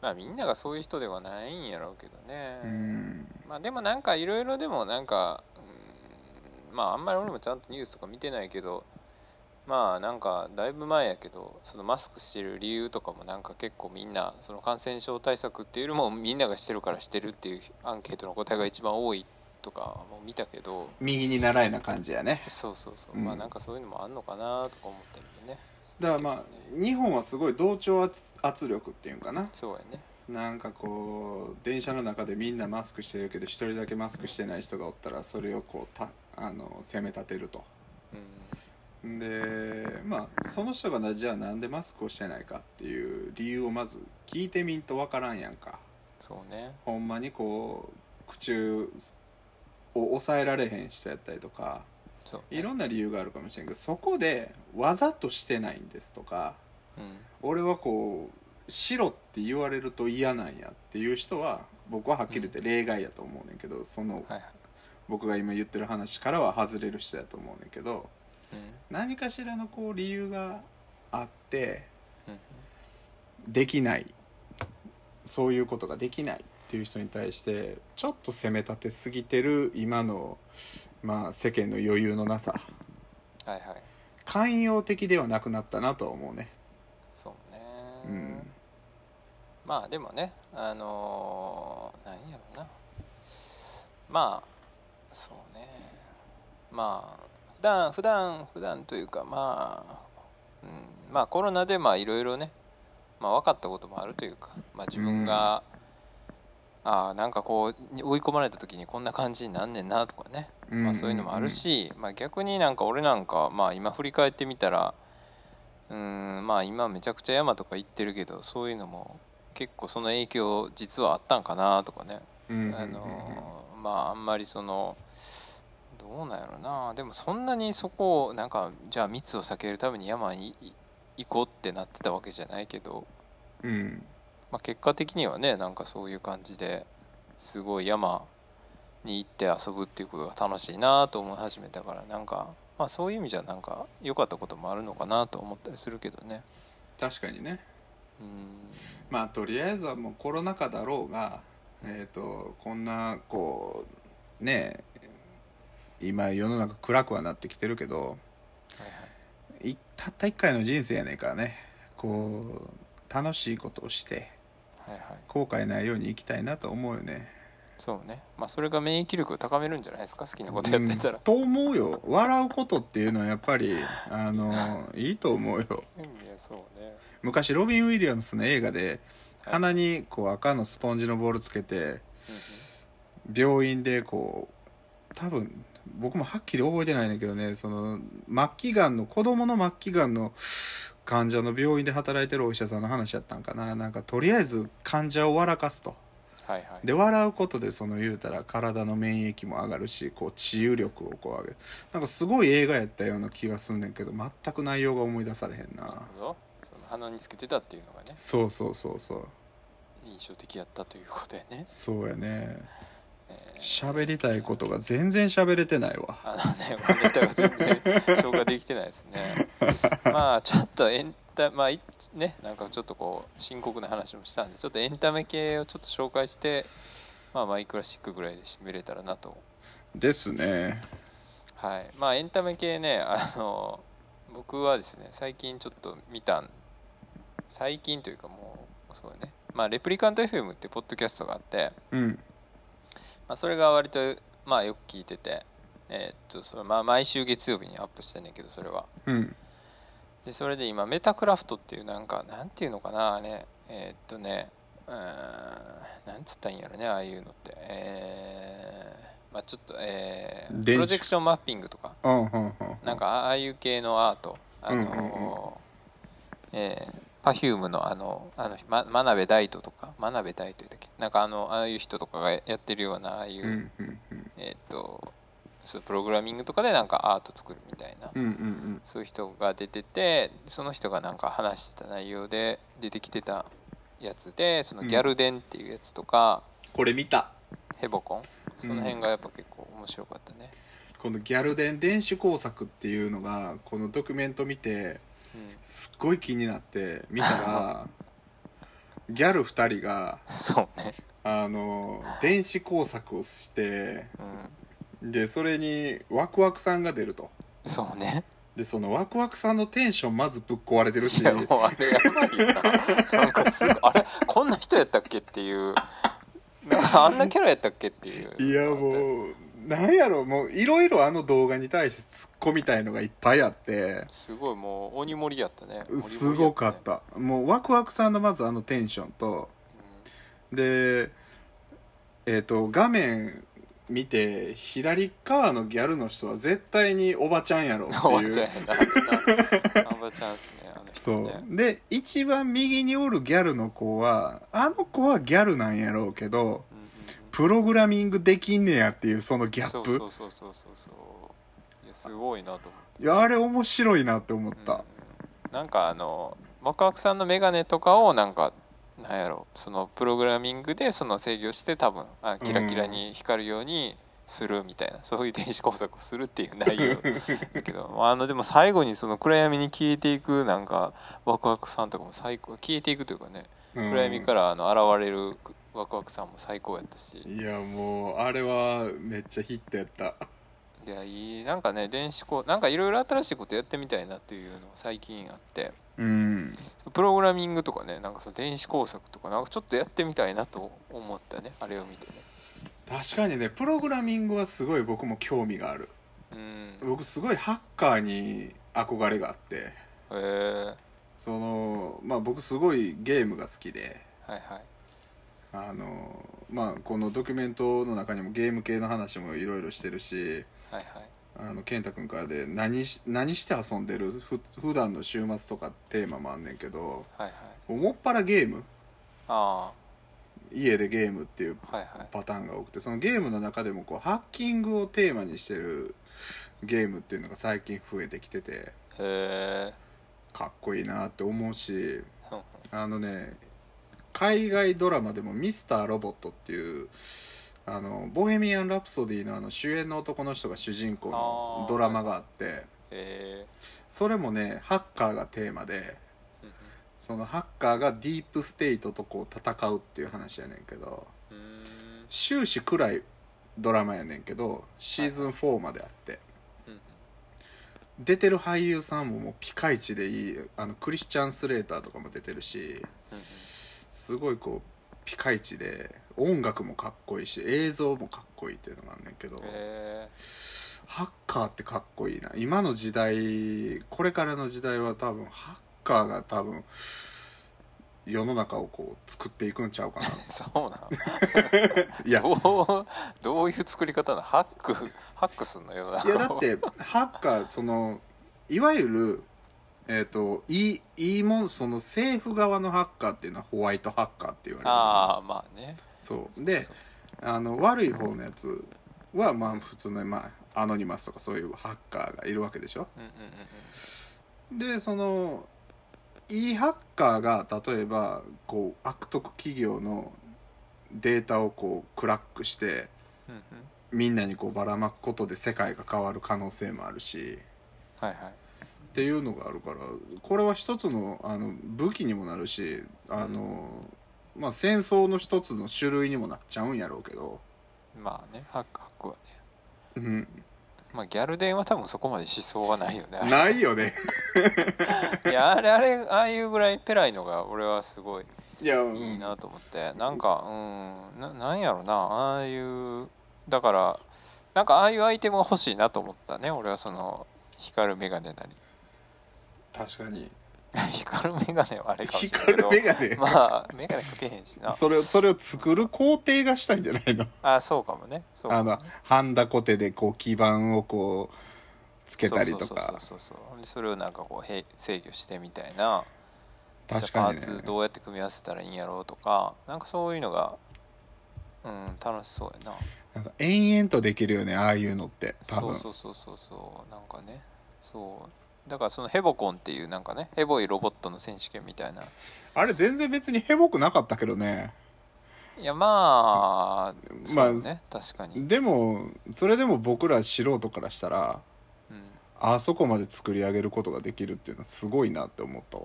[SPEAKER 1] まあみんながそういう人ではないんやろうけどね。
[SPEAKER 2] うん
[SPEAKER 1] ままあでもなんかいろいろでもなんか、うん、まああんまり俺もちゃんとニュースとか見てないけどまあなんかだいぶ前やけどそのマスクしてる理由とかもなんか結構みんなその感染症対策っていうよりもみんながしてるからしてるっていうアンケートの答えが一番多いとかも見たけど
[SPEAKER 2] 右に習いな感じやね
[SPEAKER 1] そうそうそう、
[SPEAKER 2] うん
[SPEAKER 1] まあなんかそういうのもあんのかなとか思ったりね
[SPEAKER 2] だからまあ日本はすごい同調圧圧力っていうのかな
[SPEAKER 1] そうやね
[SPEAKER 2] なんかこう電車の中でみんなマスクしてるけど一人だけマスクしてない人がおったらそれをこうたあの責め立てると
[SPEAKER 1] うん
[SPEAKER 2] でまあその人がなじゃあなんでマスクをしてないかっていう理由をまず聞いてみんとわからんやんか
[SPEAKER 1] そうね
[SPEAKER 2] ほんまにこう口を抑えられへん人やったりとか
[SPEAKER 1] そうね
[SPEAKER 2] いろんな理由があるかもしれんけどそこでわざとしてないんですとか
[SPEAKER 1] うん
[SPEAKER 2] 俺はこうしろって言われると嫌なんやっていう人は僕ははっきり言って例外やと思うねんけど、その
[SPEAKER 1] はいはい
[SPEAKER 2] 僕が今言ってる話からは外れる人やと思うねんけど
[SPEAKER 1] うん
[SPEAKER 2] 何かしらのこう理由があって
[SPEAKER 1] うん
[SPEAKER 2] できないそういうことができないっていう人に対してちょっと責め立てすぎてる今の、まあ、世間の余裕のなさ
[SPEAKER 1] はいはい
[SPEAKER 2] 寛容的ではなくなったなとは思うね。
[SPEAKER 1] そうね
[SPEAKER 2] うん
[SPEAKER 1] まあでもねあのー、なんやろなまあそうねまあ普段普段普段というかまあ、うん、まあコロナでまあいろいろね、まあ、分かったこともあるというか、まあ、自分が、ああなんかこう追い込まれた時にこんな感じになんねんなとかね、まあ、そういうのもある、し、まあ、逆になんか俺なんか、まあ、今振り返ってみたらうーんまあ今めちゃくちゃ山とか行ってるけどそういうのも結構その影響実はあったんかなとかね、
[SPEAKER 2] うんうんうん
[SPEAKER 1] あのーまああんまりそのどうなんやろなでもそんなにそこをなんかじゃあ密を避けるために山にい行こうってなってたわけじゃないけど、
[SPEAKER 2] うん
[SPEAKER 1] まあ、結果的にはねなんかそういう感じですごい山に行って遊ぶっていうことが楽しいなと思い始めたからなんか、まあ、そういう意味じゃなんか良かったこともあるのかなと思ったりするけどね。
[SPEAKER 2] 確かにね
[SPEAKER 1] うん
[SPEAKER 2] まあとりあえずはもうコロナ禍だろうが、えー、とこんなこうね今世の中暗くはなってきてるけど
[SPEAKER 1] はいはい
[SPEAKER 2] いたった一回の人生やねんからねこう楽しいことをして
[SPEAKER 1] はいはい、
[SPEAKER 2] 後悔ないように生きたいなと思うよね。
[SPEAKER 1] そうね、まあ、それが免疫力を高めるんじゃないですか好きなことやってた
[SPEAKER 2] うん
[SPEAKER 1] ら、
[SPEAKER 2] と思うよ笑うことっていうのはやっぱり あのいいと思うよ。
[SPEAKER 1] いやそうね
[SPEAKER 2] 昔ロビン・ウィリアムスの映画で
[SPEAKER 1] はい
[SPEAKER 2] 鼻にこう赤のスポンジのボールつけて病院でこう多分僕もはっきり覚えてないんだけどねその末期がんの子供の末期がんの患者の病院で働いてるお医者さんの話やったんかななんかとりあえず患者を笑かすと
[SPEAKER 1] はいはい
[SPEAKER 2] で笑うことでその言うたら体の免疫も上がるしこう治癒力をこう上げるなんかすごい映画やったような気がすんねんけど全く内容が思い出されへん
[SPEAKER 1] なる
[SPEAKER 2] な
[SPEAKER 1] ほどその鼻につけてたっていうのがね
[SPEAKER 2] そうそうそうそう
[SPEAKER 1] 印象的やったということやね、
[SPEAKER 2] そうやね
[SPEAKER 1] えー
[SPEAKER 2] 喋りたいことが全然喋れてないわ
[SPEAKER 1] あのね、もうネタが全然消化できてないですね。まあちょっとエンタまあいねなんかちょっとこう深刻な話もしたんでちょっとエンタメ系をちょっと紹介してまあマイクラシックぐらいで締めれたらなと。
[SPEAKER 2] ですね
[SPEAKER 1] はい。まあエンタメ系ねあの僕はですね最近ちょっと見たん最近というかもうそうねまあレプリカント FM ってポッドキャストがあって。
[SPEAKER 2] うん
[SPEAKER 1] まあ、それが割とまあよく聞いてて、えーっとそれまあ毎週月曜日にアップしてんねんけどそれは
[SPEAKER 2] うん
[SPEAKER 1] でそれで今メタクラフトっていうなんかなんていうのかなあれえーっとねうーんなんつったらいいんやろねああいうのってえー、まあちょっとえー
[SPEAKER 2] 電
[SPEAKER 1] プ
[SPEAKER 2] 子
[SPEAKER 1] ロジェクションマッピングとか
[SPEAKER 2] うんうんうん
[SPEAKER 1] なんかあああいう系のアートあのー
[SPEAKER 2] うんうん
[SPEAKER 1] えー Perfume のあのあの、ま、真鍋大斗とか真鍋大斗だっけなんかあのああいう人とかがやってるようなああいう、
[SPEAKER 2] うんうんうん
[SPEAKER 1] えっ、とそうプログラミングとかでなんかアート作るみたいな、
[SPEAKER 2] うんうん
[SPEAKER 1] そういう人が出ててその人がなんか話してた内容で出てきてたやつでその
[SPEAKER 2] うん
[SPEAKER 1] ギャルデンっていうやつとか、
[SPEAKER 2] これ見た
[SPEAKER 1] ヘボコンその辺がやっぱ結構面白かったね。
[SPEAKER 2] このギャルデン電子工作っていうのがこのドキュメント見て
[SPEAKER 1] うん
[SPEAKER 2] す っごい気になって見たらギャル2人が
[SPEAKER 1] そうね
[SPEAKER 2] あの電子工作をして
[SPEAKER 1] うん、
[SPEAKER 2] でそれにワクワクさんが出ると
[SPEAKER 1] そうね
[SPEAKER 2] でそのワクワクさんのテンションまずぶっ壊れてるし
[SPEAKER 1] いやもうあれやばいよななんかすごいあれこんな人やったっけっていうなんかあんなキャラやったっけっていう
[SPEAKER 2] いやもうなんやろもういろいろあの動画に対して突っ込みたいのがいっぱいあって
[SPEAKER 1] すごいもう鬼盛りやったね
[SPEAKER 2] すごかっ、たもうワクワクさんのまずあのテンションとでえっ、と画面見て左側のギャルの人は絶対におばちゃんやろって
[SPEAKER 1] 盛り
[SPEAKER 2] い
[SPEAKER 1] 上が
[SPEAKER 2] う
[SPEAKER 1] ったねうん、おばちゃんやなおばちゃんっすねあの人
[SPEAKER 2] そ
[SPEAKER 1] ね
[SPEAKER 2] うで一番右におるギャルの子はあの子はギャルなんやろうけど
[SPEAKER 1] うんうんうん
[SPEAKER 2] プログラミングできんねやっていうそのギャップ
[SPEAKER 1] そうそうそうそうそうそういやすごいなと思っ、
[SPEAKER 2] いやあれ面白いなって思ってた、
[SPEAKER 1] うんなんかあのワクワクさんのメガネとかをなんかなんやろそのプログラミングでその制御して多分あキラキラに光るようにするみたいな、そういう電子工作をするっていう内 容だけどあのでも最後にその暗闇に消えていくなんかワクワクさんとかも最高消えていくというかね
[SPEAKER 2] うん
[SPEAKER 1] 暗闇からあの現れるワクワクさんも最高やったし、
[SPEAKER 2] いやもうあれはめっちゃヒットやった
[SPEAKER 1] いやいいなんかね電子工なんかいろいろ新しいことやってみたいなっていうのが最近あって
[SPEAKER 2] うん
[SPEAKER 1] プログラミングとかねなんかその電子工作とかなんかちょっとやってみたいなと思ったねあれを見てね
[SPEAKER 2] 確かにねプログラミングはすごい僕も興味がある
[SPEAKER 1] うん
[SPEAKER 2] 僕すごいハッカーに憧れがあって
[SPEAKER 1] へえー、
[SPEAKER 2] そのまあ僕すごいゲームが好きで
[SPEAKER 1] はいはい
[SPEAKER 2] あのまあこのドキュメントの中にもゲーム系の話もいろいろしてるし
[SPEAKER 1] はいはい
[SPEAKER 2] あの健太君からで何し何して遊んでるふ普段の週末とかテーマもあんねんけど
[SPEAKER 1] はいはい
[SPEAKER 2] もっぱらゲーム
[SPEAKER 1] あ
[SPEAKER 2] 家でゲームっていう
[SPEAKER 1] あはいはい
[SPEAKER 2] パターンが多くてそのゲームの中でもこうハッキングをテーマにしてるゲームっていうのが最近増えてきてて
[SPEAKER 1] へえ
[SPEAKER 2] かっこいいなって思うし
[SPEAKER 1] ー、うん
[SPEAKER 2] あのね海外ドラマでも「ミスターロボット」っていうあのボヘミアン・ラプソディのあの主演の男の人が主人公
[SPEAKER 1] あ
[SPEAKER 2] の
[SPEAKER 1] ー
[SPEAKER 2] ドラマがあって
[SPEAKER 1] え
[SPEAKER 2] それもねハッカーがテーマで
[SPEAKER 1] ー、うん
[SPEAKER 2] そのハッカーがディープステイトとこう戦うっていう話やねんけど
[SPEAKER 1] うんう
[SPEAKER 2] 終始暗いドラマやねんけどシーズン4まであって
[SPEAKER 1] ーん
[SPEAKER 2] 出てる俳優さんももうピカイチでいいあのクリスチャン・スレーターとかも出てるし
[SPEAKER 1] うんうん
[SPEAKER 2] すごいこうピカイチで音楽もかっこいいし映像もかっこいいっていうのがあんねんけど
[SPEAKER 1] え
[SPEAKER 2] ハッカーってかっこいいな今の時代これからの時代は多分ハッカーが多分世の中をこう作っていくんちゃうかな
[SPEAKER 1] ー、 そうなの
[SPEAKER 2] いや
[SPEAKER 1] どうどういう作り方なのハックハックすんのよない
[SPEAKER 2] やだってハッカーそのいわゆるえっ、といいいいもんその政府側のハッカーっていうのはホワイトハッカーって言われ る
[SPEAKER 1] ああまあね
[SPEAKER 2] そうで
[SPEAKER 1] そう
[SPEAKER 2] あの悪い方のやつはまあ普通の、まあ、アノニマスとかそういうハッカーがいるわけでしょ
[SPEAKER 1] うんうんうんうん
[SPEAKER 2] でそのいいハッカーが例えばこう悪徳企業のデータをこうクラックして
[SPEAKER 1] うんうん
[SPEAKER 2] みんなにこうばらまくことで世界が変わる可能性もあるし
[SPEAKER 1] はいはい
[SPEAKER 2] っていうのがあるからこれは一つのあの武器にもなるしあの、まあ、戦争の一つの種類にもなっちゃうんやろうけど、
[SPEAKER 1] まあねハックハックはね
[SPEAKER 2] うん、
[SPEAKER 1] まあギャル電は多分そこまで思想はないよねあれ
[SPEAKER 2] ない よね
[SPEAKER 1] いやあれあれああいうぐらいペラいのが俺はすごい
[SPEAKER 2] いや、うん
[SPEAKER 1] いいなと思ってなんかうんななんやろなああいうだからなんかああいうアイテムが欲しいなと思ったね俺はその光るメガネなり
[SPEAKER 2] 確かに
[SPEAKER 1] 光るメガネはあれかもしれない
[SPEAKER 2] 光
[SPEAKER 1] け
[SPEAKER 2] る
[SPEAKER 1] ど
[SPEAKER 2] メガネ、
[SPEAKER 1] まあメガネかけへんしな
[SPEAKER 2] それをそれを作る工程がしたいんじゃないの
[SPEAKER 1] あそうかもねそう
[SPEAKER 2] あ
[SPEAKER 1] かも
[SPEAKER 2] のハンダコテでこう基板をこうつけたりとか
[SPEAKER 1] そうそうそうそうそうでそれをなんかこうへ制御してみたいな
[SPEAKER 2] 確かに
[SPEAKER 1] じゃあパーツ
[SPEAKER 2] ね
[SPEAKER 1] どうやって組み合わせたらいいんやろうとかなんかそういうのがうん楽しそうやな
[SPEAKER 2] なんか延々とできるよねああいうのって多
[SPEAKER 1] そ
[SPEAKER 2] 分
[SPEAKER 1] うそうそうそうそうなんかねそうだからそのヘボコンっていうなんかねヘボいロボットの選手権みたいな
[SPEAKER 2] あれ全然別にヘボくなかったけどね
[SPEAKER 1] いやまあ
[SPEAKER 2] まあ
[SPEAKER 1] そうね確かに
[SPEAKER 2] でもそれでも僕ら素人からしたら
[SPEAKER 1] うん
[SPEAKER 2] あそこまで作り上げることができるっていうのはすごいなって思ったわ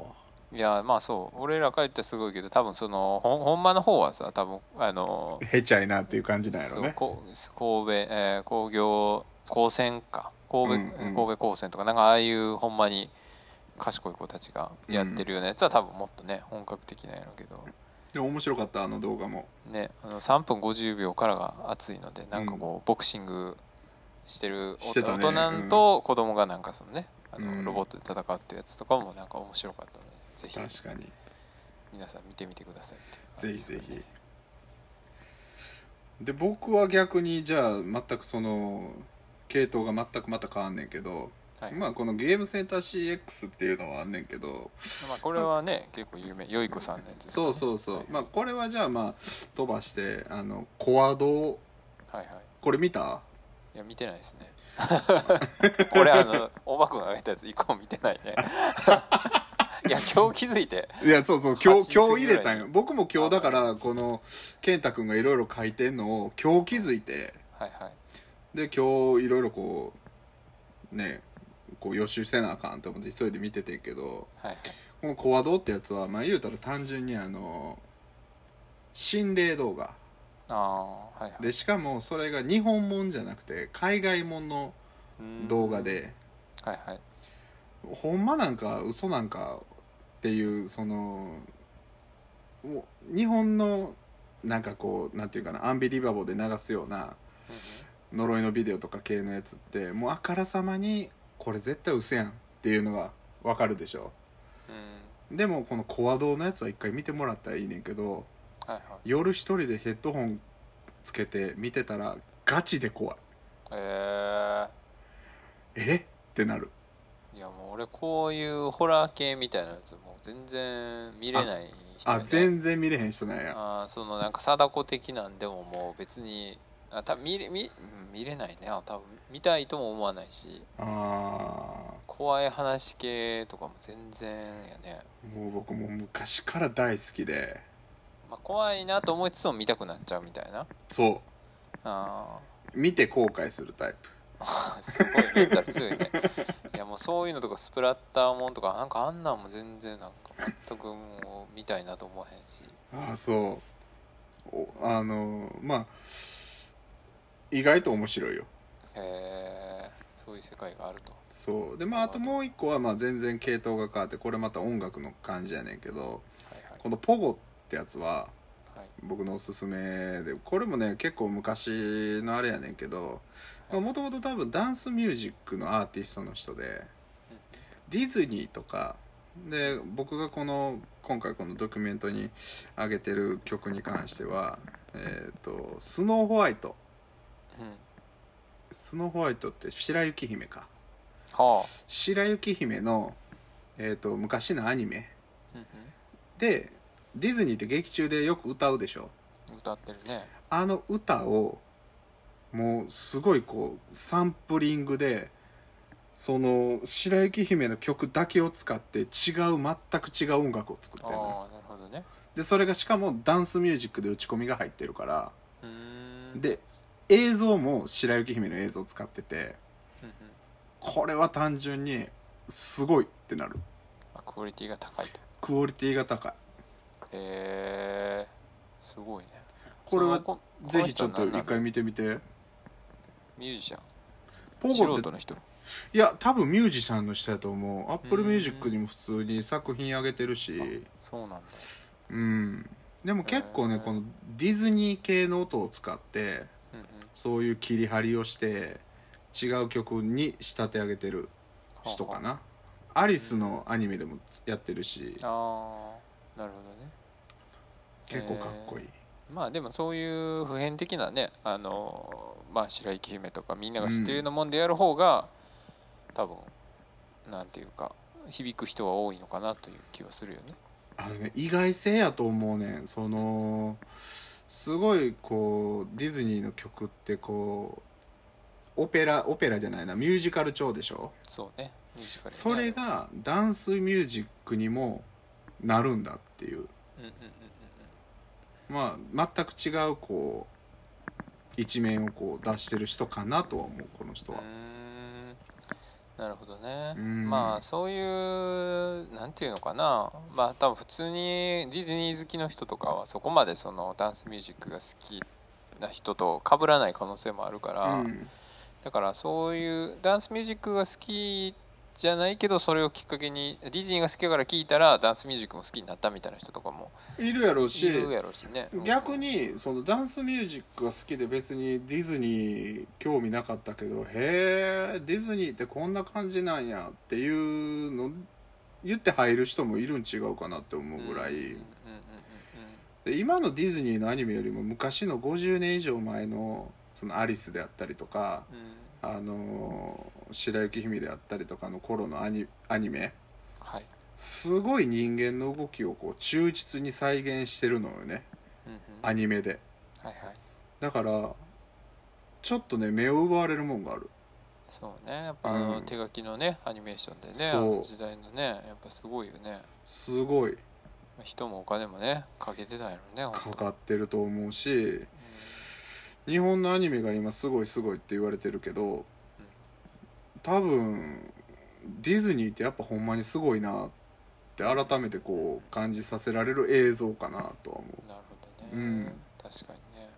[SPEAKER 1] いやまあそう俺ら帰ったらすごいけど多分そのほんほんまの方はさ多分あの
[SPEAKER 2] へちゃいなっていう感じなんやろ
[SPEAKER 1] そう
[SPEAKER 2] ね
[SPEAKER 1] こ神戸、えー工業高専か神戸,、
[SPEAKER 2] うんう
[SPEAKER 1] 神
[SPEAKER 2] ん
[SPEAKER 1] 戸高専とかなんかああいうほんまに賢い子たちがやってるようなやつは多分もっとね本格的なんやろうけど
[SPEAKER 2] でも面白かったあの動画も
[SPEAKER 1] ねあの3分50秒からが熱いのでなんかこう、ボクシングしてるお
[SPEAKER 2] してたね
[SPEAKER 1] 大人と子供がなんかそのねあ
[SPEAKER 2] う
[SPEAKER 1] の
[SPEAKER 2] ん
[SPEAKER 1] ロボットで戦うってやつとかもなんか面白かったのでぜひ
[SPEAKER 2] 確かに
[SPEAKER 1] 皆さん見てみてくださいってい
[SPEAKER 2] ぜ
[SPEAKER 1] う
[SPEAKER 2] ひぜ
[SPEAKER 1] 感じですかね
[SPEAKER 2] ひで僕は逆にじゃあ全くその系統が全くまた変わんねんけど、
[SPEAKER 1] はいま
[SPEAKER 2] まあこのゲームセンター CX っていうのはあんねんけど
[SPEAKER 1] あ、これはね結構有名よいこさんのやつですね
[SPEAKER 2] そうそうそう、
[SPEAKER 1] はい
[SPEAKER 2] まあこれはじゃあまあ飛ばしてあのコアド
[SPEAKER 1] はいはい
[SPEAKER 2] これ見た
[SPEAKER 1] いや見てないですね 俺あのおばくんが上げたやつ一個も見てないね いや今日気づいて
[SPEAKER 2] いやそうそう今
[SPEAKER 1] 8
[SPEAKER 2] 日今日入れ
[SPEAKER 1] 過
[SPEAKER 2] た
[SPEAKER 1] ぎ
[SPEAKER 2] ん
[SPEAKER 1] ぐら
[SPEAKER 2] よ
[SPEAKER 1] い
[SPEAKER 2] 僕も今日だからこの健太君がいろいろ書いてんのを今日気づいて
[SPEAKER 1] はいはい
[SPEAKER 2] で今日いろいろこうねこう予習せなあかんと思って急いで見ててんけど
[SPEAKER 1] はいはい
[SPEAKER 2] このコアドってやつはまあ言うたら単純にあの心霊動画
[SPEAKER 1] ああはいはい
[SPEAKER 2] でしかもそれが日本もんじゃなくて海外もんの
[SPEAKER 1] うーん
[SPEAKER 2] 動画で
[SPEAKER 1] はいはい
[SPEAKER 2] ほんまなんか嘘なんかっていうそのお日本のなんかこうなんていうかなアンビリバボーで流すような
[SPEAKER 1] うんうん
[SPEAKER 2] 呪いのビデオとか系のやつってもうあからさまにこれ絶対嘘やんっていうのがわかるでしょ
[SPEAKER 1] うん
[SPEAKER 2] でもこのコアドのやつは一回見てもらったらいいねんけど
[SPEAKER 1] はいはい。
[SPEAKER 2] 夜一人でヘッドホンつけて見てたらガチで怖い
[SPEAKER 1] え
[SPEAKER 2] えってなる
[SPEAKER 1] ー、いやもう俺こういうホラー系みたいなやつもう全然見れない人や
[SPEAKER 2] あ
[SPEAKER 1] ね
[SPEAKER 2] 全然見れへん人なんや
[SPEAKER 1] あーそのなんか貞子的なんでももう別にあ多分見れ見うん見れないねあ多分見たいとも思わないし
[SPEAKER 2] あー
[SPEAKER 1] 怖い話系とかも全然やね、
[SPEAKER 2] もう僕もう昔から大好きで
[SPEAKER 1] まあ、怖いなと思いつつも見たくなっちゃうみたいな
[SPEAKER 2] そ
[SPEAKER 1] あ
[SPEAKER 2] う見て後悔するタイプ
[SPEAKER 1] ー すごいメンタル強いねいやもうそういうのとかスプラッターもんとかなんかあんなんも全然なんか全くもう見たいなと思わへんし
[SPEAKER 2] ああそうおあのまあ意外と面白いよ
[SPEAKER 1] へえそういう世界があると
[SPEAKER 2] そうでまああともう一個はまあ全然系統が変わってこれまた音楽の感じやねんけど
[SPEAKER 1] はいはい
[SPEAKER 2] このポゴってやつは
[SPEAKER 1] はい
[SPEAKER 2] 僕のおすすめでこれもね結構昔のあれやねんけど
[SPEAKER 1] はい
[SPEAKER 2] もともと多分ダンスミュージックのアーティストの人で
[SPEAKER 1] うん
[SPEAKER 2] ディズニーとかで僕がこの今回このドキュメントに上げてる曲に関しては「えー、とスノーホワイト」
[SPEAKER 1] うん
[SPEAKER 2] 「スノーホワイト」って白雪姫か
[SPEAKER 1] は
[SPEAKER 2] 白雪姫の、えー、と昔のアニメ
[SPEAKER 1] あ、うん
[SPEAKER 2] でディズニーって劇中でよく歌うでしょ
[SPEAKER 1] うん、歌ってるね
[SPEAKER 2] あの歌をもうすごいこうサンプリングでその白雪姫の曲だけを使って違う全く違う音楽を作っ
[SPEAKER 1] あ
[SPEAKER 2] て
[SPEAKER 1] あ
[SPEAKER 2] るのよ
[SPEAKER 1] ーなるほどね
[SPEAKER 2] でそれがしかもダンスミュージックで打ち込みが入ってるから
[SPEAKER 1] うーん
[SPEAKER 2] で映像も白雪姫の映像を使ってて
[SPEAKER 1] うんうん
[SPEAKER 2] これは単純にすごいってなる
[SPEAKER 1] あクオリティが高いと
[SPEAKER 2] クオリティが高い
[SPEAKER 1] へえすごいね
[SPEAKER 2] これは
[SPEAKER 1] そのこ
[SPEAKER 2] ぜひちょっ
[SPEAKER 1] ことの人は何な
[SPEAKER 2] 一
[SPEAKER 1] の
[SPEAKER 2] 回見てみて
[SPEAKER 1] ミュージシャン
[SPEAKER 2] ポゴ
[SPEAKER 1] 素
[SPEAKER 2] っ
[SPEAKER 1] 人
[SPEAKER 2] て
[SPEAKER 1] の人
[SPEAKER 2] いや多分ミュージシャンの人やと思うアップル
[SPEAKER 1] うん
[SPEAKER 2] ミュージックにも普通に作品あげてるし
[SPEAKER 1] そうなんだ
[SPEAKER 2] うんでも結構
[SPEAKER 1] へ
[SPEAKER 2] ね
[SPEAKER 1] ー
[SPEAKER 2] このディズニー系の音を使って
[SPEAKER 1] うんうん
[SPEAKER 2] そういう切り張りをして違う曲に仕立て上げてる人かなアリスのアニメでもやってるし
[SPEAKER 1] ははあーなるほどね
[SPEAKER 2] 結構かっこいい
[SPEAKER 1] まあでもそういう普遍的なねあのーまあ白雪姫とかみんなが知ってるようなもんでやる方が、多分なんていうか響く人は多いのかなという気はするよね
[SPEAKER 2] あのね意外性やと思うねんそのすごいこうディズニーの曲ってこうオペラオペラじゃないなミュージカル調でしょ
[SPEAKER 1] そうねミュージカルね
[SPEAKER 2] それがダンスミュージックにもなるんだってい
[SPEAKER 1] う
[SPEAKER 2] う
[SPEAKER 1] んうんうんうん
[SPEAKER 2] まあ全く違うこう一面をこう出してる人かなとは思うこの人
[SPEAKER 1] う
[SPEAKER 2] は
[SPEAKER 1] んうーんなるほどね、
[SPEAKER 2] うん
[SPEAKER 1] まあそういうなんていうのかなまあ多分普通にディズニー好きの人とかはそこまでそのダンスミュージックが好きな人と被らない可能性もあるから、
[SPEAKER 2] うん
[SPEAKER 1] だからそういうダンスミュージックが好きじゃないけどそれをきっかけにディズニーが好きだから聞いたらダンスミュージックも好きになったみたいな人とかも
[SPEAKER 2] いるやろう
[SPEAKER 1] い
[SPEAKER 2] し
[SPEAKER 1] るやろうしねうん
[SPEAKER 2] 逆にそのダンスミュージックが好きで別にディズニー興味なかったけどへえディズニーってこんな感じなんやっていうの言って入る人もいるん違うかなって思うぐらい、
[SPEAKER 1] うんうんうんうん
[SPEAKER 2] で今のディズニーのアニメよりも昔の50年以上前のそのアリスであったりとか、
[SPEAKER 1] うんうん
[SPEAKER 2] あのー白雪姫であったりとかの頃のアニアニメ
[SPEAKER 1] はい、
[SPEAKER 2] すごい人間の動きをこう忠実に再現してるのよね
[SPEAKER 1] うんうん、は
[SPEAKER 2] ア
[SPEAKER 1] い
[SPEAKER 2] ニメで
[SPEAKER 1] はい
[SPEAKER 2] だからちょっとね目を奪われるもんがある
[SPEAKER 1] そうねやっぱあの
[SPEAKER 2] うん
[SPEAKER 1] 手書きのねアニメーションでね
[SPEAKER 2] そう
[SPEAKER 1] あの時代のねやっぱすごいよね
[SPEAKER 2] すごい
[SPEAKER 1] まあ人もお金もねかけてたんやろね
[SPEAKER 2] か
[SPEAKER 1] 本当
[SPEAKER 2] かってると思うし日本のアニメが今すごいすごいって言われてるけど多分ディズニーってやっぱほんまにすごいなって改めてこう感じさせられる映像かなとは思
[SPEAKER 1] なるほどね、
[SPEAKER 2] うん
[SPEAKER 1] 確かにね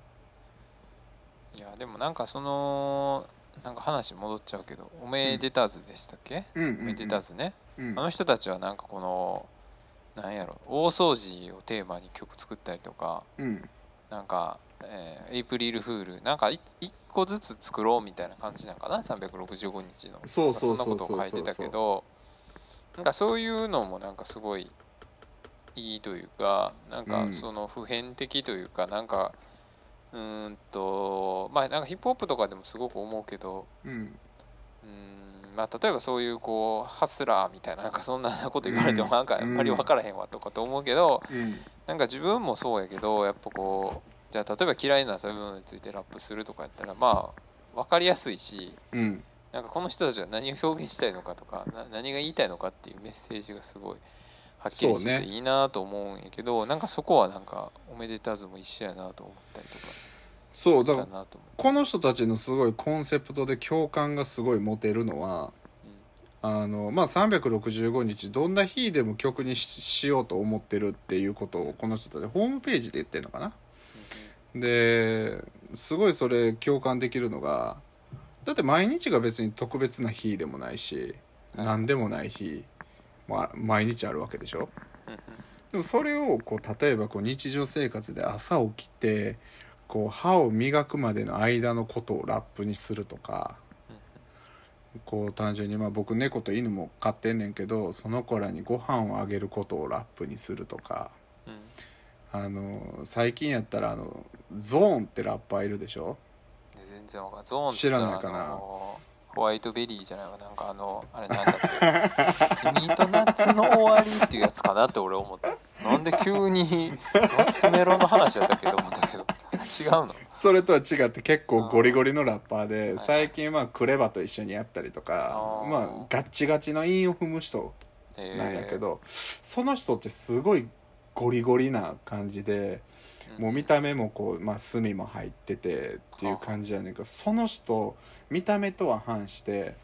[SPEAKER 1] いやでもなんかそのなんか話戻っちゃうけどおめでたずでしたっけ、
[SPEAKER 2] ううん
[SPEAKER 1] おめでたずね、
[SPEAKER 2] うん
[SPEAKER 1] あの人たちはなんかこのなんやろ大掃除をテーマに曲作ったりとか
[SPEAKER 2] うん
[SPEAKER 1] なんか、えーエイプリルフールなんかい一個ずつ作ろうみたいな感じなんかな365日の
[SPEAKER 2] そうそ
[SPEAKER 1] なんかそん
[SPEAKER 2] うそうそう
[SPEAKER 1] なことを書いてたけどなんかそういうのもなんかすごいいいというかなん
[SPEAKER 2] う
[SPEAKER 1] か
[SPEAKER 2] ん
[SPEAKER 1] その普遍的というかなんかうーんとまあなんかヒップホップとかでもすごく思うけど
[SPEAKER 2] うん
[SPEAKER 1] うーんまあ例えばそういうこうハスラーみたいななんかそんなこと言われても
[SPEAKER 2] うん
[SPEAKER 1] なんかやっぱり分からへんわとかと思うけど、
[SPEAKER 2] うん
[SPEAKER 1] なんか自分もそうやけどやっぱこうじゃあ例えば嫌いな食べ物についてラップするとかやったらまあ分かりやすいし
[SPEAKER 2] うん
[SPEAKER 1] なんかこの人たちは何を表現したいのかとかな何が言いたいのかっていうメッセージがすごいはっきりし
[SPEAKER 2] そう
[SPEAKER 1] て
[SPEAKER 2] ね
[SPEAKER 1] ていいなと思うんやけど、なんかそこはなんかおめでたずも一緒やなと思ったりとか
[SPEAKER 2] そうだ
[SPEAKER 1] し
[SPEAKER 2] か
[SPEAKER 1] た
[SPEAKER 2] ら
[SPEAKER 1] なと思って
[SPEAKER 2] この人たちのすごいコンセプトで共感がすごい持てるのはあのまあ365日どんな日でも曲にししようと思ってるっていうことをこの人たちホームページで言ってるのかなですごいそれ共感できるのがだって毎日が別に特別な日でもないし、
[SPEAKER 1] はい
[SPEAKER 2] 何でもない日、まあ、毎日あるわけでしょ
[SPEAKER 1] うんうんうん
[SPEAKER 2] でもそれをこう例えばこう日常生活で朝起きてこう歯を磨くまでの間のことをラップにするとか
[SPEAKER 1] うんうん
[SPEAKER 2] こう単純にまあ僕猫と犬も飼ってんねんけどその子らにご飯をあげることをラップにするとか
[SPEAKER 1] うんうん
[SPEAKER 2] あの最近やったらあのゾーンってラッパーいるでしょ
[SPEAKER 1] で全然わかんないゾーンって
[SPEAKER 2] 知らないかな
[SPEAKER 1] あのホワイトベリーじゃないわなんかあのあれなんだっけミートナッツの終わりっていうやつかなって俺思ったなんで急にナッツメロの話だったっけと思ったけど違うの
[SPEAKER 2] それとは違って結構ゴリゴリのラッパーで
[SPEAKER 1] あー
[SPEAKER 2] 最近まあクレバと一緒にやったりとか
[SPEAKER 1] あー
[SPEAKER 2] まあガッチガチの韻を踏む人
[SPEAKER 1] えー
[SPEAKER 2] なんやけど、その人ってすごいゴリゴリな感じでもう見た目もこう、まあ、墨も入っててっていう感じやねんけどその人見た目とは反して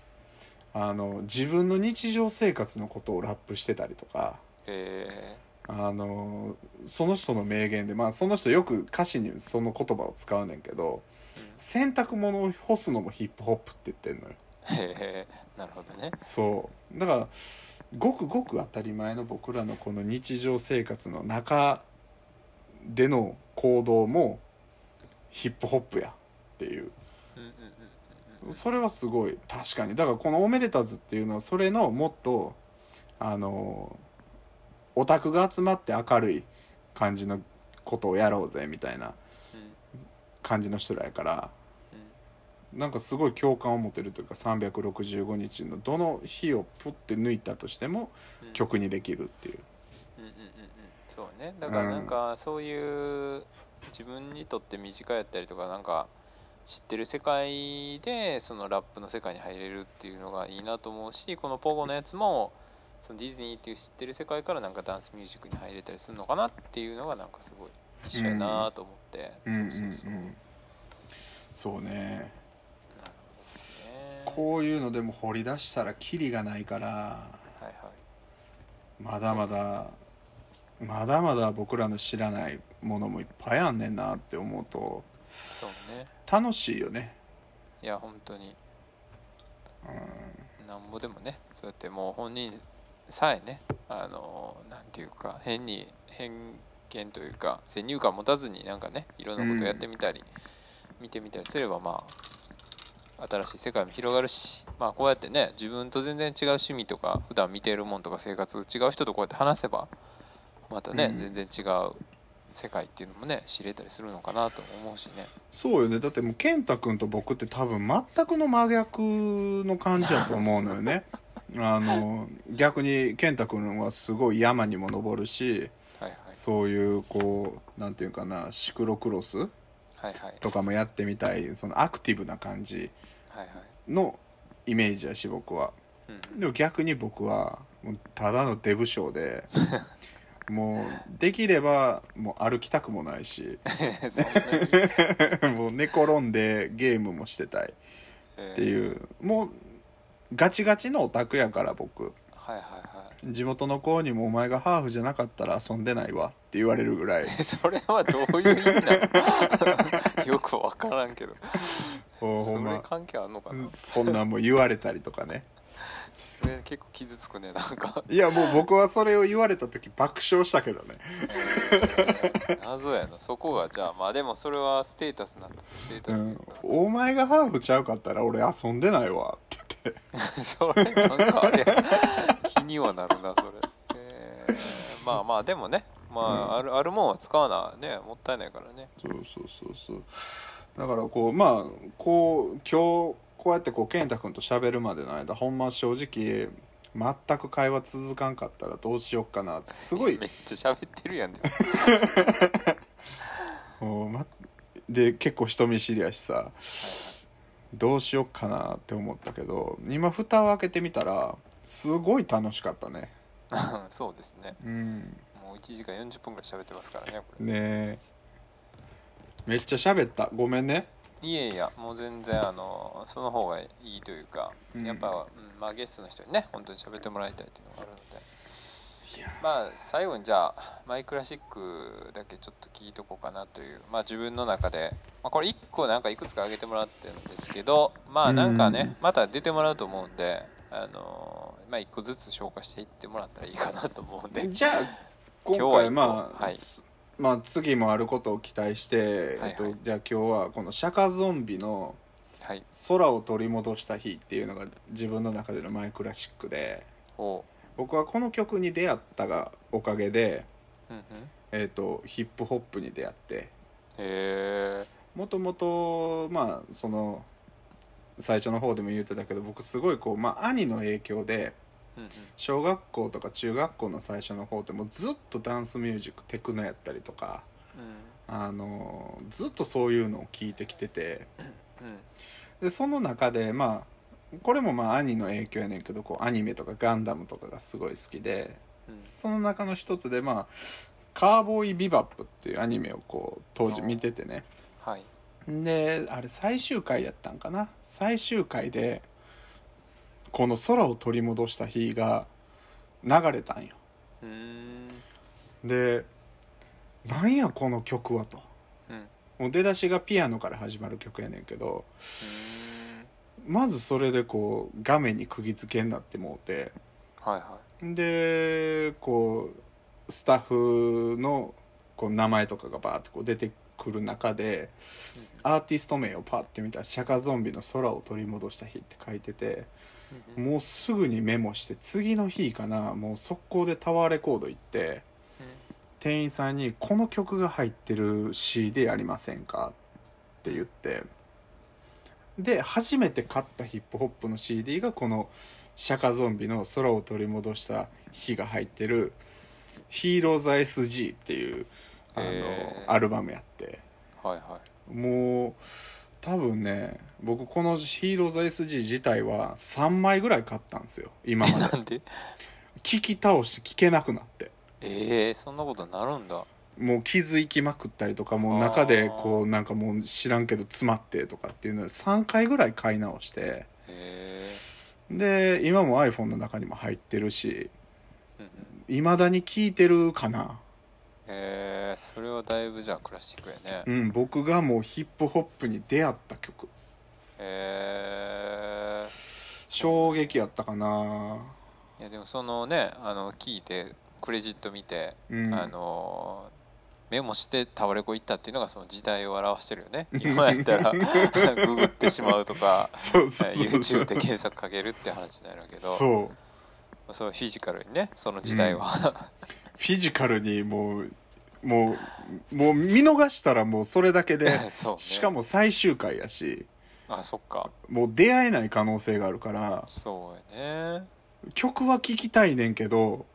[SPEAKER 2] あの自分の日常生活のことをラップしてたりとか。
[SPEAKER 1] え
[SPEAKER 2] あのその人の名言でまあその人よく歌詞にその言葉を使うねんけど
[SPEAKER 1] ーうん
[SPEAKER 2] 洗濯物を干すのもヒップホップって言ってんのよ
[SPEAKER 1] えーなるほどね
[SPEAKER 2] そうだからごくごく当たり前の僕らのこの日常生活の中での行動もヒップホップやっていう
[SPEAKER 1] うんうんうんうんうん
[SPEAKER 2] それはすごい確かにだからこの「おめでたず」っていうのはそれのもっとあのオタクが集まって明るい感じのことをやろうぜみたいな
[SPEAKER 1] うん
[SPEAKER 2] 感じの人らやから
[SPEAKER 1] うん
[SPEAKER 2] なんかすごい共感を持てるというか365日のどの日をプッて抜いたとしても
[SPEAKER 1] うん
[SPEAKER 2] 曲にできるっていう
[SPEAKER 1] うんうんうんうんそうねだからなんかそういう自分にとって身近やったりとかなんか知ってる世界でそのラップの世界に入れるっていうのがいいなと思うしこのポゴのやつもそのディズニーっていう知ってる世界からなんかダンスミュージックに入れたりするのかなっていうのがなんかすごい一緒やなと思って、
[SPEAKER 2] うんうんう
[SPEAKER 1] そうそうそう、なる
[SPEAKER 2] んそうね
[SPEAKER 1] ほどですね
[SPEAKER 2] こういうのでも掘り出したらキリがないから
[SPEAKER 1] はいはい
[SPEAKER 2] まだまだまだまだ僕らの知らないものもいっぱいあんねんなって思うと
[SPEAKER 1] そうね
[SPEAKER 2] 楽しいよね
[SPEAKER 1] いや本当に
[SPEAKER 2] うん
[SPEAKER 1] なんぼでもねそうやってもう本人さえねあのーなんていうか変に偏見というか先入観持たずになんかねいろんなことやってみたり、見てみたりすればまあ新しい世界も広がるしまあこうやってね自分と全然違う趣味とか普段見てるもんとか生活違う人とこうやって話せばまたね、
[SPEAKER 2] うん
[SPEAKER 1] 全然違う世界っていうのもね知れたりするのかなと思うしね
[SPEAKER 2] そうよねだってもう健太君と僕って多分全くの真逆の感じやと思うのよね あの逆に健太君はすごい山にも登るし
[SPEAKER 1] はいはい
[SPEAKER 2] そういうこうなんていうかなシクロクロス
[SPEAKER 1] はいはい
[SPEAKER 2] とかもやってみたいそのアクティブな感じ
[SPEAKER 1] はいはい
[SPEAKER 2] のイメージやし僕は
[SPEAKER 1] うんうん
[SPEAKER 2] でも逆に僕はもうただのデブ症で もうできればもう歩きたくもないし
[SPEAKER 1] そんなに
[SPEAKER 2] もう寝転んでゲームもしてたい
[SPEAKER 1] えー
[SPEAKER 2] っていうもうガチガチのオタクやから僕
[SPEAKER 1] はいはいは
[SPEAKER 2] 地元の子にも「お前がハーフじゃなかったら遊んでないわ」って言われるぐらい
[SPEAKER 1] いえそれはどういう意味なのよくわからんけど
[SPEAKER 2] お
[SPEAKER 1] そ
[SPEAKER 2] ほん
[SPEAKER 1] れ
[SPEAKER 2] ま
[SPEAKER 1] 関係あんのかな
[SPEAKER 2] そんなんもう言われたりとかね
[SPEAKER 1] それ結構傷つくねなんか
[SPEAKER 2] いやもう僕はそれを言われた時爆笑したけどね
[SPEAKER 1] 謎やなそこがじゃあまあでもそれはステータスなんだステー
[SPEAKER 2] う
[SPEAKER 1] タスというんか、
[SPEAKER 2] 「お前がハーフちゃうかったら俺遊んでないわ」って言って
[SPEAKER 1] それなんかあれ気にはなるなそれ、えーまあまあでもねまあ、あるあるもんは使わなねもったいないからね
[SPEAKER 2] そうそうそうそうだからこうまあこう今日こうやってこう健太君と喋るまでの間ほんま正直全く会話続かんかったらどうしよっかなってすごい
[SPEAKER 1] めっちゃ喋ってるやんでも
[SPEAKER 2] こうまで結構人見知りやしさどうしよっかなって思ったけど今蓋を開けてみたらすごい楽しかったね
[SPEAKER 1] そうですね
[SPEAKER 2] うん
[SPEAKER 1] もう1時間40分ぐらい喋ってますからねこれ
[SPEAKER 2] ねえめっちゃ喋ったごめんね
[SPEAKER 1] いやいやもう全然あのその方がいいというか、
[SPEAKER 2] うん
[SPEAKER 1] やっぱ、うんまあ、ゲストの人にね本当に喋ってもらいたいっていうのがあるので
[SPEAKER 2] いや
[SPEAKER 1] まあ最後にじゃあマイクラシックだけちょっと聞いとこうかなというまあ自分の中で、まあ、これ1個なんかいくつか挙げてもらってるんですけどまあなんかね、また出てもらうと思うんであのまあ1個ずつ紹介していってもらったらいいかなと思うんで
[SPEAKER 2] じゃあ
[SPEAKER 1] 今日は
[SPEAKER 2] 今回まあ、
[SPEAKER 1] はい
[SPEAKER 2] つまあ次もあることを期待して、
[SPEAKER 1] はいはい
[SPEAKER 2] えっと、じゃあ今日はこの「釈迦ゾンビの
[SPEAKER 1] はい
[SPEAKER 2] 空を取り戻した日」っていうのが自分の中でのマイクラシックで
[SPEAKER 1] おう
[SPEAKER 2] 僕はこの曲に出会ったがおかげで、
[SPEAKER 1] うんうん
[SPEAKER 2] えっと、ヒップホップに出会って
[SPEAKER 1] へえ
[SPEAKER 2] もともとまあその最初の方でも言ってたけど僕すごいこう、まあ、兄の影響で
[SPEAKER 1] うんうん
[SPEAKER 2] 小学校とか中学校の最初の方ってもうずっとダンスミュージックテクノやったりとか。あのずっとそういうのを聞いてきてて
[SPEAKER 1] うんうん
[SPEAKER 2] でその中でまあこれもまあ兄の影響やねんけどこうアニメとかガンダムとかがすごい好きで
[SPEAKER 1] うん
[SPEAKER 2] その中の一つでまあ「カーボーイビバップ」っていうアニメをこう当時
[SPEAKER 1] あー
[SPEAKER 2] 見ててね
[SPEAKER 1] はい
[SPEAKER 2] であれ最終回やったんかな最終回でこの「空を取り戻した日」が流れたんよ
[SPEAKER 1] うーん
[SPEAKER 2] でなんやこの曲はと
[SPEAKER 1] うんう
[SPEAKER 2] もう出だしがピアノから始まる曲やねんけど
[SPEAKER 1] ーん
[SPEAKER 2] まずそれでこう画面に釘付けになってもうて
[SPEAKER 1] はいは
[SPEAKER 2] でこうスタッフのこう名前とかがバーってこう出てくる中で
[SPEAKER 1] い。
[SPEAKER 2] アーティスト名をパッて見たら「釈迦ゾンビの空を取り戻した日」って書いてて
[SPEAKER 1] うん
[SPEAKER 2] もうすぐにメモして次の日かなもう速攻でタワーレコード行って店員さんに「この曲が入ってる CD ありませんか?」って言ってで初めて買ったヒップホップの CD がこの「釈迦ゾンビの空を取り戻した日」が入ってる「ヒーローズ SG」っていうあの、
[SPEAKER 1] へー
[SPEAKER 2] アルバムやって
[SPEAKER 1] はいは
[SPEAKER 2] もう多分ね僕この「ヒーローズ SG」自体は3枚ぐらい買ったんですよ今
[SPEAKER 1] い。
[SPEAKER 2] まで
[SPEAKER 1] なんで
[SPEAKER 2] 聞き倒して聞けなくなって。
[SPEAKER 1] ええそんなことなるんだ。
[SPEAKER 2] もう傷いきまくったりとかもう中でこうなんかもう知らんけど詰まってとかっていうのを3回ぐらい買い直して
[SPEAKER 1] え
[SPEAKER 2] で今も iPhone の中にも入ってるし
[SPEAKER 1] うんうん
[SPEAKER 2] いまだに聞いてるかな
[SPEAKER 1] えー、それはだいぶじゃあクラシックやね、
[SPEAKER 2] うん僕がもうヒップホップに出会った曲
[SPEAKER 1] えー、
[SPEAKER 2] 衝撃やったかない
[SPEAKER 1] やでもそのねあの聞いてクレジット見て、
[SPEAKER 2] うん
[SPEAKER 1] あのメモしてタワレコ行ったっていうのがその時代を表してるよね今やったらググってしまうとか
[SPEAKER 2] そうそう
[SPEAKER 1] えー YouTube で検索かけるって話になるけどま
[SPEAKER 2] そう
[SPEAKER 1] あそうフィジカルにねその時代は、
[SPEAKER 2] フィジカルにもうもうもう見逃したらもうそれだ けで
[SPEAKER 1] そう、ね、
[SPEAKER 2] しかも最終回やし
[SPEAKER 1] あそっか
[SPEAKER 2] もう出会えない可能性があるから
[SPEAKER 1] そうやね
[SPEAKER 2] 曲は聴きたいねんけど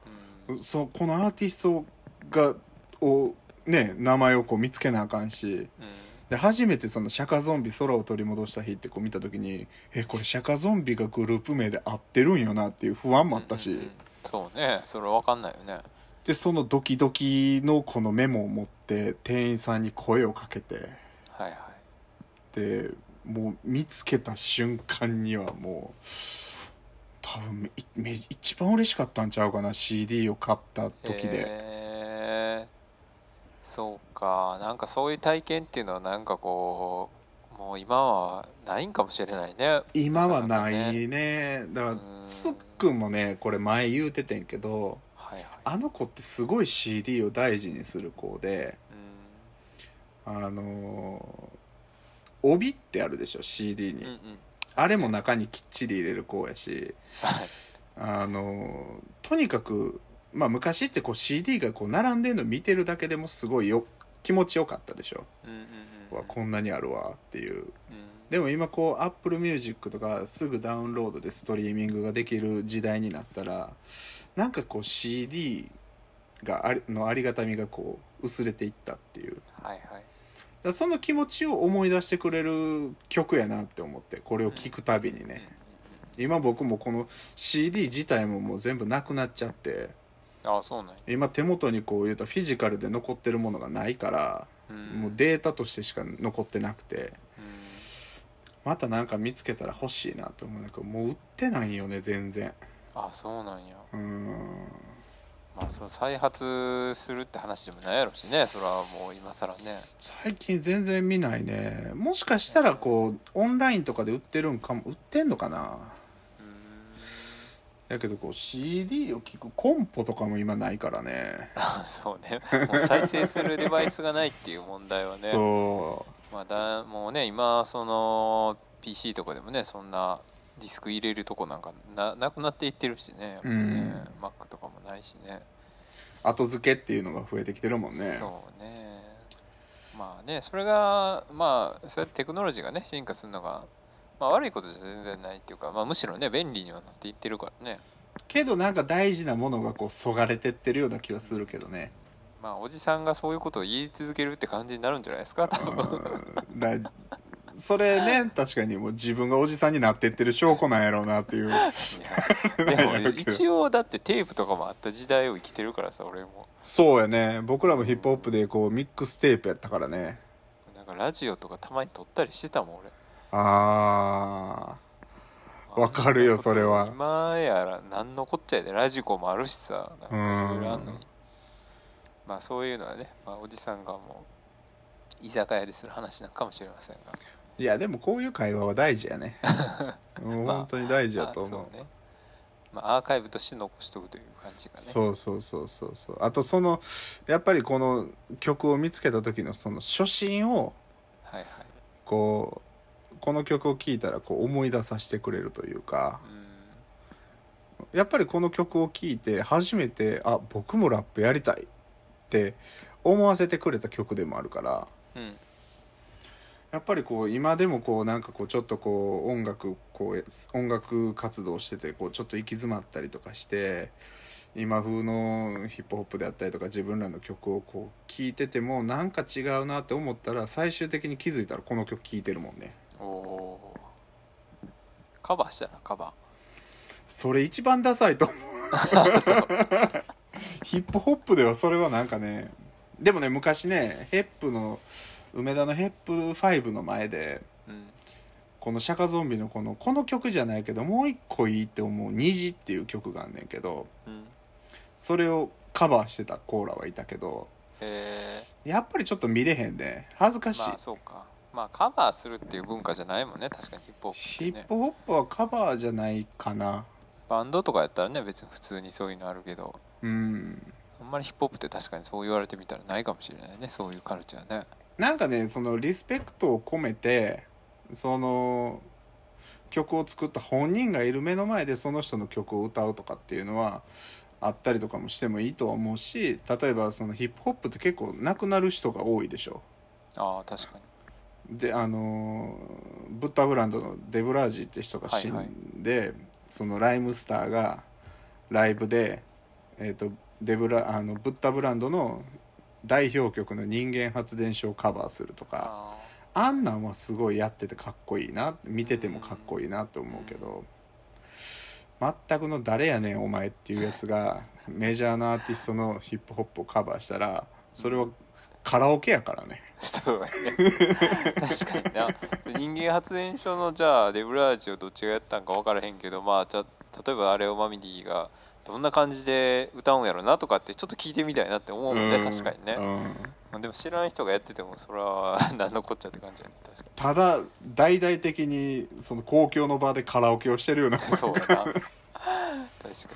[SPEAKER 1] うん
[SPEAKER 2] そうこのアーティストがをね名前をこう見つけなあかんしで初めてその釈迦ゾンビ空を取り戻した日ってこう見た時にえこれ釈迦ゾンビがグループ名で合ってるんよなっていう不安もあったし、
[SPEAKER 1] うんうんうんそうねそれわかんないよね
[SPEAKER 2] でそのドキドキのこのメモを持って店員さんに声をかけて
[SPEAKER 1] はいはい
[SPEAKER 2] でもう見つけた瞬間にはもう多分いめ一番嬉しかったんちゃうかな CD を買った時で、
[SPEAKER 1] えーそうかなんかそういう体験っていうのはなんかこうもう今はないんかもしれないね
[SPEAKER 2] 今はないねだから
[SPEAKER 1] うん
[SPEAKER 2] つっくんもねこれ前言うててんけど
[SPEAKER 1] はいはい
[SPEAKER 2] あの子ってすごい CD を大事にする子で
[SPEAKER 1] う
[SPEAKER 2] あのー帯ってあるでしょ CD に、
[SPEAKER 1] んうんうん
[SPEAKER 2] あれも中にきっちり入れる子やし
[SPEAKER 1] はい
[SPEAKER 2] あのとにかく、まあ、昔ってこう CD がこう並んでるの見てるだけでもすごいよ気持ちよかったでしょ、
[SPEAKER 1] うんうんうん
[SPEAKER 2] うわこんなにあるわっていう
[SPEAKER 1] うん
[SPEAKER 2] でも今こう Apple Music とかすぐダウンロードでストリーミングができる時代になったらなんかこう CD がありのありがたみがこう薄れていったっていうだか
[SPEAKER 1] はいはい
[SPEAKER 2] らその気持ちを思い出してくれる曲やなって思ってこれを聴くたびにね、今僕もこの CD 自体ももう全部なくなっちゃって
[SPEAKER 1] ああそうなんや
[SPEAKER 2] 今手元にこう言うたらフィジカルで残ってるものがないから、
[SPEAKER 1] うん
[SPEAKER 2] もうデータとしてしか残ってなくて
[SPEAKER 1] うん
[SPEAKER 2] またなんか見つけたら欲しいなと思うんだけどもう売ってないよね全然
[SPEAKER 1] あそうなんや
[SPEAKER 2] うーん
[SPEAKER 1] まあその再発するって話でもないやろしねそれはもう今更ね
[SPEAKER 2] 最近全然見ないねもしかしたらこうオンラインとかで売ってるんかも売ってんのかな
[SPEAKER 1] うん
[SPEAKER 2] だけどこう CD を聞くコンポとかも今ないからね
[SPEAKER 1] あ そうねもう再生するデバイスがないっていう問題はね
[SPEAKER 2] そ
[SPEAKER 1] まあ、だもうね今その PC とかでもねそんなディスク入れるとこなんかななくなっていってるしねやっぱね、
[SPEAKER 2] うん
[SPEAKER 1] Mac とかもないしね
[SPEAKER 2] う後付けっていうのが増えてきてるもんね
[SPEAKER 1] そうねまあねそれがまあそうやってテクノロジーがね進化するのが、まあ、悪いことじゃ全然ないっていうか、まあ、むしろね便利にはなっていってるからね
[SPEAKER 2] けどなんか大事なものがこうそがれてってるような気はするけどね
[SPEAKER 1] まあおじさんがそういうことを言い続けるって感じになるんじゃないですか多分
[SPEAKER 2] うんだそれね確かにもう自分がおじさんになってってる証拠なんやろうなっていう
[SPEAKER 1] いやでも一応だってテープとかもあった時代を生きてるからさ俺も
[SPEAKER 2] そうやね僕らもヒップホップでこうミックステープやったからね
[SPEAKER 1] なんかラジオとかたまに撮ったりしてたもん俺
[SPEAKER 2] あわかるよそれは
[SPEAKER 1] 今やら何のこっちゃやでラジコもあるしさなんかいろいろあんのに
[SPEAKER 2] うん
[SPEAKER 1] まあそういうのはね、まあ、おじさんがもう居酒屋でする話なんかもしれませんが
[SPEAKER 2] ーいやでもこういう会話は大事 やねもう本当に大事やと思う,、
[SPEAKER 1] まあそうねまあアーカイブとして残しとくという感じがね
[SPEAKER 2] そうそうそうそうそうあとそのやっぱりこの曲を見つけた時のその初心を
[SPEAKER 1] はいはい
[SPEAKER 2] こうこの曲を聴いたらこう思い出させてくれるというか
[SPEAKER 1] う
[SPEAKER 2] やっぱりこの曲を聴いて初めてあ僕もラップやりたいって思わせてくれた曲でもあるから
[SPEAKER 1] んうん
[SPEAKER 2] やっぱりこう今でもこうなんかこうちょっとこう音楽こう音楽活動しててこうちょっと行き詰まったりとかして今風のヒップホップであったりとか自分らの曲をこう聴いててもなんか違うなって思ったら最終的に気づいたらこの曲聴いてるもんね。
[SPEAKER 1] おおーカバーしたらカバー
[SPEAKER 2] それ一番ダサいと思うヒップホップではそれはなんかねでもね昔ねヘップの梅田のヘップ5の前で
[SPEAKER 1] うん
[SPEAKER 2] この釈迦ゾンビのこのこの曲じゃないけどもう一個いいって思う「虹」っていう曲があんねんけど
[SPEAKER 1] うん
[SPEAKER 2] それをカバーしてたコーラはいたけど
[SPEAKER 1] え
[SPEAKER 2] やっぱりちょっと見れへんで恥ずかしい、
[SPEAKER 1] まあそうかまあカバーするっていう文化じゃないもんね確かにヒップホップ
[SPEAKER 2] ヒ
[SPEAKER 1] って
[SPEAKER 2] ッ
[SPEAKER 1] ね
[SPEAKER 2] プホップはカバーじゃないかな
[SPEAKER 1] バンドとかやったらね別に普通にそういうのあるけど
[SPEAKER 2] うん
[SPEAKER 1] あんまりヒップホップって確かにそう言われてみたらないかもしれないねそういうカルチャーね
[SPEAKER 2] なんかねそのリスペクトを込めてその曲を作った本人がいる目の前でその人の曲を歌うとかっていうのはあったりとかもしてもいいとは思うし例えばそのヒップホップって結構亡くなる人が多いでしょ
[SPEAKER 1] ああ確かに
[SPEAKER 2] であのーブッダブランドのデブラージって人が死
[SPEAKER 1] はいはい
[SPEAKER 2] んで、そのライムスターがライブで、えー、とデブラあのブッダブランドの代表曲の「人間発電所」をカバーするとか
[SPEAKER 1] あ
[SPEAKER 2] あんなんはすごいやっててかっこいいな見ててもかっこいいなと思うけど全くの「誰やねんお前」っていうやつがメジャーなアーティストのヒップホップをカバーしたらそれはカラオケやからね。
[SPEAKER 1] あそうやね確かにな人間発電所のじゃあレブラージをどっちがやったんか分からへんけどまあじゃあ例えばあれをマミディがどんな感じで歌うんやろなとかってちょっと聞いてみたいなって思うもんね、
[SPEAKER 2] うん
[SPEAKER 1] 確かにね、
[SPEAKER 2] うん
[SPEAKER 1] まあでも知らん人がやっててもそれは何のこっちゃって感じやね確か
[SPEAKER 2] ただ大々的にその公共の場でカラオケをしてるような
[SPEAKER 1] にそうやな確かに確かに
[SPEAKER 2] そう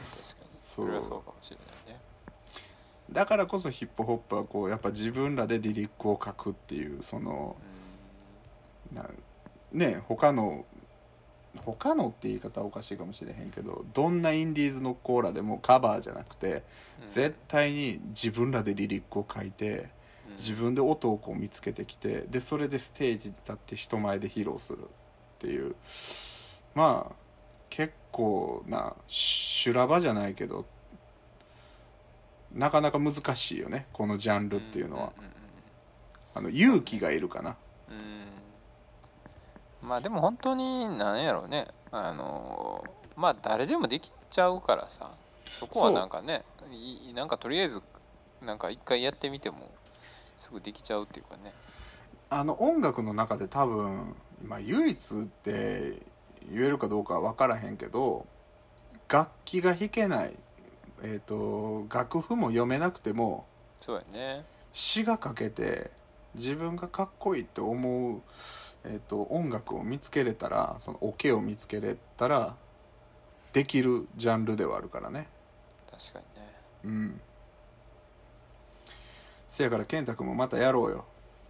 [SPEAKER 1] それはそうかもしれないね
[SPEAKER 2] だからこそヒップホップはこうやっぱ自分らでリリックを書くっていうそのなね他の他のって言い方はおかしいかもしれへんけどどんなインディーズのコーラでもカバーじゃなくて
[SPEAKER 1] うん
[SPEAKER 2] 絶対に自分らでリリックを書いて
[SPEAKER 1] うん
[SPEAKER 2] 自分で音をこう見つけてきてでそれでステージに立って人前で披露するっていうまあ結構な修羅場じゃないけどなかなか難しいよねこのジャンルっていうのは、
[SPEAKER 1] んうんうんうん
[SPEAKER 2] あの勇気がいるかな
[SPEAKER 1] うんまあでも本当になんやろうねあのまあ誰でもできちゃうからさそこは
[SPEAKER 2] そう
[SPEAKER 1] なんかねいなんかとりあえずなんか一回やってみてもすぐできちゃうっていうかね
[SPEAKER 2] あの音楽の中で多分、まあ、唯一って言えるかどうかは分からへんけど楽器が弾けない、えー、と楽譜も読めなくても
[SPEAKER 1] そうやね
[SPEAKER 2] 詩が書けて自分がかっこいいって思う、えー、と音楽を見つけれたらそのオ、ケを見つけれたらできるジャンルではあるからね。
[SPEAKER 1] 確かにね
[SPEAKER 2] うんせやから健太君もまたやろうよ。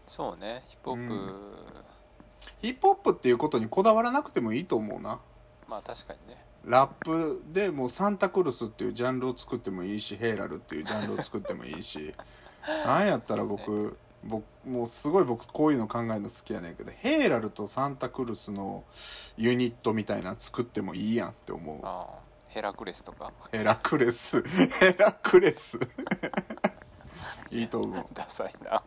[SPEAKER 1] そうねヒップホップ、
[SPEAKER 2] うんヒップホップっていうことにこだわらなくてもいいと思うな。
[SPEAKER 1] まあ確かにね
[SPEAKER 2] ラップでもうサンタクルスっていうジャンルを作ってもいいしヘイラルっていうジャンルを作ってもいい しなんやったら僕,、
[SPEAKER 1] そう
[SPEAKER 2] 僕もうすごい僕こういうの考えるの好きやねんけどヘイラルとサンタクルスのユニットみたいなの作ってもいいやんって思う
[SPEAKER 1] ああヘラクレスとか
[SPEAKER 2] ヘラクレスヘラクレスいいと思
[SPEAKER 1] ダサいな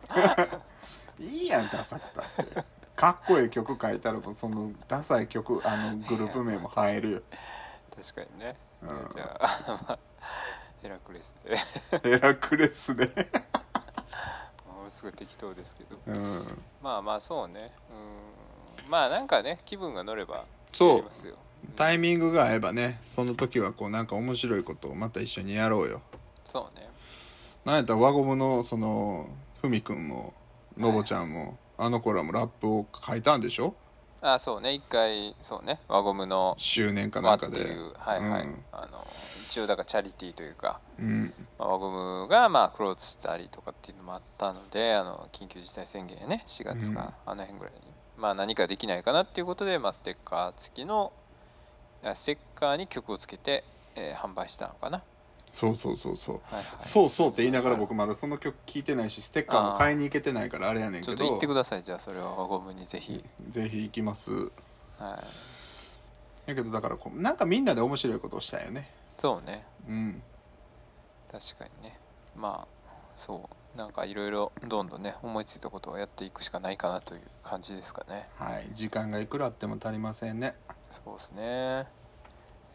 [SPEAKER 2] ういいやんダサくたってかっこいい曲書いたらもうそのダサい曲あのグループ名も入 るよ
[SPEAKER 1] 確かにね、
[SPEAKER 2] うん
[SPEAKER 1] じゃあ、 まあ、ヘラクレスで
[SPEAKER 2] ヘラクレス で
[SPEAKER 1] もうすぐ適当ですけど
[SPEAKER 2] うん
[SPEAKER 1] まあまあそうねうんまあなんかね気分が乗れば
[SPEAKER 2] そう
[SPEAKER 1] やりますようん
[SPEAKER 2] タイミングが合えばねその時はこうなんか面白いことをまた一緒にやろうよ
[SPEAKER 1] そうね
[SPEAKER 2] なんやったら輪ゴムのそのふみくんものぼちゃんも、あの頃はもうラップを書いたんでしょ
[SPEAKER 1] あそうね一回そうね輪ゴムの
[SPEAKER 2] 周年かな
[SPEAKER 1] 輪
[SPEAKER 2] ん
[SPEAKER 1] って
[SPEAKER 2] かで
[SPEAKER 1] いうはいはい、
[SPEAKER 2] うん
[SPEAKER 1] あの一応だからチャリティーというか、
[SPEAKER 2] うん
[SPEAKER 1] まあ、輪ゴムがまあクローズしたりとかっていうのもあったのであの緊急事態宣言やね4月か、あの辺ぐらいにまあ何かできないかなっていうことで、まあ、ステッカー付きのあステッカーに曲をつけて、えー販売したのかな、
[SPEAKER 2] そうそうそうそう
[SPEAKER 1] はいはい、
[SPEAKER 2] そうそうって言いながら僕まだその曲聴いてないしステッカーも買いに行けてないからあれやねん
[SPEAKER 1] ち
[SPEAKER 2] け
[SPEAKER 1] ょっと言
[SPEAKER 2] ど
[SPEAKER 1] ってくださいじゃあそれは輪ゴムにぜひ、
[SPEAKER 2] ぜひ行きます
[SPEAKER 1] はい、
[SPEAKER 2] やけどだからこうなんかみんなで面白いことをしたいよね
[SPEAKER 1] そうね
[SPEAKER 2] うん
[SPEAKER 1] 確かにねまあそうなんかいろいろどんどんね思いついたことをやっていくしかないかなという感じですかね
[SPEAKER 2] はい時間がいくらあっても足りませんね
[SPEAKER 1] そうですね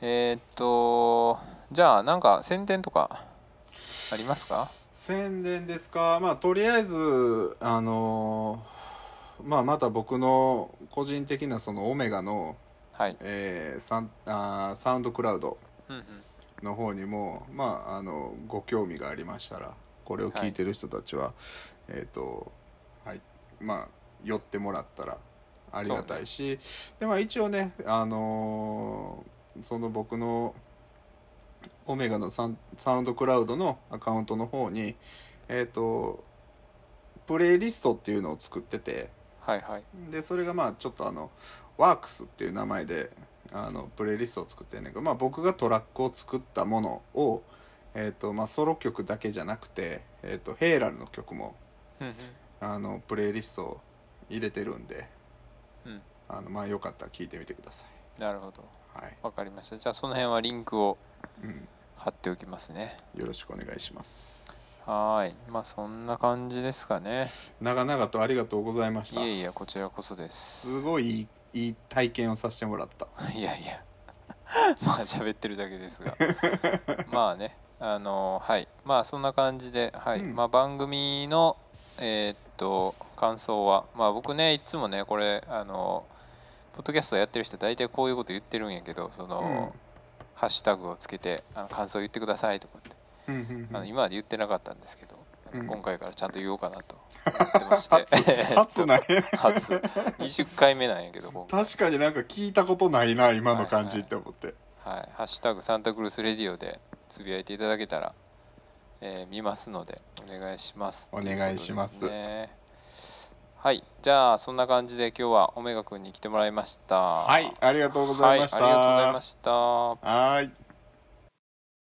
[SPEAKER 1] えーっとじゃあなんか宣伝とかありますか
[SPEAKER 2] 宣伝ですかまあとりあえずあのーまあ、また僕の個人的なそのオメガの、
[SPEAKER 1] はい。
[SPEAKER 2] えーサンあーサウンドクラウド
[SPEAKER 1] うんうん。
[SPEAKER 2] の方にも、まあ、あのご興味がありましたらこれを聞いてる人たちは、えっ、とはいまあ寄ってもらったらありがたいし、でまあ一応ねあのーその僕のオメガのサンサウンドクラウドのアカウントの方にえっ、とプレイリストっていうのを作ってて
[SPEAKER 1] はいはい。
[SPEAKER 2] でそれがまあちょっとあのワークスっていう名前であのプレイリストを作ってんねんけど、まあ、僕がトラックを作ったものを、えーとまあ、ソロ曲だけじゃなくて、えー、とヘイラルの曲も
[SPEAKER 1] うんうん。
[SPEAKER 2] あのプレイリストを入れてるんで
[SPEAKER 1] うん。
[SPEAKER 2] あの、まあ、よかったら聞いてみてください。
[SPEAKER 1] なるほど。
[SPEAKER 2] はい
[SPEAKER 1] わかりました。じゃあその辺はリンクを
[SPEAKER 2] うん、
[SPEAKER 1] 貼っておきますね。
[SPEAKER 2] よろしくお願いします。
[SPEAKER 1] はーい。まあそんな感じですかね。
[SPEAKER 2] 長々とありがとうございまし
[SPEAKER 1] い
[SPEAKER 2] た。
[SPEAKER 1] やいや、こちらこそです。
[SPEAKER 2] すごいいいいい体験をさせてもらった。
[SPEAKER 1] いやいやまあ喋ってるだけです がまあねあのはいまあそんな感じで、はい
[SPEAKER 2] うん
[SPEAKER 1] まあ、番組のえーっと感想はまあ僕ねいつもねこれあのポッドキャストやってる人大体こういうこと言ってるんやけどその、ハッシュタグをつけてあの感想言ってくださいとかって
[SPEAKER 2] うんうんうん
[SPEAKER 1] あの 今まで言ってなかったんですけど、あの
[SPEAKER 2] うん
[SPEAKER 1] 今回からちゃんと言おうかなと思ってまして
[SPEAKER 2] 初初なんや
[SPEAKER 1] 初20回目なんやけど今回
[SPEAKER 2] 確かになんか聞いたことないな今の感じって思って、
[SPEAKER 1] はい、ハッシュタグサンタクルースレディオでつぶやいていただけたら、えー見ますのでお願いします。
[SPEAKER 2] お願いします
[SPEAKER 1] ということですねはい、じゃあそんな感じで今日はオメガくんに来てもらいました。
[SPEAKER 2] はい、ありがとうございました。
[SPEAKER 1] はいありがとうございました。
[SPEAKER 2] はーい